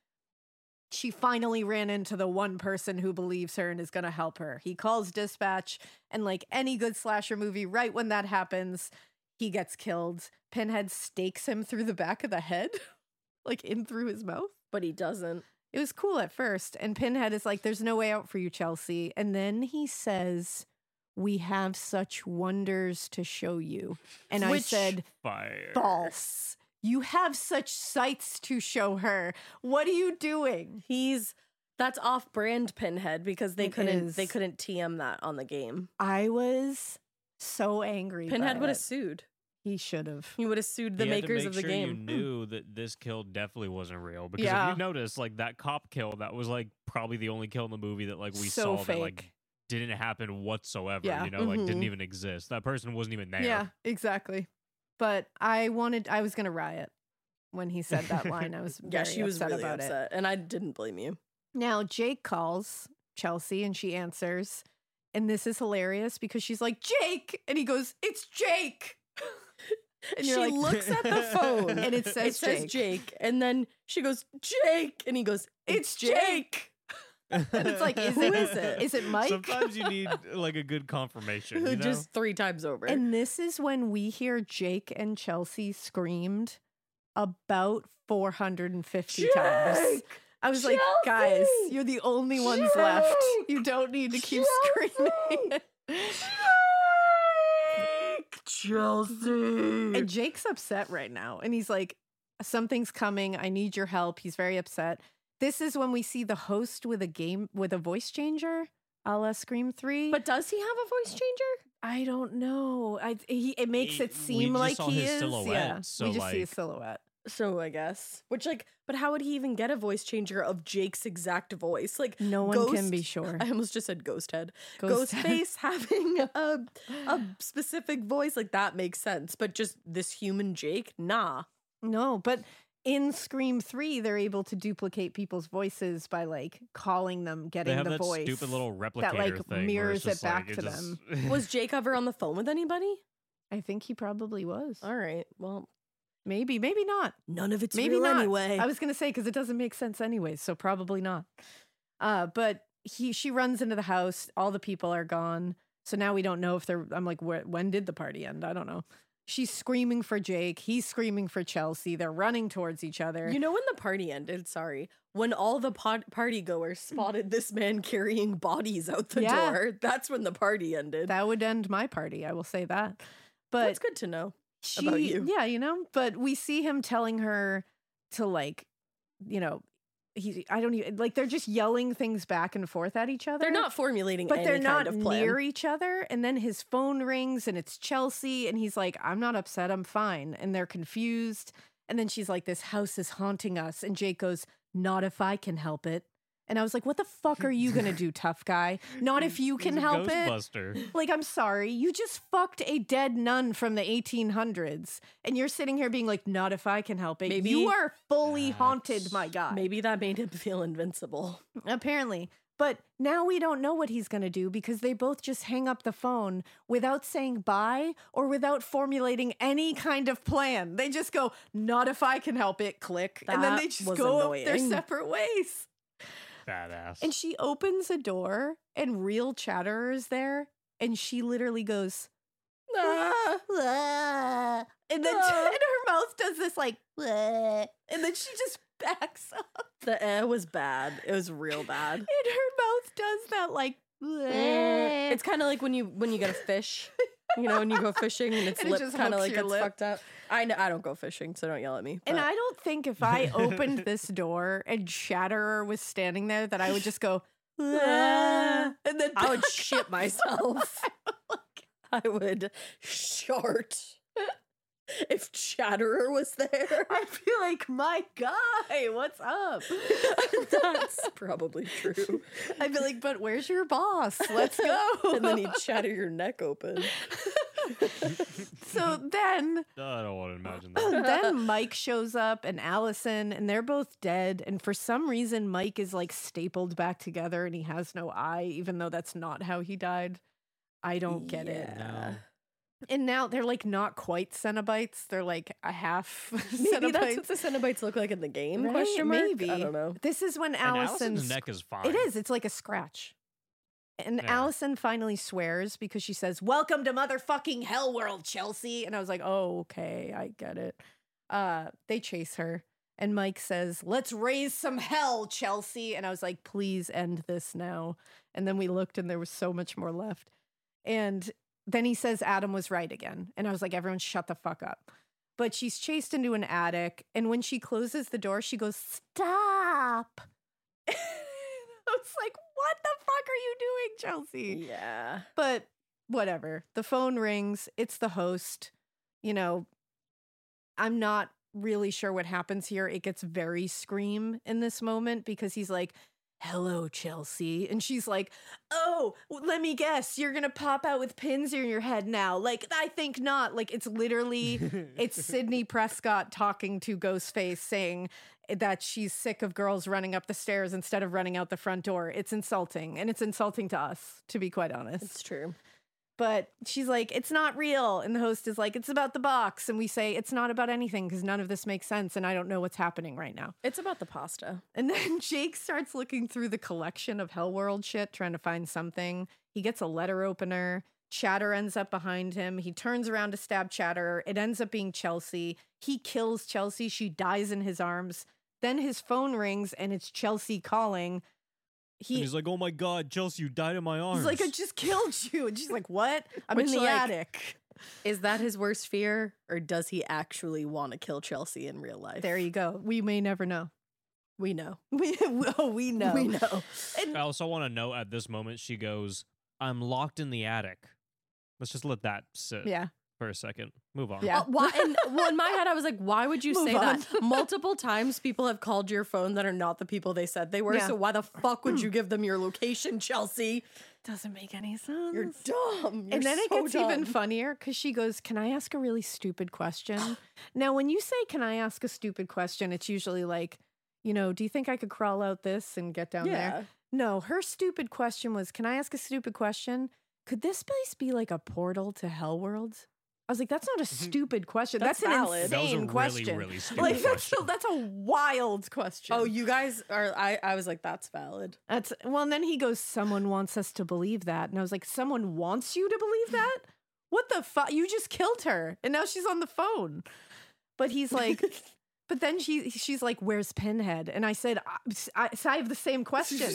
Speaker 6: she finally ran into the one person who believes her and is going to help her. He calls dispatch, and like any good slasher movie, right when that happens, he gets killed. Pinhead stakes him through the back of the head, like in through his mouth.
Speaker 5: But he doesn't.
Speaker 6: It was cool at first. And Pinhead is like, there's no way out for you, Chelsea. And then he says, we have such wonders to show you. And I
Speaker 1: Which-
Speaker 6: said,
Speaker 1: Fire.
Speaker 6: false. You have such sights to show her. What are you doing?
Speaker 5: He's that's off brand Pinhead because they
Speaker 6: It
Speaker 5: couldn't they
Speaker 6: is.
Speaker 5: couldn't TM that on the game.
Speaker 6: I was so angry.
Speaker 5: Pinhead
Speaker 6: by
Speaker 5: would have
Speaker 6: it.
Speaker 5: sued.
Speaker 6: He should have.
Speaker 5: He would have sued the
Speaker 1: You had to
Speaker 5: makers
Speaker 1: make
Speaker 5: of the
Speaker 1: sure
Speaker 5: game.
Speaker 6: Hmm.
Speaker 1: You knew that this kill definitely wasn't real because if
Speaker 5: Yeah.
Speaker 1: you notice, like that cop kill, that was like probably the only kill in the movie that like we
Speaker 6: So
Speaker 1: saw that like
Speaker 6: fake.
Speaker 1: didn't happen whatsoever.
Speaker 6: Yeah.
Speaker 1: You know, like didn't
Speaker 6: Mhm.
Speaker 1: even exist. That person wasn't even there.
Speaker 6: Yeah, exactly. But I wanted. I was gonna riot when he said that line. I was very
Speaker 5: yeah, she was
Speaker 6: upset
Speaker 5: really
Speaker 6: about it.
Speaker 5: upset, and I didn't blame you.
Speaker 6: Now, Jake calls Chelsea and she answers. And this is hilarious because she's like, Jake. And he goes, It's Jake. and
Speaker 5: she
Speaker 6: you're like-
Speaker 5: looks at the phone
Speaker 6: and it says,
Speaker 5: it says Jake. and then she goes Jake, and he goes It's Jake.
Speaker 6: and it's like, is it, is it? Is it Mike?
Speaker 1: Sometimes you need like a good confirmation. You know?
Speaker 5: Just three times over.
Speaker 6: And this is when we hear Jake and Chelsea screamed about 450 times.
Speaker 5: Jake!
Speaker 6: I was like, guys,
Speaker 5: Chelsea!
Speaker 6: you're the only ones left. You don't need to keep screaming. Chelsea. And Jake's upset right now. And he's like, something's coming. I need your help. He's very upset. This is when we see the host with a game with a voice changer, a la Scream 3.
Speaker 5: but does he have a voice changer?
Speaker 6: I don't know. I he it makes
Speaker 1: He-
Speaker 6: it
Speaker 1: Eh, we
Speaker 6: seem
Speaker 1: just
Speaker 6: like
Speaker 1: saw
Speaker 6: he
Speaker 1: his
Speaker 6: is.
Speaker 1: silhouette,
Speaker 6: yeah,
Speaker 1: so,
Speaker 6: we just see
Speaker 1: like-
Speaker 6: a silhouette.
Speaker 5: So I guess. Which like, but how would he even get a voice changer of Jake's exact voice? Like
Speaker 6: No one can be
Speaker 5: Ghost-
Speaker 6: sure.
Speaker 5: I almost just said ghost head.
Speaker 6: Ghost
Speaker 5: Ghost,
Speaker 6: head.
Speaker 5: face having a a specific voice, like that makes sense. But just this human Jake, nah.
Speaker 6: No, but in Scream Three, they're able to duplicate people's voices by like calling them, getting
Speaker 1: have
Speaker 6: the
Speaker 1: that
Speaker 6: voice.
Speaker 1: stupid little
Speaker 6: that
Speaker 1: replicator
Speaker 6: like
Speaker 1: thing where it's
Speaker 6: mirrors it
Speaker 1: just, like,
Speaker 6: back
Speaker 1: it
Speaker 6: to
Speaker 1: just-
Speaker 6: them.
Speaker 5: Was Jake ever on the phone with anybody?
Speaker 6: I think he probably was.
Speaker 5: All right. Well,
Speaker 6: Maybe, maybe not.
Speaker 5: None of it's
Speaker 6: maybe
Speaker 5: real
Speaker 6: not.
Speaker 5: anyway.
Speaker 6: I was gonna say because it doesn't make sense anyways, so probably not. Uh, but he she runs into the house. All the people are gone, so now we don't know if they're. I'm like, wh- when did the party end? I don't know. She's screaming for Jake. He's screaming for Chelsea. They're running towards each other.
Speaker 5: You know when the party ended, sorry, when all the pod- party goers spotted this man carrying bodies out the
Speaker 6: Yeah.
Speaker 5: door, that's when the party ended.
Speaker 6: that would end my party. I will say that. But
Speaker 5: that's good to know about
Speaker 6: she-
Speaker 5: you.
Speaker 6: Yeah, you know, but we see him telling her to like, you know, he I don't even like they're just yelling things back and forth at each other.
Speaker 5: They're not formulating
Speaker 6: but
Speaker 5: any
Speaker 6: they're not
Speaker 5: kind of plan.
Speaker 6: near each other and then his phone rings and it's Chelsea and he's like I'm not upset, I'm fine and they're confused and then she's like this house is haunting us and Jake goes not if I can help it. And I was like, what the fuck are you going to do, tough guy? Not if you
Speaker 1: He's
Speaker 6: can
Speaker 1: a
Speaker 6: help it.
Speaker 1: Ghostbuster.
Speaker 6: Like, I'm sorry, you just fucked a dead nun from the 1800s, and you're sitting here being like, "Not if I can help it."
Speaker 5: Maybe-
Speaker 6: you are fully haunted, my god.
Speaker 5: Maybe that made him feel invincible.
Speaker 6: Apparently, but now we don't know what he's gonna do because they both just hang up the phone without saying bye or without formulating any kind of plan. They just go, "Not if I can help it." Click, and then
Speaker 5: That
Speaker 6: they just
Speaker 5: was
Speaker 6: go their
Speaker 5: annoying.
Speaker 6: separate ways.
Speaker 1: Badass.
Speaker 6: And she opens a door, and real Chatterer is there, and she literally goes.
Speaker 5: Ah.
Speaker 6: "Wah." and then
Speaker 5: Ah.
Speaker 6: and her mouth does this like "Wah," and then she just backs up
Speaker 5: The air was bad. It was real bad.
Speaker 6: and her mouth does that like "Wah."
Speaker 5: Eh. it's kind of like when you when you get a fish, you know, when you go fishing and its
Speaker 6: And it
Speaker 5: lip
Speaker 6: just
Speaker 5: kind of
Speaker 6: hooks
Speaker 5: like
Speaker 6: your
Speaker 5: gets
Speaker 6: lip.
Speaker 5: fucked up. I know I don't go fishing, so don't yell at me.
Speaker 6: and
Speaker 5: but-
Speaker 6: I don't think if I opened this door and Shatterer was standing there that I would just go "Wah,"
Speaker 5: Ah.
Speaker 6: and then
Speaker 5: I would
Speaker 6: back
Speaker 5: shit
Speaker 6: up.
Speaker 5: myself. I would shart. If Chatterer was there,
Speaker 6: I'd be like, my guy, what's up?
Speaker 5: that's probably true.
Speaker 6: I'd be like, but where's your boss? Let's go.
Speaker 5: And then he'd shatter your neck open.
Speaker 6: so then
Speaker 1: I don't want to imagine that.
Speaker 6: then Mike shows up and Allison, and they're both dead. And for some reason, Mike is like stapled back together and he has no eye, even though that's not how he died. I don't get it.
Speaker 5: Yeah.
Speaker 6: And now they're like not quite Cenobites. They're like a half
Speaker 5: Maybe
Speaker 6: Cenobites.
Speaker 5: that's what the Cenobites look like in the game?
Speaker 6: Right?
Speaker 5: Question mark.
Speaker 6: Maybe.
Speaker 5: I don't know.
Speaker 6: This is when
Speaker 1: And
Speaker 6: Allison's,
Speaker 1: Allison's neck is fine.
Speaker 6: It is. It's like a scratch. And
Speaker 1: Yeah.
Speaker 6: Allison finally swears because she says, "Welcome to motherfucking hell world, Chelsea." And I was like, "Oh, okay, I get it." Uh, they chase her, and Mike says, "Let's raise some hell, Chelsea." And I was like, "Please end this now." And then we looked, and there was so much more left. And then he says Adam was right again. And I was like, everyone shut the fuck up. But she's chased into an attic. And when she closes the door, she goes, Stop. I was like, what the fuck are you doing, Chelsea?
Speaker 5: Yeah.
Speaker 6: But whatever. The phone rings. It's the host. You know, I'm not really sure what happens here. It gets very scream in this moment because he's like, Hello, Chelsea. And she's like, Oh, w- let me guess. You're going to pop out with pins in your head now. Like, I think not. Like, it's literally, it's Sydney Prescott talking to Ghostface saying that she's sick of girls running up the stairs instead of running out the front door. It's insulting. And it's insulting to us, to be quite honest. It's
Speaker 5: true.
Speaker 6: But she's like, it's not real. And the host is like, it's about the box. And we say, it's not about anything because none of this makes sense. And I don't know what's happening right now.
Speaker 5: It's about the pasta.
Speaker 6: And then Jake starts looking through the collection of Hell World shit, trying to find something. He gets a letter opener. Chatter ends up behind him. He turns around to stab Chatter. It ends up being Chelsea. He kills Chelsea. She dies in his arms. Then his phone rings and it's Chelsea calling. He,
Speaker 1: and he's like, "Oh my God, Chelsea, you died in my arms."
Speaker 6: he's like, I just killed you. And she's like, What? I'm in
Speaker 5: Which,
Speaker 6: the
Speaker 5: like,
Speaker 6: attic.
Speaker 5: Is that his worst fear, or does he actually want to kill Chelsea in real life?
Speaker 6: There you go. We may never know.
Speaker 5: We know.
Speaker 6: We, oh, we know.
Speaker 5: We know.
Speaker 1: I also want to know at this moment she goes, "I'm locked in the attic." Let's just let that sit.
Speaker 6: Yeah.
Speaker 1: For a second, move on.
Speaker 5: Uh, why, and well, in my head, I was like, why would you
Speaker 6: Move
Speaker 5: say that? Multiple times people have called your phone that are not the people they said they were.
Speaker 6: Yeah.
Speaker 5: So why the fuck would you give them your location, Chelsea?
Speaker 6: Doesn't make any sense.
Speaker 5: You're dumb. Mm, You're
Speaker 6: and then
Speaker 5: so
Speaker 6: it gets even
Speaker 5: dumb.
Speaker 6: funnier because she goes, Can I ask a really stupid question? now, when you say, Can I ask a stupid question? It's usually like, You know, do you think I could crawl out this and get down
Speaker 5: Yeah.
Speaker 6: there? No, her stupid question was, Can I ask a stupid question? Could this place be like a portal to hell worlds? I was like, that's not a stupid question. That's,
Speaker 5: That's
Speaker 6: an
Speaker 5: valid.
Speaker 6: insane
Speaker 5: That was a really,
Speaker 6: question.
Speaker 5: really stupid
Speaker 6: like, that's a, that's a wild question.
Speaker 5: Oh, you guys are. I, I was like, that's valid.
Speaker 6: That's well. And then he goes, "Someone wants us to believe that," and I was like, "Someone wants you to believe that? What the fuck? You just killed her, and now she's on the phone." But he's like, but then she she's like, "Where's Pinhead?" And I said, "I, I, so I have the same question.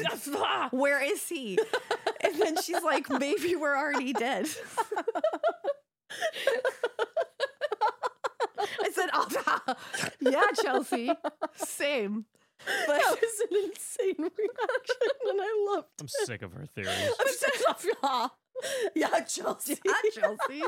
Speaker 6: Where is he?" and then she's like, "Maybe we're already dead." I said, "Ah, "Yeah, Chelsea, same." But
Speaker 5: that was an insane reaction, and I loved.
Speaker 1: I'm sick of her theories.
Speaker 5: I'm so- yeah, Chelsea.
Speaker 6: Yeah, Chelsea.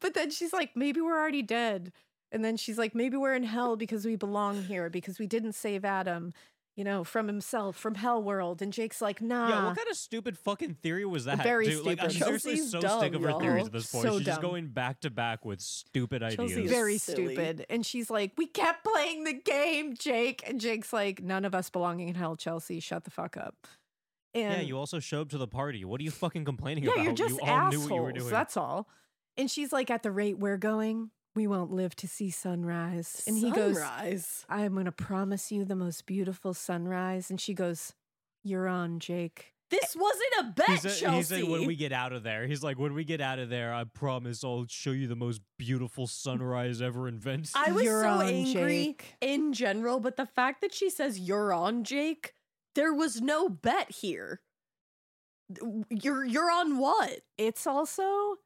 Speaker 6: but then she's like, maybe we're already dead. And then she's like, maybe we're in hell because we belong here because we didn't save Adam, you know, from himself, from hell world. And Jake's like, nah.
Speaker 1: Yeah, what kind of stupid fucking theory was that?
Speaker 6: Ah. Very
Speaker 1: dude? Like, I'm
Speaker 6: stupid.
Speaker 1: seriously
Speaker 6: Chelsea's
Speaker 1: so
Speaker 6: dumb,
Speaker 1: sick of her
Speaker 6: y'all.
Speaker 1: theories at this point.
Speaker 6: So
Speaker 1: She's just
Speaker 6: dumb.
Speaker 1: going back to back with stupid ideas.
Speaker 6: very stupid. And she's like, we kept playing the game, Jake. And Jake's like, none of us belonging in hell, Chelsea. Shut the fuck up. And
Speaker 1: yeah, you also showed up to the party. What are you fucking complaining
Speaker 6: yeah,
Speaker 1: about?
Speaker 6: you're just
Speaker 1: you all
Speaker 6: assholes.
Speaker 1: knew what you were doing.
Speaker 6: That's all. And she's like, at the rate we're going, we won't live to see sunrise. And he goes,
Speaker 5: Sunrise?
Speaker 6: I'm going to promise you the most beautiful sunrise. And she goes, You're on, Jake.
Speaker 5: This wasn't a bet,
Speaker 1: He said,
Speaker 5: Chelsea.
Speaker 1: he said, when we get out of there, he's like, when we get out of there, I promise I'll show you the most beautiful sunrise ever invented.
Speaker 5: I was
Speaker 6: You're
Speaker 5: so
Speaker 6: on,
Speaker 5: angry
Speaker 6: Jake.
Speaker 5: in general, but the fact that she says you're on Jake, there was no bet here. You're you're on what?
Speaker 6: It's also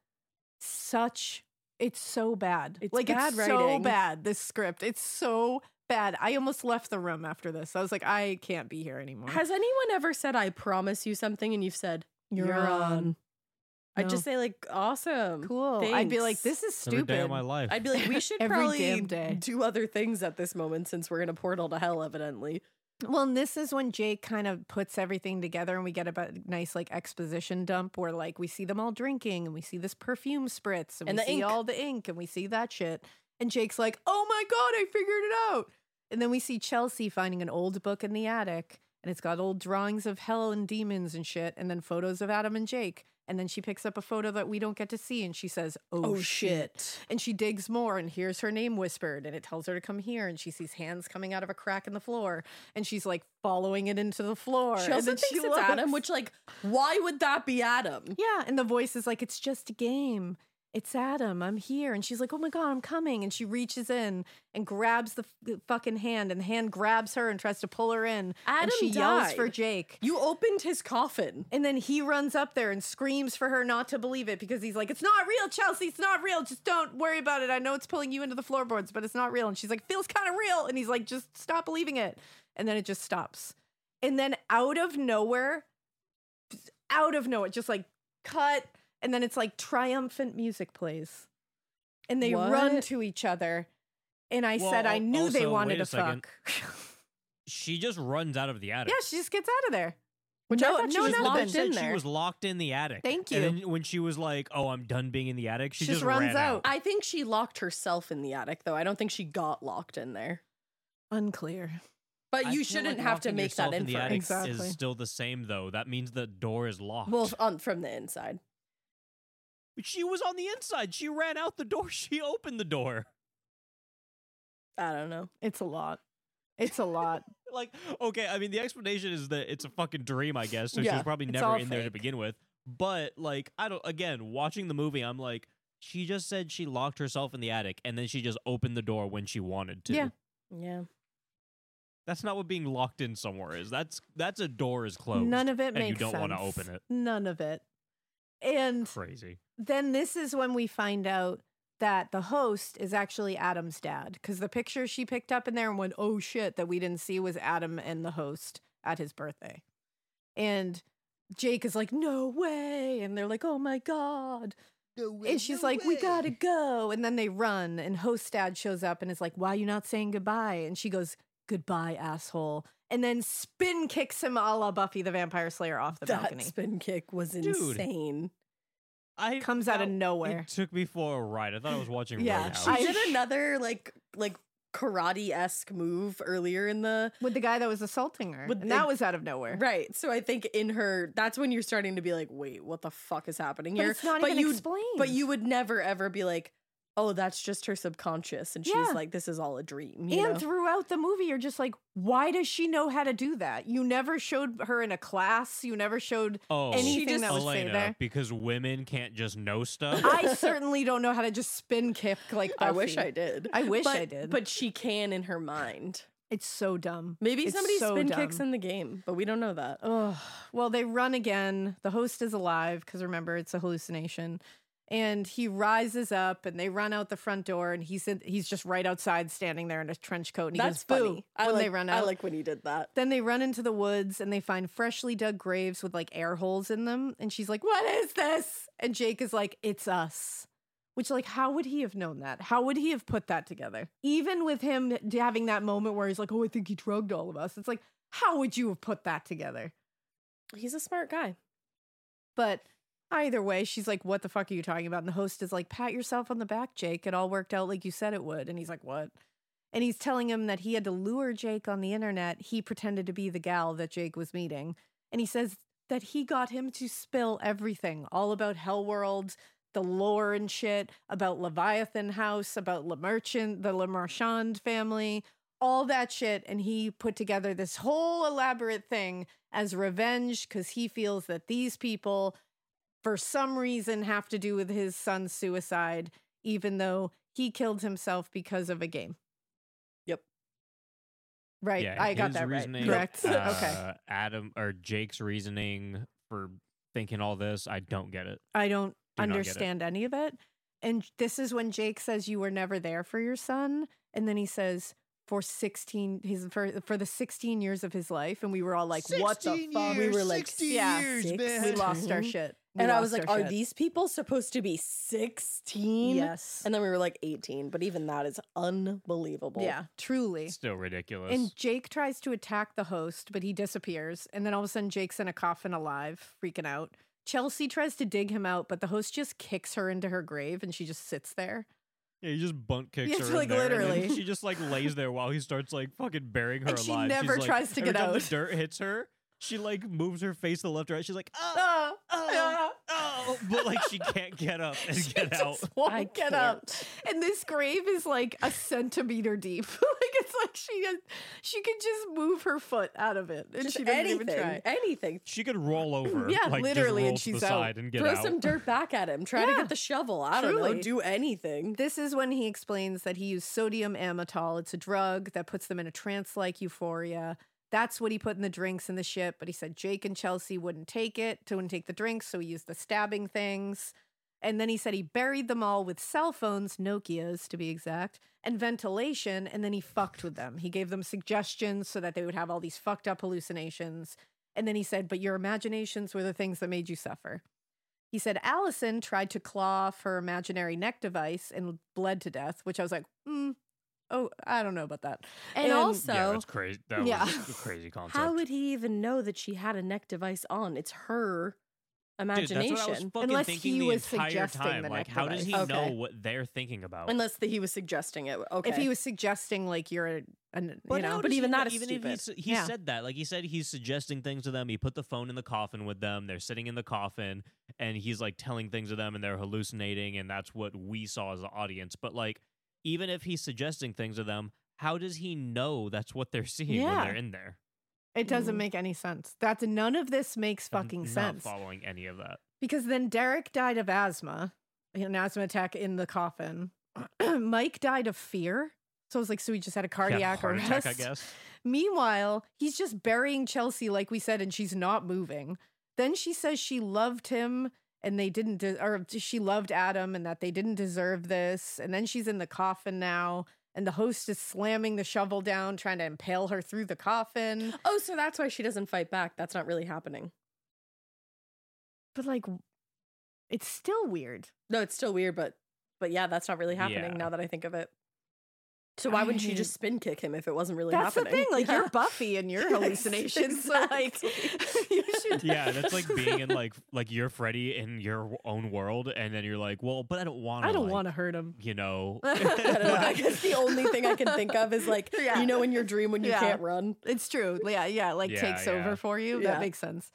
Speaker 6: such, it's so bad.
Speaker 5: It's
Speaker 6: like,
Speaker 5: bad
Speaker 6: it's so
Speaker 5: writing.
Speaker 6: bad, this script. It's so bad. I almost left the room after this. I was like, I can't be here anymore.
Speaker 5: Has anyone ever said I promise you something and you've said you're, on? I'd just
Speaker 6: No.
Speaker 5: say like awesome.
Speaker 6: Cool. I'd be like,
Speaker 5: thanks."
Speaker 6: this is
Speaker 1: Every
Speaker 6: stupid.
Speaker 1: day of my life.
Speaker 5: I'd be like, we should
Speaker 6: Every
Speaker 5: probably
Speaker 6: damn day.
Speaker 5: do other things at this moment since we're in a portal to hell, evidently.
Speaker 6: Well, and this is when Jake kind of puts everything together and we get a bu- nice like exposition dump where like we see them all drinking and we see this perfume spritz and,
Speaker 5: And
Speaker 6: we
Speaker 5: the
Speaker 6: see
Speaker 5: ink.
Speaker 6: all the ink and we see that shit. And Jake's like, oh my God, I figured it out. And then we see Chelsea finding an old book in the attic and it's got old drawings of hell and demons and shit and then photos of Adam and Jake. And then she picks up a photo that we don't get to see and she says, Oh,
Speaker 5: Oh,
Speaker 6: shit. And she digs more and hears her name whispered and it tells her to come here and she sees hands coming out of a crack in the floor and she's like following it into the floor.
Speaker 5: She
Speaker 6: And
Speaker 5: also
Speaker 6: then
Speaker 5: thinks it's Adam,
Speaker 6: which like why would that be Adam? Yeah, and the voice is like, It's just a game. It's Adam. I'm here. And she's like, Oh my God, I'm coming. And she reaches in and grabs the f- fucking hand, and the hand grabs her and tries to pull her in. and
Speaker 11: Adam
Speaker 6: she yells
Speaker 11: died.
Speaker 6: for Jake. You opened his coffin. And then he runs up there and screams for her not to believe it because he's like, It's not real, Chelsea. It's not real. Just don't worry about it. I know it's pulling you into the floorboards, but it's not real. And she's like, Feels kind of real. And he's like, Just stop believing it. And then it just stops. And then out of nowhere, out of nowhere, just like cut, and then it's like triumphant music plays, and they run
Speaker 11: What?
Speaker 6: to each other. And I
Speaker 1: Well,
Speaker 6: said, I knew they
Speaker 1: also,
Speaker 6: wanted
Speaker 1: wait
Speaker 6: to
Speaker 1: a second.
Speaker 6: fuck.
Speaker 1: She just runs out of the attic.
Speaker 6: Yeah, she just gets out of there. Which
Speaker 11: I thought she was
Speaker 1: But
Speaker 11: locked
Speaker 1: then
Speaker 11: in
Speaker 1: said She
Speaker 11: there.
Speaker 1: was locked in the attic.
Speaker 11: Thank
Speaker 1: And
Speaker 11: you.
Speaker 1: then when she was like, "Oh, I'm done being in the attic," she, just, ran
Speaker 11: I think she locked herself in the attic, though. I don't think she got locked in there.
Speaker 6: Unclear.
Speaker 11: But
Speaker 1: I
Speaker 11: you
Speaker 1: feel
Speaker 11: shouldn't
Speaker 1: like
Speaker 11: have to
Speaker 1: locking
Speaker 11: make that
Speaker 1: yourself in the attic
Speaker 11: inference.
Speaker 1: is still the same though. That means the door is locked.
Speaker 11: Well, on, from the inside.
Speaker 1: she was on the inside. She ran out the door. She opened the door.
Speaker 11: I don't know.
Speaker 6: It's a lot. It's a lot.
Speaker 1: Like, okay, I mean, the explanation is that it's a fucking dream, I guess. So she
Speaker 11: Yeah,
Speaker 1: was probably
Speaker 11: it's
Speaker 1: never
Speaker 11: all
Speaker 1: in there to
Speaker 11: fake.
Speaker 1: begin with. But like, I don't. Again, watching the movie, I'm like, she just said she locked herself in the attic, and then she just opened the door when she wanted to.
Speaker 11: Yeah. Yeah.
Speaker 1: That's not what being locked in somewhere is. That's that's a door is closed.
Speaker 6: None of it
Speaker 1: and
Speaker 6: makes
Speaker 1: you don't want to
Speaker 6: sense.
Speaker 1: open it.
Speaker 6: None of it. And
Speaker 1: Crazy.
Speaker 6: then this is when we find out that the host is actually Adam's dad because the picture she picked up in there and went, oh shit, that we didn't see was Adam and the host at his birthday. And Jake is like, no way. And they're like, oh my God. and she's like, we gotta go. And then they run, and host dad shows up and is like, why you not saying goodbye? And she goes, goodbye, asshole. And then spin kicks him a la Buffy the Vampire Slayer off the
Speaker 11: That
Speaker 6: balcony.
Speaker 11: spin kick was
Speaker 6: Dude.
Speaker 11: insane.
Speaker 1: I
Speaker 6: comes out of nowhere.
Speaker 1: It took me for a ride. I thought I was watching.
Speaker 11: Yeah,
Speaker 1: Roadhouse.
Speaker 11: she did another like like karate esque move earlier in the
Speaker 6: with the guy that was assaulting her, and that was out of nowhere,
Speaker 11: right? So I think in her, that's when you're starting to be like, wait, what the fuck is happening
Speaker 6: But
Speaker 11: here?
Speaker 6: it's not even
Speaker 11: you,
Speaker 6: explained.
Speaker 11: But you would never ever be like, oh, that's just her subconscious, and
Speaker 6: Yeah.
Speaker 11: she's like, this is all a dream.
Speaker 6: And
Speaker 11: You know?
Speaker 6: throughout the movie, you're just like, why does she know how to do that? You never showed her in a class. You never showed
Speaker 1: Oh,
Speaker 6: anything that was
Speaker 1: Elena,
Speaker 6: say there.
Speaker 1: because women can't just know stuff.
Speaker 6: I certainly don't know how to just spin kick like Buffy.
Speaker 11: I wish I did.
Speaker 6: I wish I
Speaker 11: But-
Speaker 6: did.
Speaker 11: But she can in her mind.
Speaker 6: it's so dumb.
Speaker 11: Maybe
Speaker 6: It's
Speaker 11: somebody
Speaker 6: so
Speaker 11: spin
Speaker 6: dumb.
Speaker 11: kicks in the game, but we don't know that.
Speaker 6: Ugh. Well, they run again. The host is alive because remember, it's a hallucination. And he rises up and they run out the front door and he's, in, he's just right outside standing there in a trench coat. And he
Speaker 11: That's
Speaker 6: goes, boo,
Speaker 11: funny. I
Speaker 6: when
Speaker 11: like,
Speaker 6: they run
Speaker 11: I
Speaker 6: out.
Speaker 11: like when he did that.
Speaker 6: Then they run into the woods and they find freshly dug graves with like air holes in them. And she's like, What is this? And Jake is like, It's us. Which, like, how would he have known that? How would he have put that together? Even with him d- having that moment where he's like, Oh, I think he drugged all of us. It's like, How would you have put that together?
Speaker 11: He's a smart guy.
Speaker 6: But either way, she's like, What the fuck are you talking about? And the host is like, Pat yourself on the back, Jake. It all worked out like you said it would. And he's like, What? And he's telling him that he had to lure Jake on the internet. He pretended to be the gal that Jake was meeting. And he says that he got him to spill everything all about Hellworld, the lore and shit, about Leviathan House, about Le Merchant, the Le Marchand family, all that shit. And he put together this whole elaborate thing as revenge because he feels that these people for some reason have to do with his son's suicide, even though he killed himself because of a game.
Speaker 11: Yep.
Speaker 6: Right.
Speaker 1: Yeah,
Speaker 6: I got
Speaker 1: his
Speaker 6: that right.
Speaker 1: reasoning,
Speaker 6: Correct.
Speaker 1: uh,
Speaker 6: okay.
Speaker 1: Adam or Jake's reasoning for thinking all this, I don't get it.
Speaker 6: I don't
Speaker 1: do not get it.
Speaker 6: understand any of it. And this is when Jake says you were never there for your son. And then he says, for 16, his, for, for the 16 years of his life. And we were all like, what the
Speaker 11: 16
Speaker 6: fuck?
Speaker 11: years, We were like, 16 years,
Speaker 6: We
Speaker 11: man.
Speaker 6: lost our shit. We
Speaker 11: and I was
Speaker 6: lost
Speaker 11: like,
Speaker 6: our
Speaker 11: are
Speaker 6: shit.
Speaker 11: these people supposed to be 16?
Speaker 6: Yes.
Speaker 11: And then we were like 18, but even that is unbelievable.
Speaker 6: Yeah, truly.
Speaker 1: Still ridiculous.
Speaker 6: And Jake tries to attack the host, but he disappears. And then all of a sudden, Jake's in a coffin alive, freaking out. Chelsea tries to dig him out, but the host just kicks her into her grave and she just sits there.
Speaker 1: yeah, he just bunt kicks
Speaker 6: Yeah,
Speaker 1: her.
Speaker 6: so,
Speaker 1: in
Speaker 6: like,
Speaker 1: there, and then
Speaker 6: literally.
Speaker 1: she just like lays there while he starts like fucking burying her
Speaker 6: And she
Speaker 1: alive. She's
Speaker 6: never
Speaker 1: like-
Speaker 6: tries to
Speaker 1: every
Speaker 6: get
Speaker 1: time the
Speaker 6: out.
Speaker 1: dirt hits her. she like moves her face to the left, right. She's like, ah,
Speaker 6: Uh,
Speaker 10: Oh,
Speaker 1: oh, but like she can't get up and get
Speaker 5: Oh,
Speaker 1: out.
Speaker 6: won't get up. And this grave is like a centimeter deep. like it's like she has, she could just move her foot out of it, and
Speaker 5: Just
Speaker 6: she doesn't even try.
Speaker 5: anything, Anything.
Speaker 1: She could roll over.
Speaker 6: Yeah,
Speaker 1: like, just
Speaker 6: literally,
Speaker 1: roll
Speaker 6: and
Speaker 1: to the
Speaker 6: she's
Speaker 1: side
Speaker 6: out.
Speaker 1: and get
Speaker 5: Throw
Speaker 1: out.
Speaker 5: some dirt back at him. Try to
Speaker 6: Yeah,
Speaker 5: get the shovel. I don't know.
Speaker 6: truly.
Speaker 5: Do anything.
Speaker 6: This is when he explains that he used sodium amytal. It's a drug that puts them in a trance like euphoria. That's what he put in the drinks in the ship, but he said Jake and Chelsea wouldn't take it, wouldn't take the drinks, so he used the stabbing things. And then he said he buried them all with cell phones, Nokias to be exact, and ventilation, and then he fucked with them. He gave them suggestions so that they would have all these fucked up hallucinations. And then he said, But your imaginations were the things that made you suffer. He said Allison tried to claw off her imaginary neck device and bled to death, which I was like, mm, oh, I don't know about that.
Speaker 5: And also-
Speaker 1: yeah, that's crazy. That
Speaker 6: Yeah.
Speaker 1: was a crazy concept.
Speaker 5: How would he even know that she had a neck device on? It's her
Speaker 1: Dude,
Speaker 5: imagination.
Speaker 1: that's what I was fucking
Speaker 6: Unless
Speaker 1: thinking
Speaker 6: he
Speaker 1: the
Speaker 6: was
Speaker 1: entire
Speaker 6: suggesting
Speaker 1: time.
Speaker 6: the
Speaker 1: Like,
Speaker 6: neck
Speaker 1: how does he
Speaker 6: device.
Speaker 1: know
Speaker 6: Okay.
Speaker 1: what they're thinking about?
Speaker 5: Unless the, he was suggesting it. Okay.
Speaker 6: if he was suggesting like you're a, an,
Speaker 1: But
Speaker 6: you know,
Speaker 1: how
Speaker 5: but
Speaker 1: does
Speaker 5: even
Speaker 1: he, know-
Speaker 5: that is
Speaker 1: even
Speaker 5: stupid.
Speaker 1: if he, he
Speaker 6: Yeah.
Speaker 1: said that, like he said, he's suggesting things to them. He put the phone in the coffin with them. They're sitting in the coffin, and he's like telling things to them, and they're hallucinating, and that's what we saw as the audience. But like, even if he's suggesting things to them, how does he know that's what they're seeing when
Speaker 6: Yeah.
Speaker 1: they're in there?
Speaker 6: it doesn't
Speaker 5: Mm.
Speaker 6: make any sense. That's none of this makes
Speaker 1: I'm
Speaker 6: fucking
Speaker 1: Mm-hmm. not
Speaker 6: sense.
Speaker 1: following any of that.
Speaker 6: Because then Derek died of asthma, an asthma attack in the coffin. Mike died of fear. So I was like, so he just had a
Speaker 1: He had a
Speaker 6: cardiac
Speaker 1: heart
Speaker 6: arrest.
Speaker 1: attack, I guess.
Speaker 6: Meanwhile, he's just burying Chelsea, like we said, and she's not moving. Then she says she loved him and they didn't, de- or she loved Adam and that they didn't deserve this. And then she's in the coffin now, and the host is slamming the shovel down, trying to impale her through the coffin.
Speaker 5: oh, so that's why she doesn't fight back. That's not really happening.
Speaker 6: But like, it's still weird.
Speaker 5: No, it's still weird, but but yeah, that's not really happening
Speaker 1: Yeah.
Speaker 5: now that I think of it. So why wouldn't she just spin kick him if it wasn't really
Speaker 6: That's
Speaker 5: happening?
Speaker 6: the thing. Like,
Speaker 5: Yeah.
Speaker 6: you're Buffy and your hallucinations. So, like, you should.
Speaker 1: yeah, that's like being in like like you're Freddy in your w- own world, and then you're like, well, but I don't want.
Speaker 6: I don't
Speaker 1: like,
Speaker 6: want to hurt him.
Speaker 1: You know,
Speaker 5: I, don't know, I guess the only thing I can think of is like
Speaker 6: Yeah.
Speaker 5: you know in your dream when you
Speaker 6: Yeah.
Speaker 5: can't run.
Speaker 6: It's true. Yeah, yeah. Like
Speaker 1: Yeah,
Speaker 6: takes
Speaker 1: yeah.
Speaker 6: over for you.
Speaker 5: Yeah.
Speaker 6: That makes sense.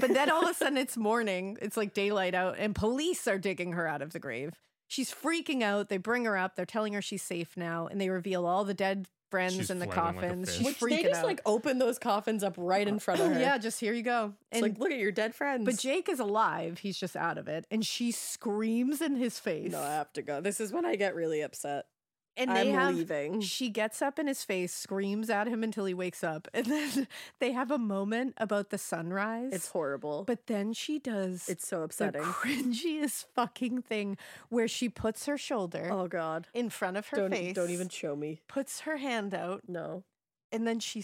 Speaker 6: But then all of a sudden it's morning. It's like daylight out, and police are digging her out of the grave. She's freaking out. They bring her up. They're telling her she's safe now, and they reveal all the dead friends
Speaker 1: She's
Speaker 6: in the
Speaker 1: flailing like a
Speaker 6: coffins.
Speaker 1: fish.
Speaker 6: she's
Speaker 5: Which
Speaker 6: freaking
Speaker 5: they just
Speaker 6: out.
Speaker 5: like open those coffins up right in front of her.
Speaker 6: yeah, just here you go. And-
Speaker 5: It's like look at your dead friends.
Speaker 6: but Jake is alive. He's just out of it, and she screams in his face.
Speaker 5: no, I have to go. This is when I get really upset.
Speaker 6: and they
Speaker 5: I'm
Speaker 6: have,
Speaker 5: leaving.
Speaker 6: She gets up in his face, screams at him until he wakes up, and then they have a moment about the sunrise.
Speaker 5: It's horrible.
Speaker 6: But then she does
Speaker 5: it's so upsetting.
Speaker 6: the cringiest fucking thing where she puts her shoulder
Speaker 5: Oh god.
Speaker 6: in front of her
Speaker 5: don't e-,
Speaker 6: face.
Speaker 5: don't even show me.
Speaker 6: puts her hand out
Speaker 5: No.
Speaker 6: and then she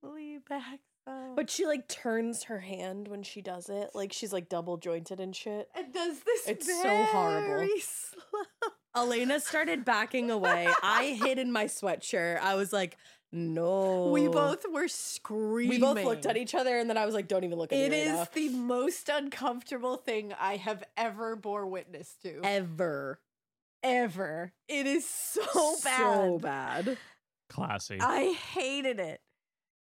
Speaker 6: slowly backs up.
Speaker 5: But she like turns her hand when she does it. Like she's like double jointed and shit.
Speaker 6: and does this
Speaker 5: It's so horrible.
Speaker 6: very slow.
Speaker 5: Elena started backing away. I hid in my sweatshirt. I was like, no.
Speaker 6: We both were screaming.
Speaker 5: Oh. we both looked at each other, and then I was like, don't even look at
Speaker 6: It
Speaker 5: me right
Speaker 6: is
Speaker 5: now.
Speaker 6: the most uncomfortable thing I have ever bore witness to.
Speaker 5: ever
Speaker 6: Ever. It is so bad.
Speaker 5: so bad.
Speaker 1: classy.
Speaker 6: I hated it.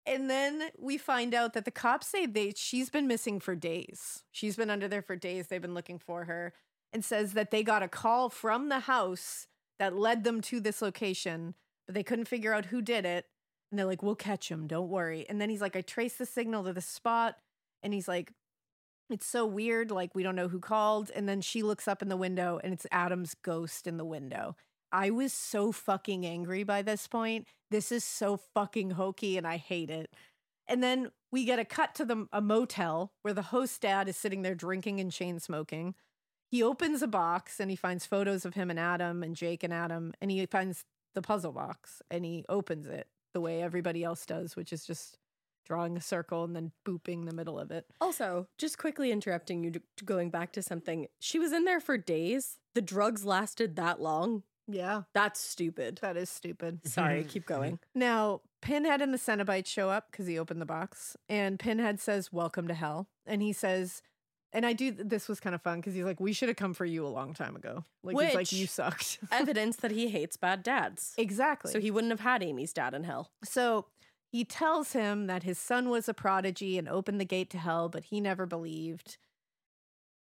Speaker 6: And then we find out that the cops say they she's been missing for days. She's been under there for days. They've been looking for her and says that they got a call from the house that led them to this location, but they couldn't figure out who did it. And they're like, "We'll catch him. Don't worry." And then he's like, "I traced the signal to the spot." And he's like, "It's so weird. Like we don't know who called." And then she looks up in the window and it's Adam's ghost in the window. I was so fucking angry by this point. This is so fucking hokey and I hate it. And then we get a cut to the a motel where the host dad is sitting there drinking and chain smoking. He opens a box and he finds photos of him and Adam and Jake and Adam and he finds the puzzle box and he opens it the way everybody else does, which is just drawing a circle and then booping the middle of it.
Speaker 5: Also, just quickly interrupting you, to- to going back to something. She was in there for days. The drugs lasted that long.
Speaker 6: Yeah,
Speaker 5: That's stupid.
Speaker 6: that is stupid.
Speaker 5: Sorry, keep going.
Speaker 6: Now, Pinhead and the Cenobites show up because he opened the box, and Pinhead says, "Welcome to hell," and he says. And I do. This was kind of fun because he's like, "We should have come for you a long time ago." Like he's like,
Speaker 5: Which-
Speaker 6: "You sucked."
Speaker 5: Evidence that he hates bad dads.
Speaker 6: exactly.
Speaker 5: So he wouldn't have had Amy's dad in hell.
Speaker 6: So He tells him that his son was a prodigy and opened the gate to hell, but he never believed.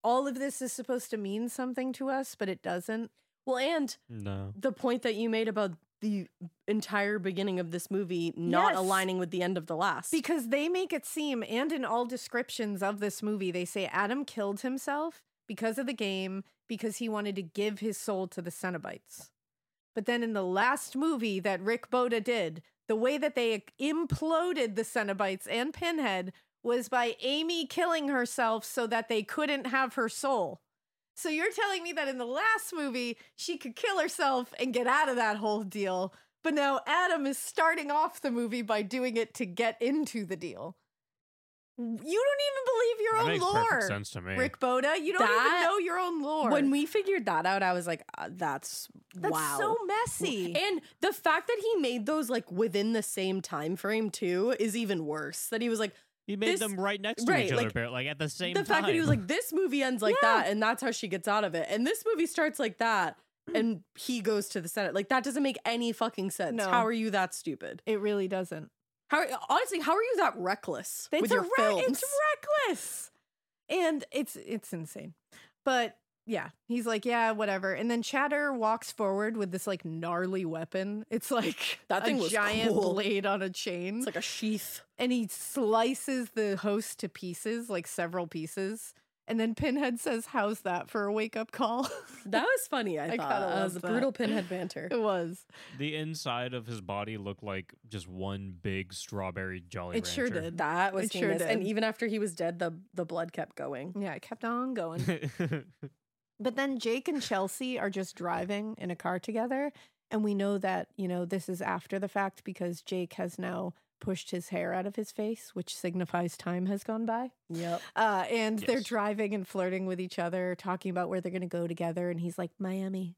Speaker 6: All of this is supposed to mean something to us, but it doesn't.
Speaker 5: Well, and
Speaker 1: No.
Speaker 5: the point that you made about the entire beginning of this movie not
Speaker 6: Yes.
Speaker 5: aligning with the end of the last.
Speaker 6: Because they make it seem, and in all descriptions of this movie, they say Adam killed himself because of the game, because he wanted to give his soul to the Cenobites. But then in the last movie that Rick Boda did, the way that they imploded the Cenobites and Pinhead was by Amy killing herself so that they couldn't have her soul. So you're telling me that in the last movie, she could kill herself and get out of that whole deal. But now Adam is starting off the movie by doing it to get into the deal. You don't even
Speaker 1: That
Speaker 6: believe
Speaker 1: makes
Speaker 6: your own
Speaker 1: perfect
Speaker 6: lore.
Speaker 1: sense to me.
Speaker 6: Rick Boda, you don't
Speaker 5: That-
Speaker 6: even know your own lore.
Speaker 5: When we figured that out, I was like, uh, that's,
Speaker 6: That's
Speaker 5: wow.
Speaker 6: so messy.
Speaker 5: And the fact that he made those like within the same time frame too is even worse. That he was like,
Speaker 1: He made
Speaker 5: this-
Speaker 1: them right next to
Speaker 5: right,
Speaker 1: each other,
Speaker 5: like,
Speaker 1: apparently, like at the same
Speaker 5: the
Speaker 1: time.
Speaker 5: fact that he was like, this movie ends like
Speaker 6: Yeah.
Speaker 5: that, and that's how she gets out of it. And this movie starts like that, and he goes to the Senate. Like that doesn't make any fucking sense.
Speaker 6: No.
Speaker 5: How are you that stupid?
Speaker 6: it really doesn't.
Speaker 5: How honestly, how are you that reckless
Speaker 6: It's
Speaker 5: with
Speaker 6: a
Speaker 5: your
Speaker 6: re-
Speaker 5: films?
Speaker 6: It's reckless, and it's it's insane. But yeah, he's like, yeah, whatever. And then Chatter walks forward with this like gnarly weapon. It's like
Speaker 5: That thing
Speaker 6: a
Speaker 5: was
Speaker 6: giant
Speaker 5: cool.
Speaker 6: blade on a chain.
Speaker 5: It's like a sheath.
Speaker 6: and he slices the host to pieces, like several pieces. And then Pinhead says, "How's that for a wake up call?"
Speaker 5: That was funny. I,
Speaker 6: I
Speaker 5: thought
Speaker 6: kinda
Speaker 5: that was
Speaker 6: loved
Speaker 5: a brutal
Speaker 6: that.
Speaker 5: pinhead banter.
Speaker 6: it was.
Speaker 1: the inside of his body looked like just one big strawberry jolly
Speaker 6: It sure
Speaker 1: Rancher.
Speaker 6: did.
Speaker 5: That was
Speaker 6: It sure
Speaker 5: heinous. And
Speaker 6: did.
Speaker 5: even after he was dead, the the blood kept going.
Speaker 6: Yeah, it kept on going. But then Jake and Chelsea are just driving in a car together. And we know that, you know, this is after the fact because Jake has now pushed his hair out of his face, which signifies time has gone by.
Speaker 5: Yep.
Speaker 6: Uh, and they're
Speaker 1: Yes.
Speaker 6: driving and flirting with each other, talking about where they're going to go together. And he's like, Miami.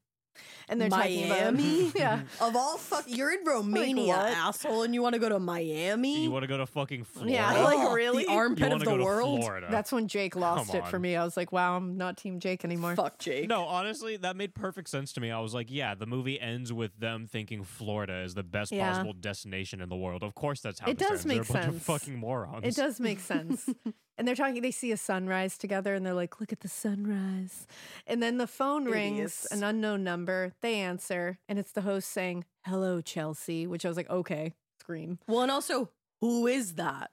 Speaker 6: And they're talking
Speaker 5: Miami?
Speaker 6: about, yeah.
Speaker 5: Of all fuck, you're in Romania,
Speaker 6: what?
Speaker 5: asshole, and you want to go to Miami?
Speaker 1: You want to go to fucking Florida?
Speaker 6: Yeah,
Speaker 5: Florida?
Speaker 6: like
Speaker 5: Oh,
Speaker 6: really?
Speaker 5: the armpit
Speaker 1: You
Speaker 5: of
Speaker 1: wanna
Speaker 5: the
Speaker 1: go to
Speaker 5: world?
Speaker 1: Florida.
Speaker 6: That's when Jake lost it for
Speaker 1: on.
Speaker 6: me. I was like, wow, I'm not Team Jake anymore.
Speaker 5: Fuck Jake.
Speaker 1: No, honestly, that made perfect sense to me. I was like, yeah, the movie ends with them thinking Florida is the best
Speaker 6: Yeah.
Speaker 1: possible destination in the world. Of course, that's how
Speaker 6: It
Speaker 1: this
Speaker 6: does
Speaker 1: ends. They're
Speaker 6: make
Speaker 1: a bunch
Speaker 6: sense.
Speaker 1: of fucking morons.
Speaker 6: It does make sense. and they're talking, they see a sunrise together and they're like, look at the sunrise. And then the phone rings,
Speaker 5: Idiots.
Speaker 6: an unknown number. They answer, and it's the host saying, hello, Chelsea, which I was like, okay, scream.
Speaker 5: Well, and also, who is that?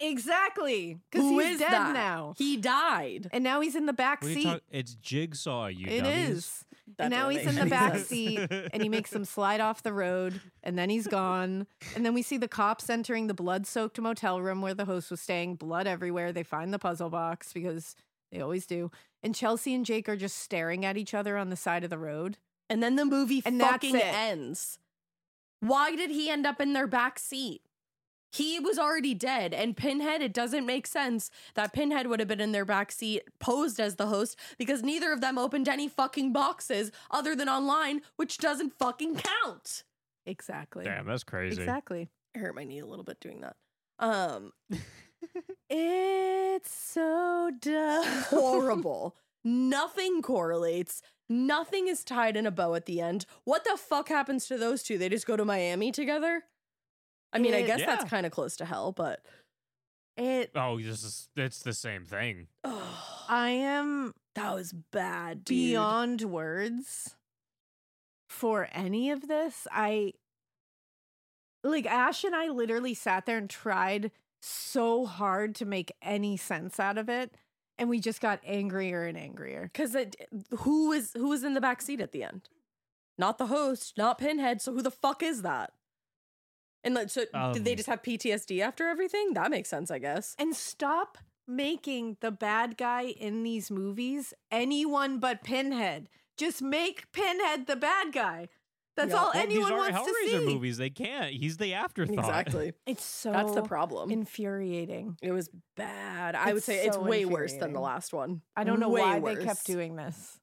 Speaker 6: Exactly. Because
Speaker 5: Who
Speaker 6: he's
Speaker 5: is
Speaker 6: dead
Speaker 5: that?
Speaker 6: now.
Speaker 5: He died.
Speaker 6: And now he's in the back
Speaker 1: What are you
Speaker 6: seat.
Speaker 1: talk- it's Jigsaw, you
Speaker 6: It
Speaker 1: dummies.
Speaker 6: is.
Speaker 5: That
Speaker 6: and now
Speaker 5: doesn't
Speaker 6: he's
Speaker 5: make
Speaker 6: in the
Speaker 5: any
Speaker 6: back
Speaker 5: sense.
Speaker 6: seat and he makes them slide off the road and then he's gone. And then we see the cops entering the blood soaked motel room where the host was staying, blood everywhere. They find the puzzle box because they always do. And Chelsea and Jake are just staring at each other on the side of the road.
Speaker 5: And then the movie
Speaker 6: And that's
Speaker 5: fucking
Speaker 6: it.
Speaker 5: ends. Why did he end up in their back seat? He was already dead, and Pinhead, it doesn't make sense that Pinhead would have been in their back seat, posed as the host, because neither of them opened any fucking boxes other than online, which doesn't fucking count.
Speaker 6: Exactly.
Speaker 1: Damn, that's crazy.
Speaker 6: Exactly.
Speaker 5: I hurt my knee a little bit doing that. Um,
Speaker 6: It's so dumb.
Speaker 5: horrible. Nothing correlates. Nothing is tied in a bow at the end. What the fuck happens to those two? They just go to Miami together? I mean, I
Speaker 6: It-
Speaker 5: guess that's
Speaker 1: Yeah.
Speaker 5: kind of close to hell, but
Speaker 6: It
Speaker 1: Oh, this is it's the same thing.
Speaker 6: I am
Speaker 5: that was bad, dude.
Speaker 6: beyond words for any of this. I like Ash and I literally sat there and tried so hard to make any sense out of it, and we just got angrier and angrier.
Speaker 5: Because who was who was in the back seat at the end? Not the host, not Pinhead. So who the fuck is that? And like, so did they
Speaker 1: Um.
Speaker 5: just have PTSD after everything? That makes sense, I guess.
Speaker 6: And stop making the bad guy in these movies anyone but Pinhead. Just make Pinhead the bad guy. That's
Speaker 5: Yeah.
Speaker 6: all
Speaker 1: Well,
Speaker 6: anyone
Speaker 1: these aren't
Speaker 6: wants to
Speaker 1: Hellraiser
Speaker 6: see.
Speaker 1: movies. They can't. He's the afterthought.
Speaker 5: Exactly.
Speaker 6: It's so
Speaker 5: That's the problem.
Speaker 6: infuriating.
Speaker 5: It was bad. I would
Speaker 6: It's
Speaker 5: say it's
Speaker 6: so
Speaker 5: way worse than the
Speaker 6: infuriating.
Speaker 5: last one.
Speaker 6: I don't know
Speaker 5: Way
Speaker 6: why they
Speaker 5: worse.
Speaker 6: kept doing this,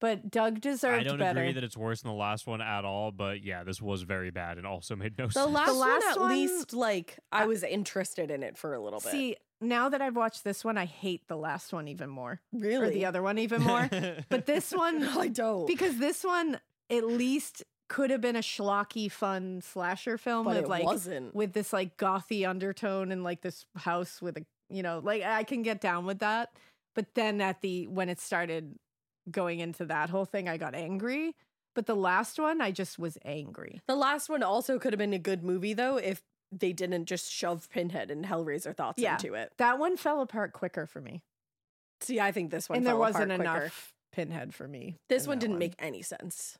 Speaker 6: but Doug deserved
Speaker 1: I don't
Speaker 6: better.
Speaker 1: agree that it's worse than the last one at all, but yeah, this was very bad and also made no
Speaker 5: the
Speaker 1: sense.
Speaker 5: last,
Speaker 6: last
Speaker 5: one. At
Speaker 6: one-
Speaker 5: least, like, I was interested in it for a little bit.
Speaker 6: See, now that I've watched this one, I hate the last one even more,
Speaker 5: really,
Speaker 6: or the other one even more. but this one,
Speaker 5: No, I don't.
Speaker 6: because this one at least could have been a schlocky, fun slasher film
Speaker 5: But
Speaker 6: with
Speaker 5: it
Speaker 6: like
Speaker 5: wasn't.
Speaker 6: with this like gothy undertone and like this house with a you know like I can get down with that. But then at the when it started going into that whole thing, I got angry. But the last one, I just was angry.
Speaker 5: The last one also could have been a good movie though if they didn't just shove Pinhead and Hellraiser thoughts
Speaker 6: Yeah.
Speaker 5: into it.
Speaker 6: That one fell apart quicker for me,
Speaker 5: See, I think this one
Speaker 6: and there
Speaker 5: fell apart
Speaker 6: wasn't
Speaker 5: quicker.
Speaker 6: enough pinhead for me.
Speaker 5: This
Speaker 6: in
Speaker 5: one
Speaker 6: that
Speaker 5: didn't make any sense.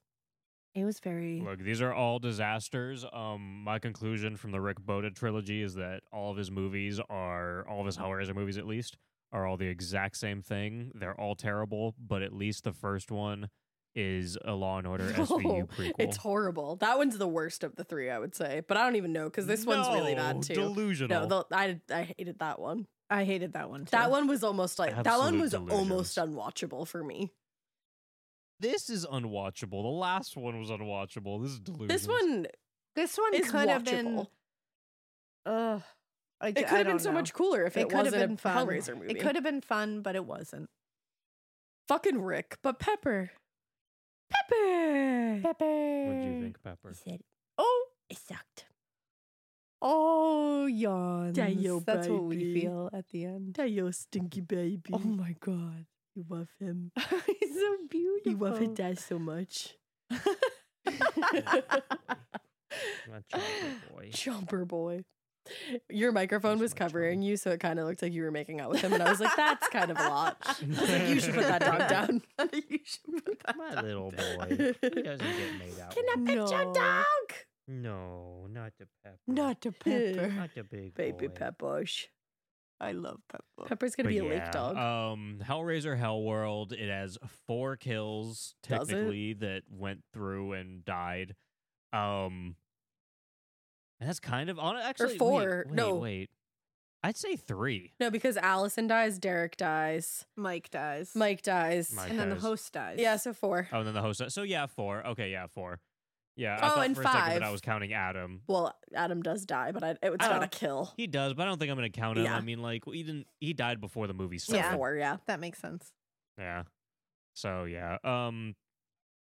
Speaker 6: It was very
Speaker 1: Look, these are all disasters. Um, my conclusion from the Rick Boda trilogy is that all of his movies are all of his Hellraiser movies, at least, are all the exact same thing. They're all terrible, but at least the first one is a Law and Order SVU
Speaker 5: No,
Speaker 1: prequel.
Speaker 5: It's horrible. That one's the worst of the three, I would say. But I don't even know because this one's really
Speaker 1: No,
Speaker 5: bad too.
Speaker 1: delusional.
Speaker 5: No, the, I I hated that one.
Speaker 6: I hated that one.
Speaker 5: That one was almost like that one
Speaker 1: Absolute
Speaker 5: was almost
Speaker 1: delusions.
Speaker 5: unwatchable for me.
Speaker 1: this is unwatchable. The last one was unwatchable. This is delusional.
Speaker 5: This one,
Speaker 6: this one
Speaker 5: is
Speaker 6: could have been.
Speaker 5: watchable.
Speaker 6: Ugh. I,
Speaker 5: It could have been so much cooler if it,
Speaker 6: could
Speaker 5: wasn't
Speaker 6: have been
Speaker 5: a
Speaker 6: fun.
Speaker 5: Hellraiser movie.
Speaker 6: It could have been fun, but it wasn't.
Speaker 5: fucking Rick, but Pepper.
Speaker 6: Pepper. Pepper.
Speaker 1: What do you think, Pepper?
Speaker 6: Oh,
Speaker 5: it sucked.
Speaker 6: Oh, yawns.
Speaker 5: Dayo,
Speaker 6: That's what we
Speaker 5: baby.
Speaker 6: feel at the end.
Speaker 5: Dayo, stinky baby.
Speaker 6: Oh my god,
Speaker 5: you love him.
Speaker 6: he's so beautiful.
Speaker 5: You love his dad so much.
Speaker 1: boy.
Speaker 5: Jumper boy. Your microphone was covering you, so it kind of looked like you were making out with him, and I was like, "That's kind of a lot." I was like, "You should put that dog down." you should put that
Speaker 1: My little boy. He doesn't get made out.
Speaker 5: Can I
Speaker 1: with.
Speaker 5: pet your
Speaker 6: No.
Speaker 5: dog?
Speaker 1: No, not the Pepper.
Speaker 6: Not a pepper.
Speaker 1: Eh, Not the big
Speaker 5: Baby
Speaker 1: boy.
Speaker 5: Pepposh.
Speaker 6: I love pepper.
Speaker 5: Pepper's gonna
Speaker 1: But
Speaker 5: be a
Speaker 1: yeah,
Speaker 5: lake dog.
Speaker 1: Um, Hellraiser Hellworld. It has four kills
Speaker 5: Does it?
Speaker 1: technically that went through and died. Um, and that's kind of on actually wait,
Speaker 5: four,
Speaker 1: Wait,
Speaker 5: no.
Speaker 1: wait, I'd say three.
Speaker 5: no, because Allison dies, Derek dies,
Speaker 6: Mike dies.
Speaker 5: Mike dies,
Speaker 1: Mike
Speaker 6: and then
Speaker 1: dies.
Speaker 6: the host dies.
Speaker 5: Yeah, so four.
Speaker 1: Oh, and then the host. So yeah, four. Okay, yeah, four. Yeah. I
Speaker 5: Oh,
Speaker 1: thought
Speaker 5: and
Speaker 1: for a second
Speaker 5: five.
Speaker 1: that I was counting Adam.
Speaker 5: Well, Adam does die, but I, it was
Speaker 1: I
Speaker 5: not
Speaker 1: don't-
Speaker 5: a kill.
Speaker 1: He does, but I don't think I'm gonna count him.
Speaker 5: Yeah.
Speaker 1: I mean, like he didn't. He died before the movie
Speaker 5: So
Speaker 1: started.
Speaker 5: four, yeah.
Speaker 6: That makes sense.
Speaker 1: Yeah. So yeah. Um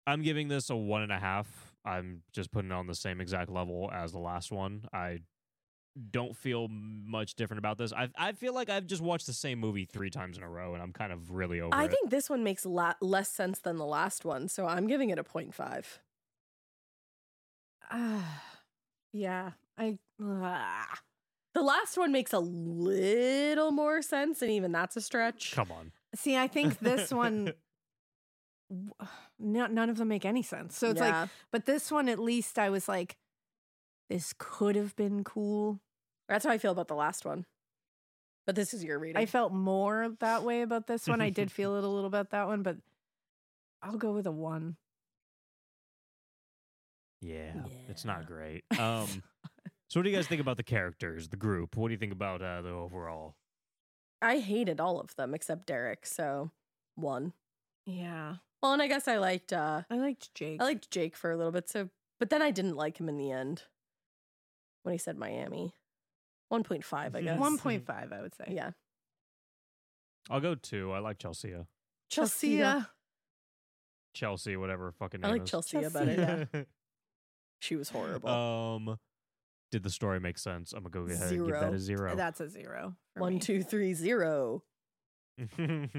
Speaker 1: I'm giving this a one and a half. I'm just putting it on the same exact level as the last one. I don't feel much different about this. I I feel like I've just watched the same movie three times in a row, and I'm kind of really over
Speaker 5: I
Speaker 1: it.
Speaker 5: think this one makes la- less sense than the last one, so I'm giving it a 0.5.
Speaker 6: Ah, yeah. I. ah.
Speaker 5: The last one makes a little more sense, and even that's a stretch.
Speaker 1: Come on.
Speaker 6: See, I think this one. w- No, none of them make any sense. So it's
Speaker 5: Yeah.
Speaker 6: like, but this one at least I was like, this could have been cool.
Speaker 5: That's how I feel about the last one. But this is your reading.
Speaker 6: I felt more that way about this one. I did feel it a little about that one, but I'll go with a one.
Speaker 1: Yeah, It's not great. Um So what do you guys think about the characters, the group? What do you think about uh, the overall?
Speaker 5: I hated all of them except Derek, so one.
Speaker 6: Yeah.
Speaker 5: Well, and I guess I liked uh
Speaker 6: I liked Jake.
Speaker 5: I liked Jake for a little bit, so but then I didn't like him in the end. When he said Miami. 1.5,
Speaker 1: Mm-hmm.
Speaker 5: I guess.
Speaker 6: 1.5, I would say.
Speaker 5: Yeah.
Speaker 1: I'll go two. I like Chelsea. uh,
Speaker 5: Chelsea. I
Speaker 1: Chelsea, whatever her fucking name
Speaker 5: like
Speaker 1: is.
Speaker 5: Chelsea
Speaker 6: Chelsea.
Speaker 5: better. She was horrible.
Speaker 1: Um, did the story make sense? I'm gonna go ahead and give that
Speaker 5: Zero.
Speaker 1: a zero.
Speaker 6: That's a zero. for
Speaker 5: One,
Speaker 6: me.
Speaker 5: two, three, zero.
Speaker 1: um,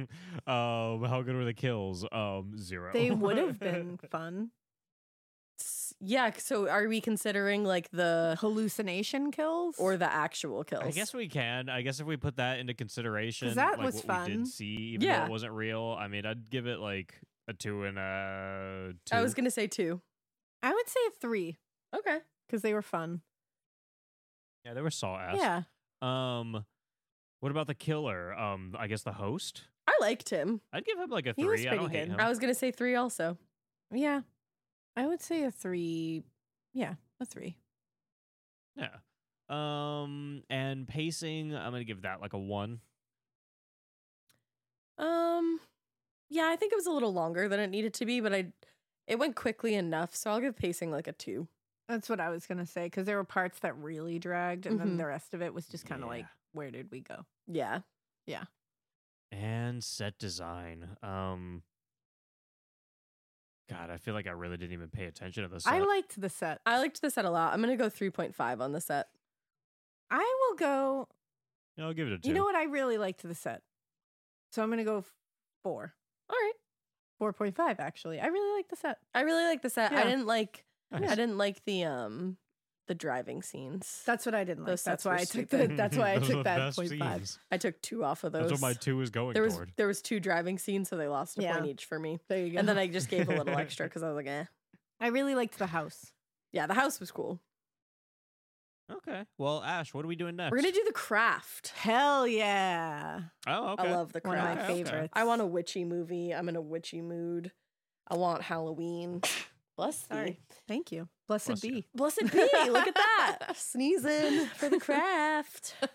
Speaker 1: how good were the kills? Um, zero.
Speaker 6: They would have been fun.
Speaker 5: S- Yeah. So are we considering like the
Speaker 6: Hallucination kills?
Speaker 5: or the actual kills?
Speaker 1: I guess we can. I guess if we put that into consideration,
Speaker 6: that
Speaker 1: like
Speaker 6: was
Speaker 1: what we
Speaker 6: fun.
Speaker 1: did see, even though
Speaker 5: Yeah.
Speaker 1: it wasn't real. I mean, I'd give it like a two and a two.
Speaker 5: I was gonna say two.
Speaker 6: I would say a three
Speaker 5: Okay.
Speaker 6: because they were fun.
Speaker 1: yeah, they were saw ass.
Speaker 6: Yeah.
Speaker 1: Um, what about the killer? Um, I guess the host.
Speaker 5: I liked him.
Speaker 1: I'd give him like a
Speaker 6: He was
Speaker 1: three. I don't
Speaker 6: pretty
Speaker 1: hate
Speaker 6: good.
Speaker 1: him.
Speaker 5: I was gonna say three also.
Speaker 6: Yeah. I would say a three. Yeah. A three.
Speaker 1: Yeah. Um, and pacing, I'm gonna give that like a one.
Speaker 5: Um, yeah, I think it was a little longer than it needed to be, but I it went quickly enough, so I'll give pacing like a two.
Speaker 6: That's what I was going to say because there were parts that really dragged and
Speaker 5: Mhm.
Speaker 6: then the rest of it was just kind of
Speaker 1: Yeah.
Speaker 6: like, where did we go?
Speaker 5: Yeah,
Speaker 1: and set design. Um God, I feel like I really didn't even pay attention to this.
Speaker 6: I liked the set.
Speaker 11: I liked the set a lot. I'm gonna go 3.5 on the set.
Speaker 6: I will go.
Speaker 1: I'll give it a two.
Speaker 6: You know what? I really liked the set. So I'm going to go f- four.
Speaker 11: All right.
Speaker 6: 4.5 actually. I really like the set.
Speaker 11: I really like the set. I
Speaker 6: Yeah.
Speaker 11: didn't like.
Speaker 6: Nice.
Speaker 11: I didn't like the um the driving scenes.
Speaker 6: That's what I didn't like.
Speaker 11: Those
Speaker 6: That's
Speaker 11: sets were
Speaker 6: why I took the,
Speaker 11: stupid.
Speaker 6: that's why I
Speaker 1: Those are the
Speaker 6: took that
Speaker 1: best
Speaker 6: point five.
Speaker 1: scenes.
Speaker 11: I took two off of those.
Speaker 1: That's what my two is going
Speaker 11: there was
Speaker 1: toward.
Speaker 11: there was two driving scenes, so they lost a point
Speaker 6: Yeah.
Speaker 11: each for me.
Speaker 6: There you go.
Speaker 11: And then I just gave a little extra because I was like, eh.
Speaker 6: I really liked the house.
Speaker 11: Yeah, the house was cool.
Speaker 1: Okay. Well, Ash, what are we doing next?
Speaker 11: We're gonna do the craft.
Speaker 6: Hell yeah.
Speaker 1: Oh, okay.
Speaker 11: I love the
Speaker 6: One
Speaker 11: craft.
Speaker 6: of my favorites.
Speaker 11: I want a witchy movie. I'm in a witchy mood. I want Halloween. Bless
Speaker 6: Sorry.
Speaker 11: thee.
Speaker 6: Thank you. Blessed
Speaker 1: Bless you.
Speaker 6: be.
Speaker 11: Blessed be. Look at that. Sneezing for the
Speaker 5: Um,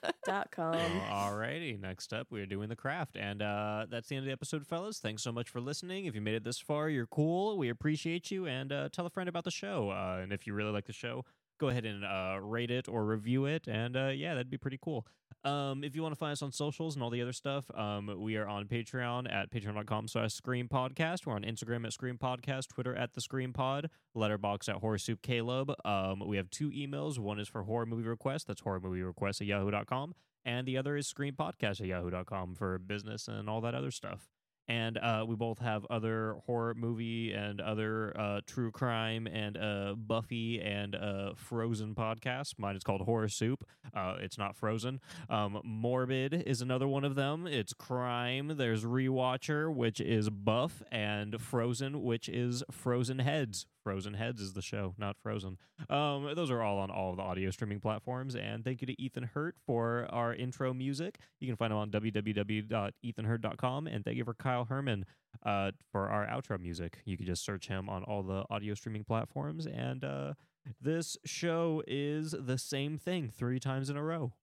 Speaker 11: craft.com.
Speaker 1: Alrighty, next up we are doing the craft, and uh, that's the end of the episode, fellas. Thanks so much for listening. If you made it this far, you're cool. We appreciate you, and uh, tell a friend about the show. Uh, and if you really like the show, go ahead and uh, rate it or review it, and uh, yeah, that'd be pretty cool. Um, if you want to find us on socials and all the other stuff, um, we are on Patreon at patreon.com slash Scream Podcast. We're on Instagram at Scream Podcast, Twitter at The Scream Pod, Letterbox at Horror Soup Caleb. Um, we have two emails. One is for horror movie requests. That's horror movie requests at yahoo.com. And the other is Scream Podcast at yahoo.com for business and all that other stuff. And uh, we both have other horror movie and other uh, true crime and uh, Buffy and uh, Frozen podcasts. Mine is called Horror Soup. Uh, it's not Frozen. Um, Morbid is another one of them. It's crime. There's Rewatcher, which is Buff, and Frozen, which is Frozen Heads. Frozen Heads is the show, not Frozen. Um, those are all on all of the audio streaming platforms. And thank you to Ethan Hurt for our intro music. You can find him on www.ethanhurt.com. And thank you for Kyle Herman uh, for our outro music. You can just search him on all the audio streaming platforms. And uh, this show is the same thing three times in a row.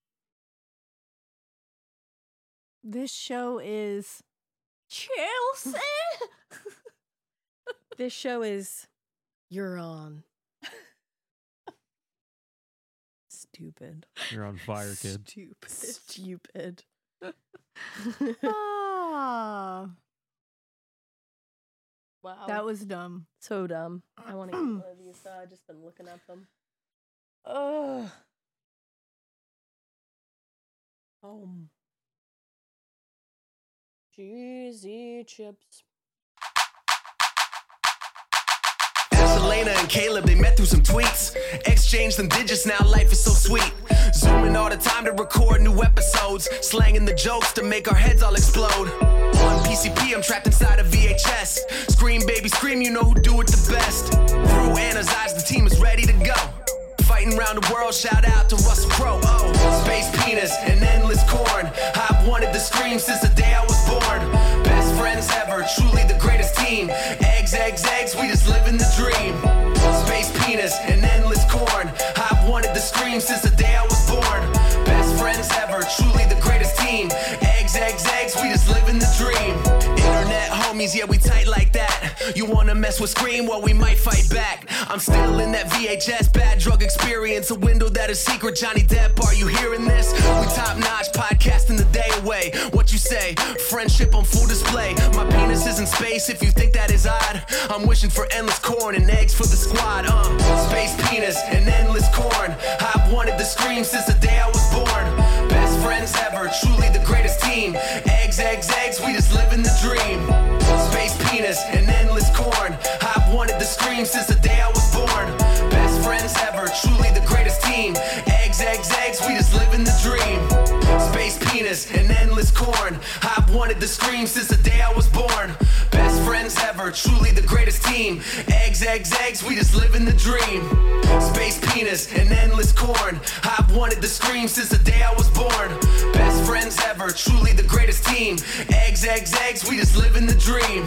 Speaker 6: This show is Chelsea.
Speaker 11: This show is You're on. Stupid.
Speaker 1: You're on fire, kid.
Speaker 11: Stupid. Stupid.
Speaker 6: Ah,
Speaker 11: wow.
Speaker 6: that was dumb.
Speaker 11: so dumb. I want to get one of these. Uh, I've just been looking at them. Ugh. Oh. Cheesy chips.
Speaker 13: Ask Elena and Caleb, they met through some tweets. Exchanged them digits, now life is so sweet. Zooming all the time to record new episodes. Slanging the jokes to make our heads all explode. On PCP, I'm trapped inside a VHS. Scream, baby, scream, you know who do it the best. Through Anna's eyes, the team is ready to go. Fighting round the world, shout out to Russell Crowe. Oh, space penis and endless corn. I've wanted to scream since the day I was born. Best friends ever, truly the greatest team. Eggs, eggs, eggs, we just living the dream. Space penis and endless corn. I've wanted to scream since the day I was born. Best friends ever, truly the greatest team. Eggs, eggs, eggs, we just living the dream. Internet homies, yeah, we tight like that. You wanna mess with Scream? Well, we might fight back. I'm still in that VHS bad drug experience, a window that is secret. Johnny Depp, are you hearing this? We top notch podcasting the day away. What you say? Friendship on full display. My penis is in space if you think that is odd. I'm wishing for endless corn and eggs for the squad. Uh, space penis and endless corn. I've wanted to scream since the day I was born. Best friends ever, truly the greatest team. Eggs, eggs, eggs, we just living the dream. Space penis and endless corn. I've wanted to scream since the day I was born. Best friends ever, truly the greatest team. Eggs, eggs, eggs, we just living the dream. Space penis and endless corn. I've wanted to scream since the day I was born. Best friends ever, truly the greatest team. Eggs, eggs, eggs, we just living the dream. Space penis and endless corn. I've wanted to scream since the day I was born. Best friends ever, truly the greatest team. Eggs, eggs, eggs, we just living the dream.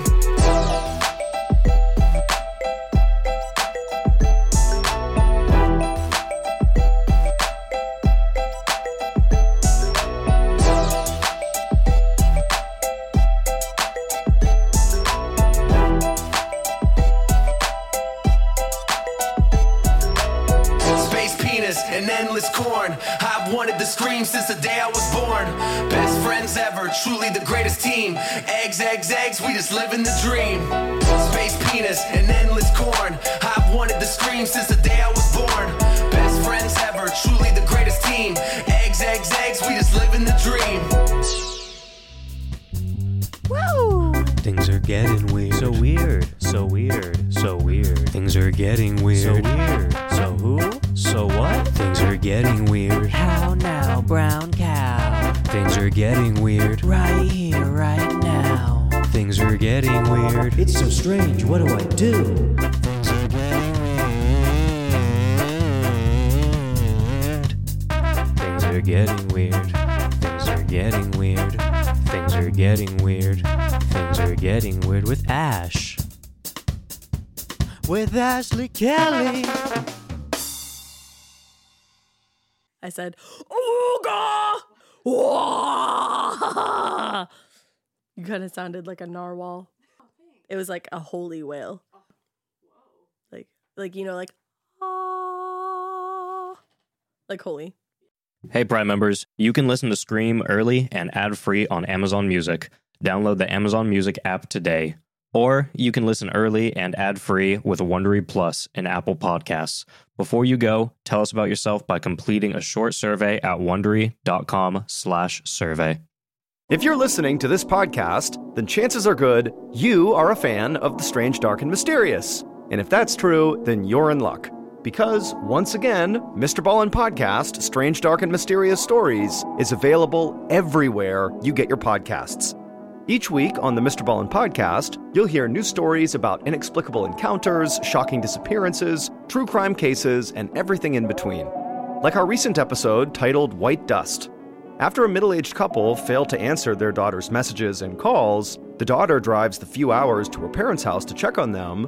Speaker 13: Space penis and endless corn. torn. I've wanted to scream since the day I was born. Best friends ever, truly the greatest team. Eggs, eggs, eggs, we just living the dream. Space penis and endless corn. I've wanted to scream since the day I was born. Best friends ever, truly the greatest team. Eggs, eggs, eggs, we just living the dream.
Speaker 1: Woo! Things are getting weird. So weird. So weird. So weird. Things are getting weird. So weird. So who? So what? Things are getting weird.
Speaker 10: How now, brown cow?
Speaker 1: Things are getting weird.
Speaker 10: Right here, right now.
Speaker 1: Things are getting weird.
Speaker 10: It's so strange. What do I do?
Speaker 1: Things are getting weird. Things are getting weird. Things are getting weird. Things are getting weird. Things are getting weird with Ash.
Speaker 10: With Ashley Kelly.
Speaker 11: I said, Ooga! Wah! You kind of sounded like a narwhal. It was like a holy whale. Like, like you know, like, ah, like holy.
Speaker 14: Hey, Prime members, you can listen to Scream early and ad free on Amazon Music. Download the Amazon Music app today. Or you can listen early and ad free with Wondery Plus in Apple Podcasts. Before you go, tell us about yourself by completing a short survey at wondery.com/slash survey.
Speaker 15: If you're listening to this podcast, then chances are good you are a fan of the strange, dark, and mysterious. And if that's true, then you're in luck because once again, Mr. Ballin Podcast Strange, Dark, and Mysterious Stories is available everywhere you get your podcasts. Each week on the Mr. Ballin Podcast, you'll hear new stories about inexplicable encounters, shocking disappearances, true crime cases, and everything in between. Like our recent episode titled White Dust. After a middle aged couple fail to answer their daughter's messages and calls, the daughter drives the few hours to her parents' house to check on them,